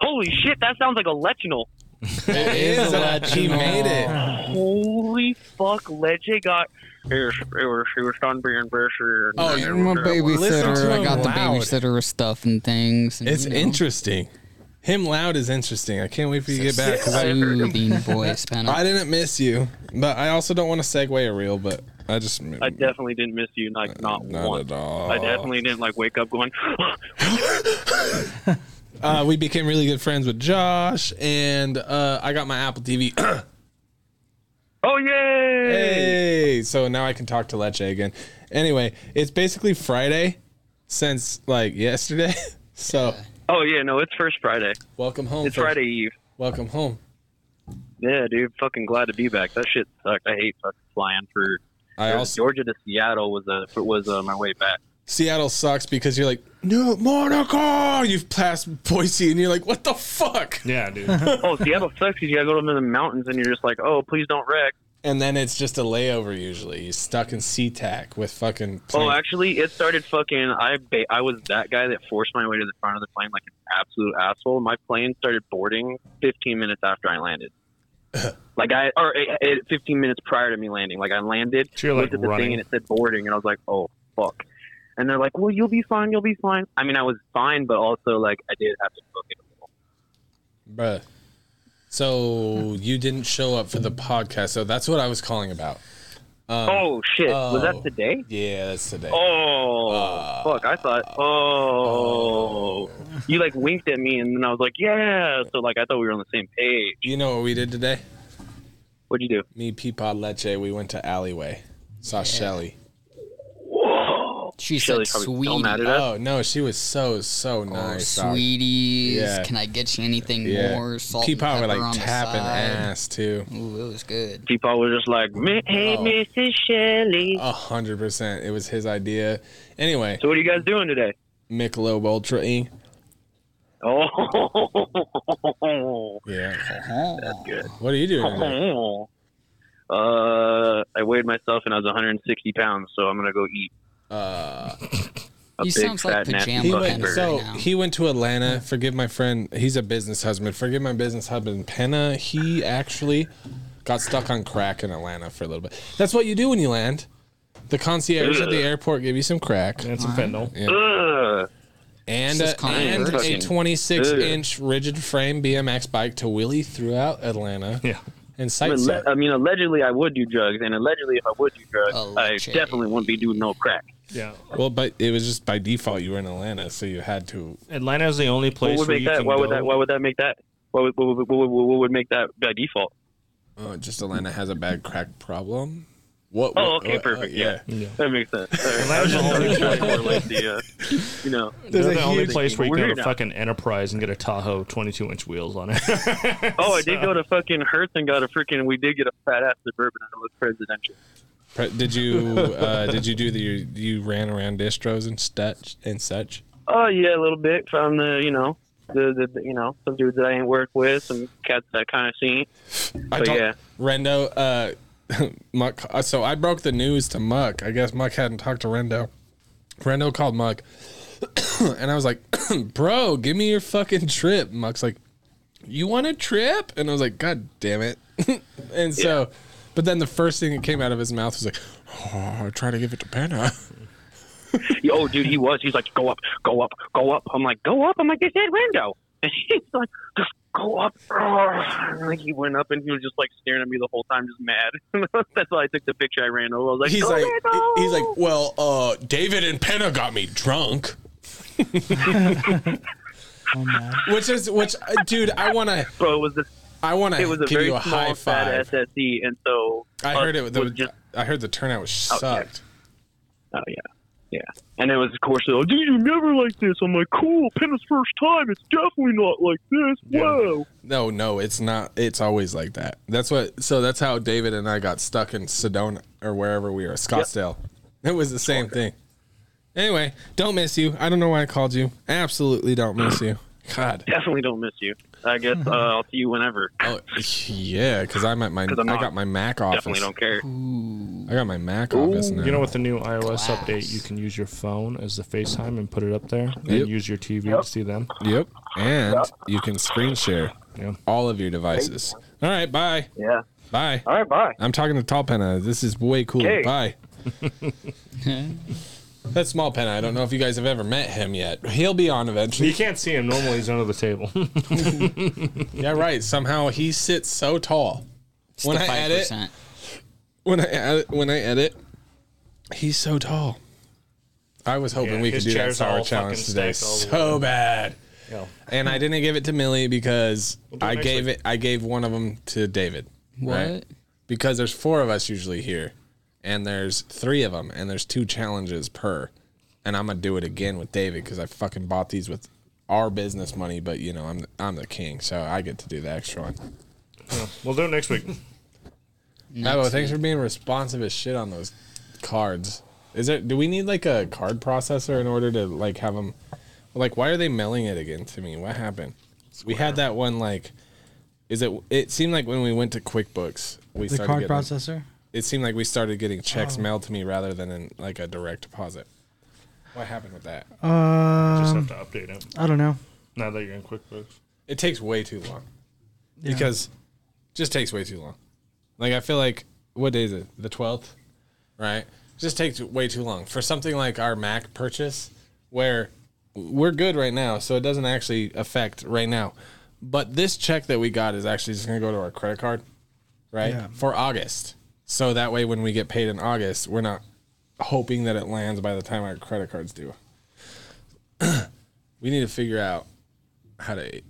S7: Holy shit, that sounds like a lectional.
S1: It is a- he made it.
S7: Holy fuck, Legend got. Here, here, here, Sunburn Berser.
S1: Oh,
S3: You're my
S1: Listen to
S3: babysitter. I
S1: him
S3: got the
S1: loud.
S3: babysitter stuff and things. And,
S1: It's
S3: you know,
S1: interesting. Him loud is interesting. I can't wait for you to get back because I
S3: Soothing voice,
S1: I
S3: Penna.
S1: didn't miss you, but I also don't want to segue a reel. But I just
S7: I definitely didn't miss you, like, not
S1: not
S7: once.
S1: at all.
S7: I definitely didn't, like, wake up going,
S1: Uh, we became really good friends with Josh, and uh, I got my Apple TV.
S7: oh, yay!
S1: hey, so now I can talk to Leche again. Anyway, it's basically Friday, since like yesterday. so
S7: Oh yeah, no, it's first Friday.
S1: welcome home.
S7: It's
S1: first-
S7: Friday Eve.
S1: Welcome home.
S7: Yeah, dude, fucking glad to be back. That shit sucked. I hate fucking flying for
S1: I also
S7: Georgia to Seattle was a was uh, my way back.
S1: Seattle sucks because you're like no Monaco. You've passed Boise and you're like what the fuck.
S2: Yeah, dude.
S7: Oh, Seattle sucks because you gotta go to the mountains and you're just like, oh, please don't wreck.
S1: And then it's just a layover usually. You're stuck in SeaTac with fucking.
S7: Oh,
S1: plane-
S7: actually, it started fucking. I ba- I was that guy that forced my way to the front of the plane like an absolute asshole. My plane started boarding 15 minutes after I landed. like I or it, it, 15 minutes prior to me landing. Like I landed,
S2: So you're,
S7: looked
S2: like,
S7: at the
S2: running.
S7: thing and it said boarding, and I was like, oh fuck. And they're like, well, you'll be fine, you'll be fine. I mean, I was fine, but also like I did have to book it. a little.
S1: Bruh. So you didn't show up for the podcast. So that's what I was calling about.
S2: Um,
S7: oh shit, was
S1: oh.
S7: that today?
S1: Yeah, that's today.
S7: Oh fuck! I thought, oh, you like winked at me, and then I was like, yeah. So like, I thought we were on the same page.
S1: You know what we did today?
S7: What'd you do?
S1: Me, Peapod Leche, we went to Alleyway. Saw Shelly.
S7: Whoa!
S3: She
S7: Shelly's
S3: said,
S7: probably so
S3: "Sweetie."
S7: mad at us.
S1: Oh, no, she was so, so nice.
S3: oh,
S1: dog.
S3: sweeties,
S1: Yeah.
S3: can I get you anything
S1: Yeah.
S3: more? Salt and
S1: Peapod
S3: pepper
S1: were like
S3: on the
S1: tapping
S3: side.
S1: ass, too.
S3: Ooh, it was good.
S7: People were just like, "Mi- hey, Mrs. Shelly.
S1: A hundred percent. It was his idea. Anyway,
S7: So what are you guys doing today?
S1: Michelob Ultra E.
S7: Oh,
S1: Yeah.
S3: Oh,
S1: What are you doing? today?
S7: uh, I weighed myself and I was 160 pounds, so I'm gonna go eat. Uh, a
S3: He
S7: big
S3: sounds like
S7: fat nasty
S3: pajama
S1: He
S3: Look
S7: fucking
S1: went,
S3: Henry
S7: burger.
S1: so
S3: right now.
S1: he went to Atlanta. Forgive my friend. He's a business husband. Forgive my business husband, Penna. He actually got stuck on crack in Atlanta for a little bit. That's what you do when you land. The concierge at the airport gave you some crack
S2: and some fentanyl.
S7: Ugh.
S1: and,
S3: This
S1: a,
S3: is
S1: and a
S7: controversial.
S1: 26
S7: Ugh.
S1: inch rigid frame BMX bike to wheelie throughout Atlanta
S2: Yeah.
S1: and
S7: I mean,
S1: sightsee.
S7: le- I mean, allegedly I would do drugs, and allegedly if I would do drugs,
S3: Allegedly.
S7: I definitely wouldn't be doing no crack.
S2: Yeah.
S1: Well, but it was just by default you were in Atlanta, so you had to.
S2: Atlanta is the only place
S7: What would
S2: where
S7: make
S2: you
S7: that?
S2: can
S7: Why
S2: go.
S7: would that? Why would that make that? What would, what would, what would, what would make that by default?
S1: Uh, just Atlanta has a bad crack problem. What?
S7: Oh,
S1: what-
S7: okay,
S1: uh,
S7: perfect,
S1: yeah.
S7: That makes sense. All right. I was just wondering if I correlate the, uh, you know,
S2: They're
S1: There's
S2: the
S1: a
S2: only
S1: huge-
S2: place where you
S7: We're
S2: can
S7: here
S2: go to
S7: now.
S2: fucking Enterprise and get a Tahoe 22 inch wheels on it.
S7: Oh, I did go to fucking Hertz and got a freaking. We did get a fat ass suburban that looked presidential.
S1: Pre- Did you uh, did you do the you, ran around distros and such and such?
S7: Oh yeah, a little bit from the you know the, the, the- you know some dudes that I ain't worked with, some cats that I kind of seen.
S1: I
S7: But
S1: told-
S7: yeah.
S1: Rendo. Uh, Muck. uh, So I broke the news to Muck. I guess Muck hadn't talked to Rendo. Rendo called Muck, and I was like, "Bro, give me your fucking trip." Muck's like, "You want a trip?" And I was like, "God damn it!" and so, but then the first thing that came out of his mouth was like, "Oh, I try to give it to Penna."
S7: Oh, dude, he was. He's like, go up, go up, go up. I'm like, go up. I'm like, it's that window. And he's like, just go up. And like he went up and he was just like staring at me the whole time, just mad. That's why I took the picture. I ran over. I was like, "Oh,
S1: He's
S7: "Go,
S1: like,
S7: Rando!"
S1: he's like, "Well, uh, David and Penna got me drunk."
S4: Oh, man.
S1: Which is which, uh, dude. I want to.
S7: bro, it was the
S1: I want
S7: it was a
S1: to give
S7: very
S1: you a
S7: small
S1: high
S7: fat
S1: five.
S7: SSE, and so
S1: I
S7: us
S1: heard it. The,
S7: was just
S1: I heard the turnout was
S7: Oh, yeah.
S1: sucked.
S7: oh yeah, yeah. And it was of course, oh, dude, you never like this. I'm like, cool, Penna's first time. It's definitely not like this. Whoa.
S1: No, no, it's not. It's always like that. That's what. So that's how David and I got stuck in Sedona or wherever we were, Scottsdale. It was the same thing. Anyway, don't miss you. I don't know why I called you. Absolutely don't miss you. God.
S7: Definitely don't miss you. I guess uh, I'll see you whenever.
S1: Oh, yeah, because I'm at my. I
S7: 'Cause I'm not-
S1: got my Mac office.
S7: Definitely don't care.
S1: Mm-hmm. I got my Mac office now.
S2: You know, with the new iOS
S3: Glass.
S2: update, you can use your phone as the FaceTime and put it up there, and
S1: Yep.
S2: use your TV to see them.
S1: Yep. And you can screen share
S2: Yeah.
S1: all of your devices. All right. Bye.
S7: Yeah.
S1: Bye.
S7: All right. Bye.
S1: I'm talking to Tall Penna. This is way cool.
S7: Okay.
S1: Bye. That's Small Penna. I don't know if you guys have ever met him yet. He'll be on
S2: You
S1: eventually.
S2: can't see him normally; he's under the table.
S1: yeah, right. Somehow he sits so tall. When
S3: the
S1: I edit,
S3: 5%.
S1: when I edit, when I edit, he's so tall. I was hoping
S2: Yeah,
S1: we could
S2: his
S1: do that
S2: chair's all
S1: sour
S2: fucking
S1: challenge today
S2: stacked all the
S1: so bad.
S2: Yeah.
S1: And I didn't give it to Millie because
S2: it
S1: I
S2: next
S1: gave
S2: week.
S1: it. I gave one of them to David.
S3: What?
S1: right? because there's four of us usually here, and there's three of them, and there's two challenges per. and I'm gonna do it again with David because I fucking bought these with our business money. But you know, I'm I'm the king, so I get to do the extra one.
S2: We'll do it next week.
S1: Babo, thanks for being responsive as shit on those cards. Is there? Do we need like a card processor in order to like have them? Like, why are they mailing it again to me? What happened? We had that one like. Is it? It seemed like when we went to QuickBooks, we
S4: The
S1: started
S4: card Oh.
S1: getting,
S4: processor.
S1: It seemed like we started getting checks mailed to me rather than in like a direct deposit. What happened with that?
S2: Just
S4: Um,
S2: have to update it
S4: I don't know.
S2: now that you're in QuickBooks.
S1: It takes way too long.
S4: Yeah.
S1: because it just takes way too long. Like I feel like what day is it? The twelfth, right? Just takes way too long for something like our Mac purchase, where we're good right now, so it doesn't actually affect right now. But this check that we got is actually just going to go to our credit card, right?
S4: Yeah.
S1: For August, so that way when we get paid in August, we're not hoping that it lands by the time our credit cards due. we need to figure out how to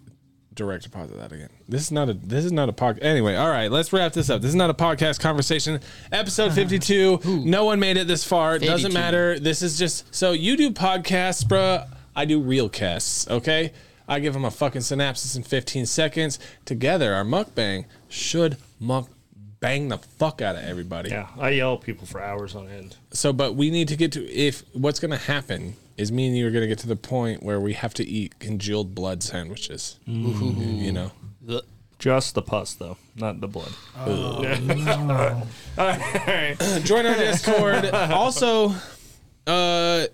S1: direct deposit that again. This is not a this is not a podcast. Anyway, all right, let's wrap this up. This is not a podcast conversation. Episode 52. no one made it this far. It Doesn't
S3: 52.
S1: matter. This is just so you do podcasts, bruh. I do real casts, okay? I give them a fucking synopsis in 15 seconds. Together, our mukbang should mukbang the fuck out of everybody.
S2: Yeah, I yell at people for hours on end.
S1: So, but we need to get to if what's going to happen is me and you are going to get to the point where we have to eat congealed blood sandwiches. You know,
S2: Just the pus, though, not the blood.
S4: Oh.
S1: join our Discord. also, uh,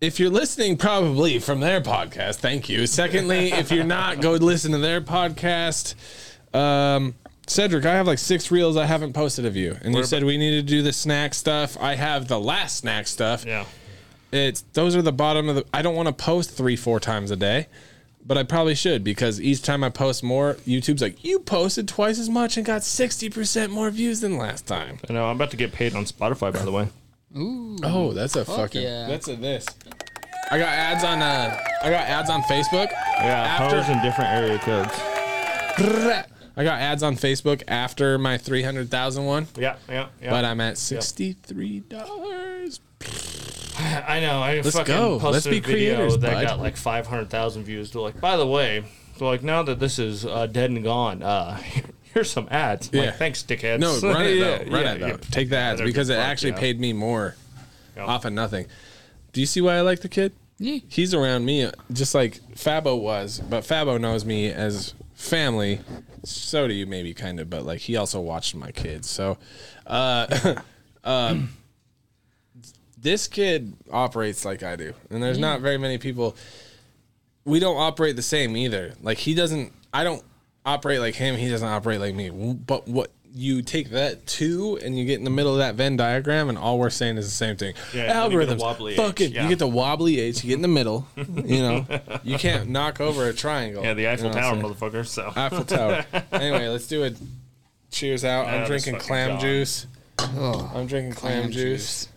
S1: if you're listening, probably from their podcast, thank you. Secondly, if you're not, go listen to their podcast. Um, Cedric, I have like six reels I haven't posted of you, and you said we need to do the snack stuff. I have the last snack stuff.
S2: Yeah.
S1: it's those are the bottom of the i don't want to post three four times a day but i probably should because each time i post more youtube's like you posted twice as much and got 60% more views than last time
S2: I know. I'm about to get paid on Spotify, by the way.
S3: Ooh.
S1: oh that's a fucking
S3: yeah.
S1: that's a this i got ads on uh i got ads on facebook
S2: Yeah,
S1: After-
S2: hoes in different area codes.
S1: i got ads on facebook after my 300000 one
S2: Yeah, yeah, yeah.
S1: but i'm at $63
S2: I know. I Let's fucking
S1: go.
S2: posted
S1: Let's be
S2: a video
S1: creators,
S2: that
S1: bud.
S2: got like 500,000 views. They're like, by the way, they're like, now that this is uh, dead and gone, uh, here's some ads. I'm
S1: Yeah.
S2: Like, Thanks, dickheads.
S1: No, run it
S2: Yeah,
S1: though. Run
S2: yeah,
S1: it though.
S2: yeah.
S1: Take the ads
S2: They're
S1: because it
S2: just like,
S1: actually
S2: yeah.
S1: paid me more
S2: Yeah.
S1: off of nothing. Do you see why I like the kid?
S3: Yeah.
S1: He's around me uh, just like Fabo was, but Fabo knows me as family. So do you maybe kind of, but like he also watched my kids. So this kid operates like I do, and there's not very many people. We don't operate the same either. Like he doesn't. I don't operate like him. He doesn't operate like me. But what you take that two, and you get in the middle of that Venn diagram, and all we're saying is the same thing.
S2: Yeah, when you get the
S1: Algorithms.
S2: wobbly
S1: Fuck
S2: H,
S1: it.
S2: yeah.
S1: You get the wobbly H. You get in the middle. You know. you can't knock over a triangle.
S2: Yeah, the Eiffel
S1: You know what I'm
S2: Tower,
S1: saying? Uh,
S2: motherfucker. So
S1: Eiffel Tower. anyway, let's do it. Cheers out.
S2: Yeah,
S1: I'm
S2: that's
S1: drinking
S2: fucking
S1: clam
S2: gone.
S1: juice.
S3: Oh,
S1: I'm drinking clam,
S3: Clam
S1: juice.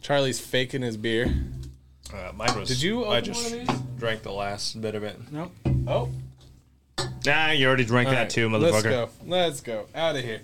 S1: Charlie's faking his beer.
S2: uh, mine was.
S1: Did you
S2: I
S1: open
S2: just
S1: one of these?
S2: drank the last bit of it.
S4: Nope.
S1: Oh,
S2: Nah, you already drank that too, motherfucker.
S1: Let's go. Let's go. Out of here.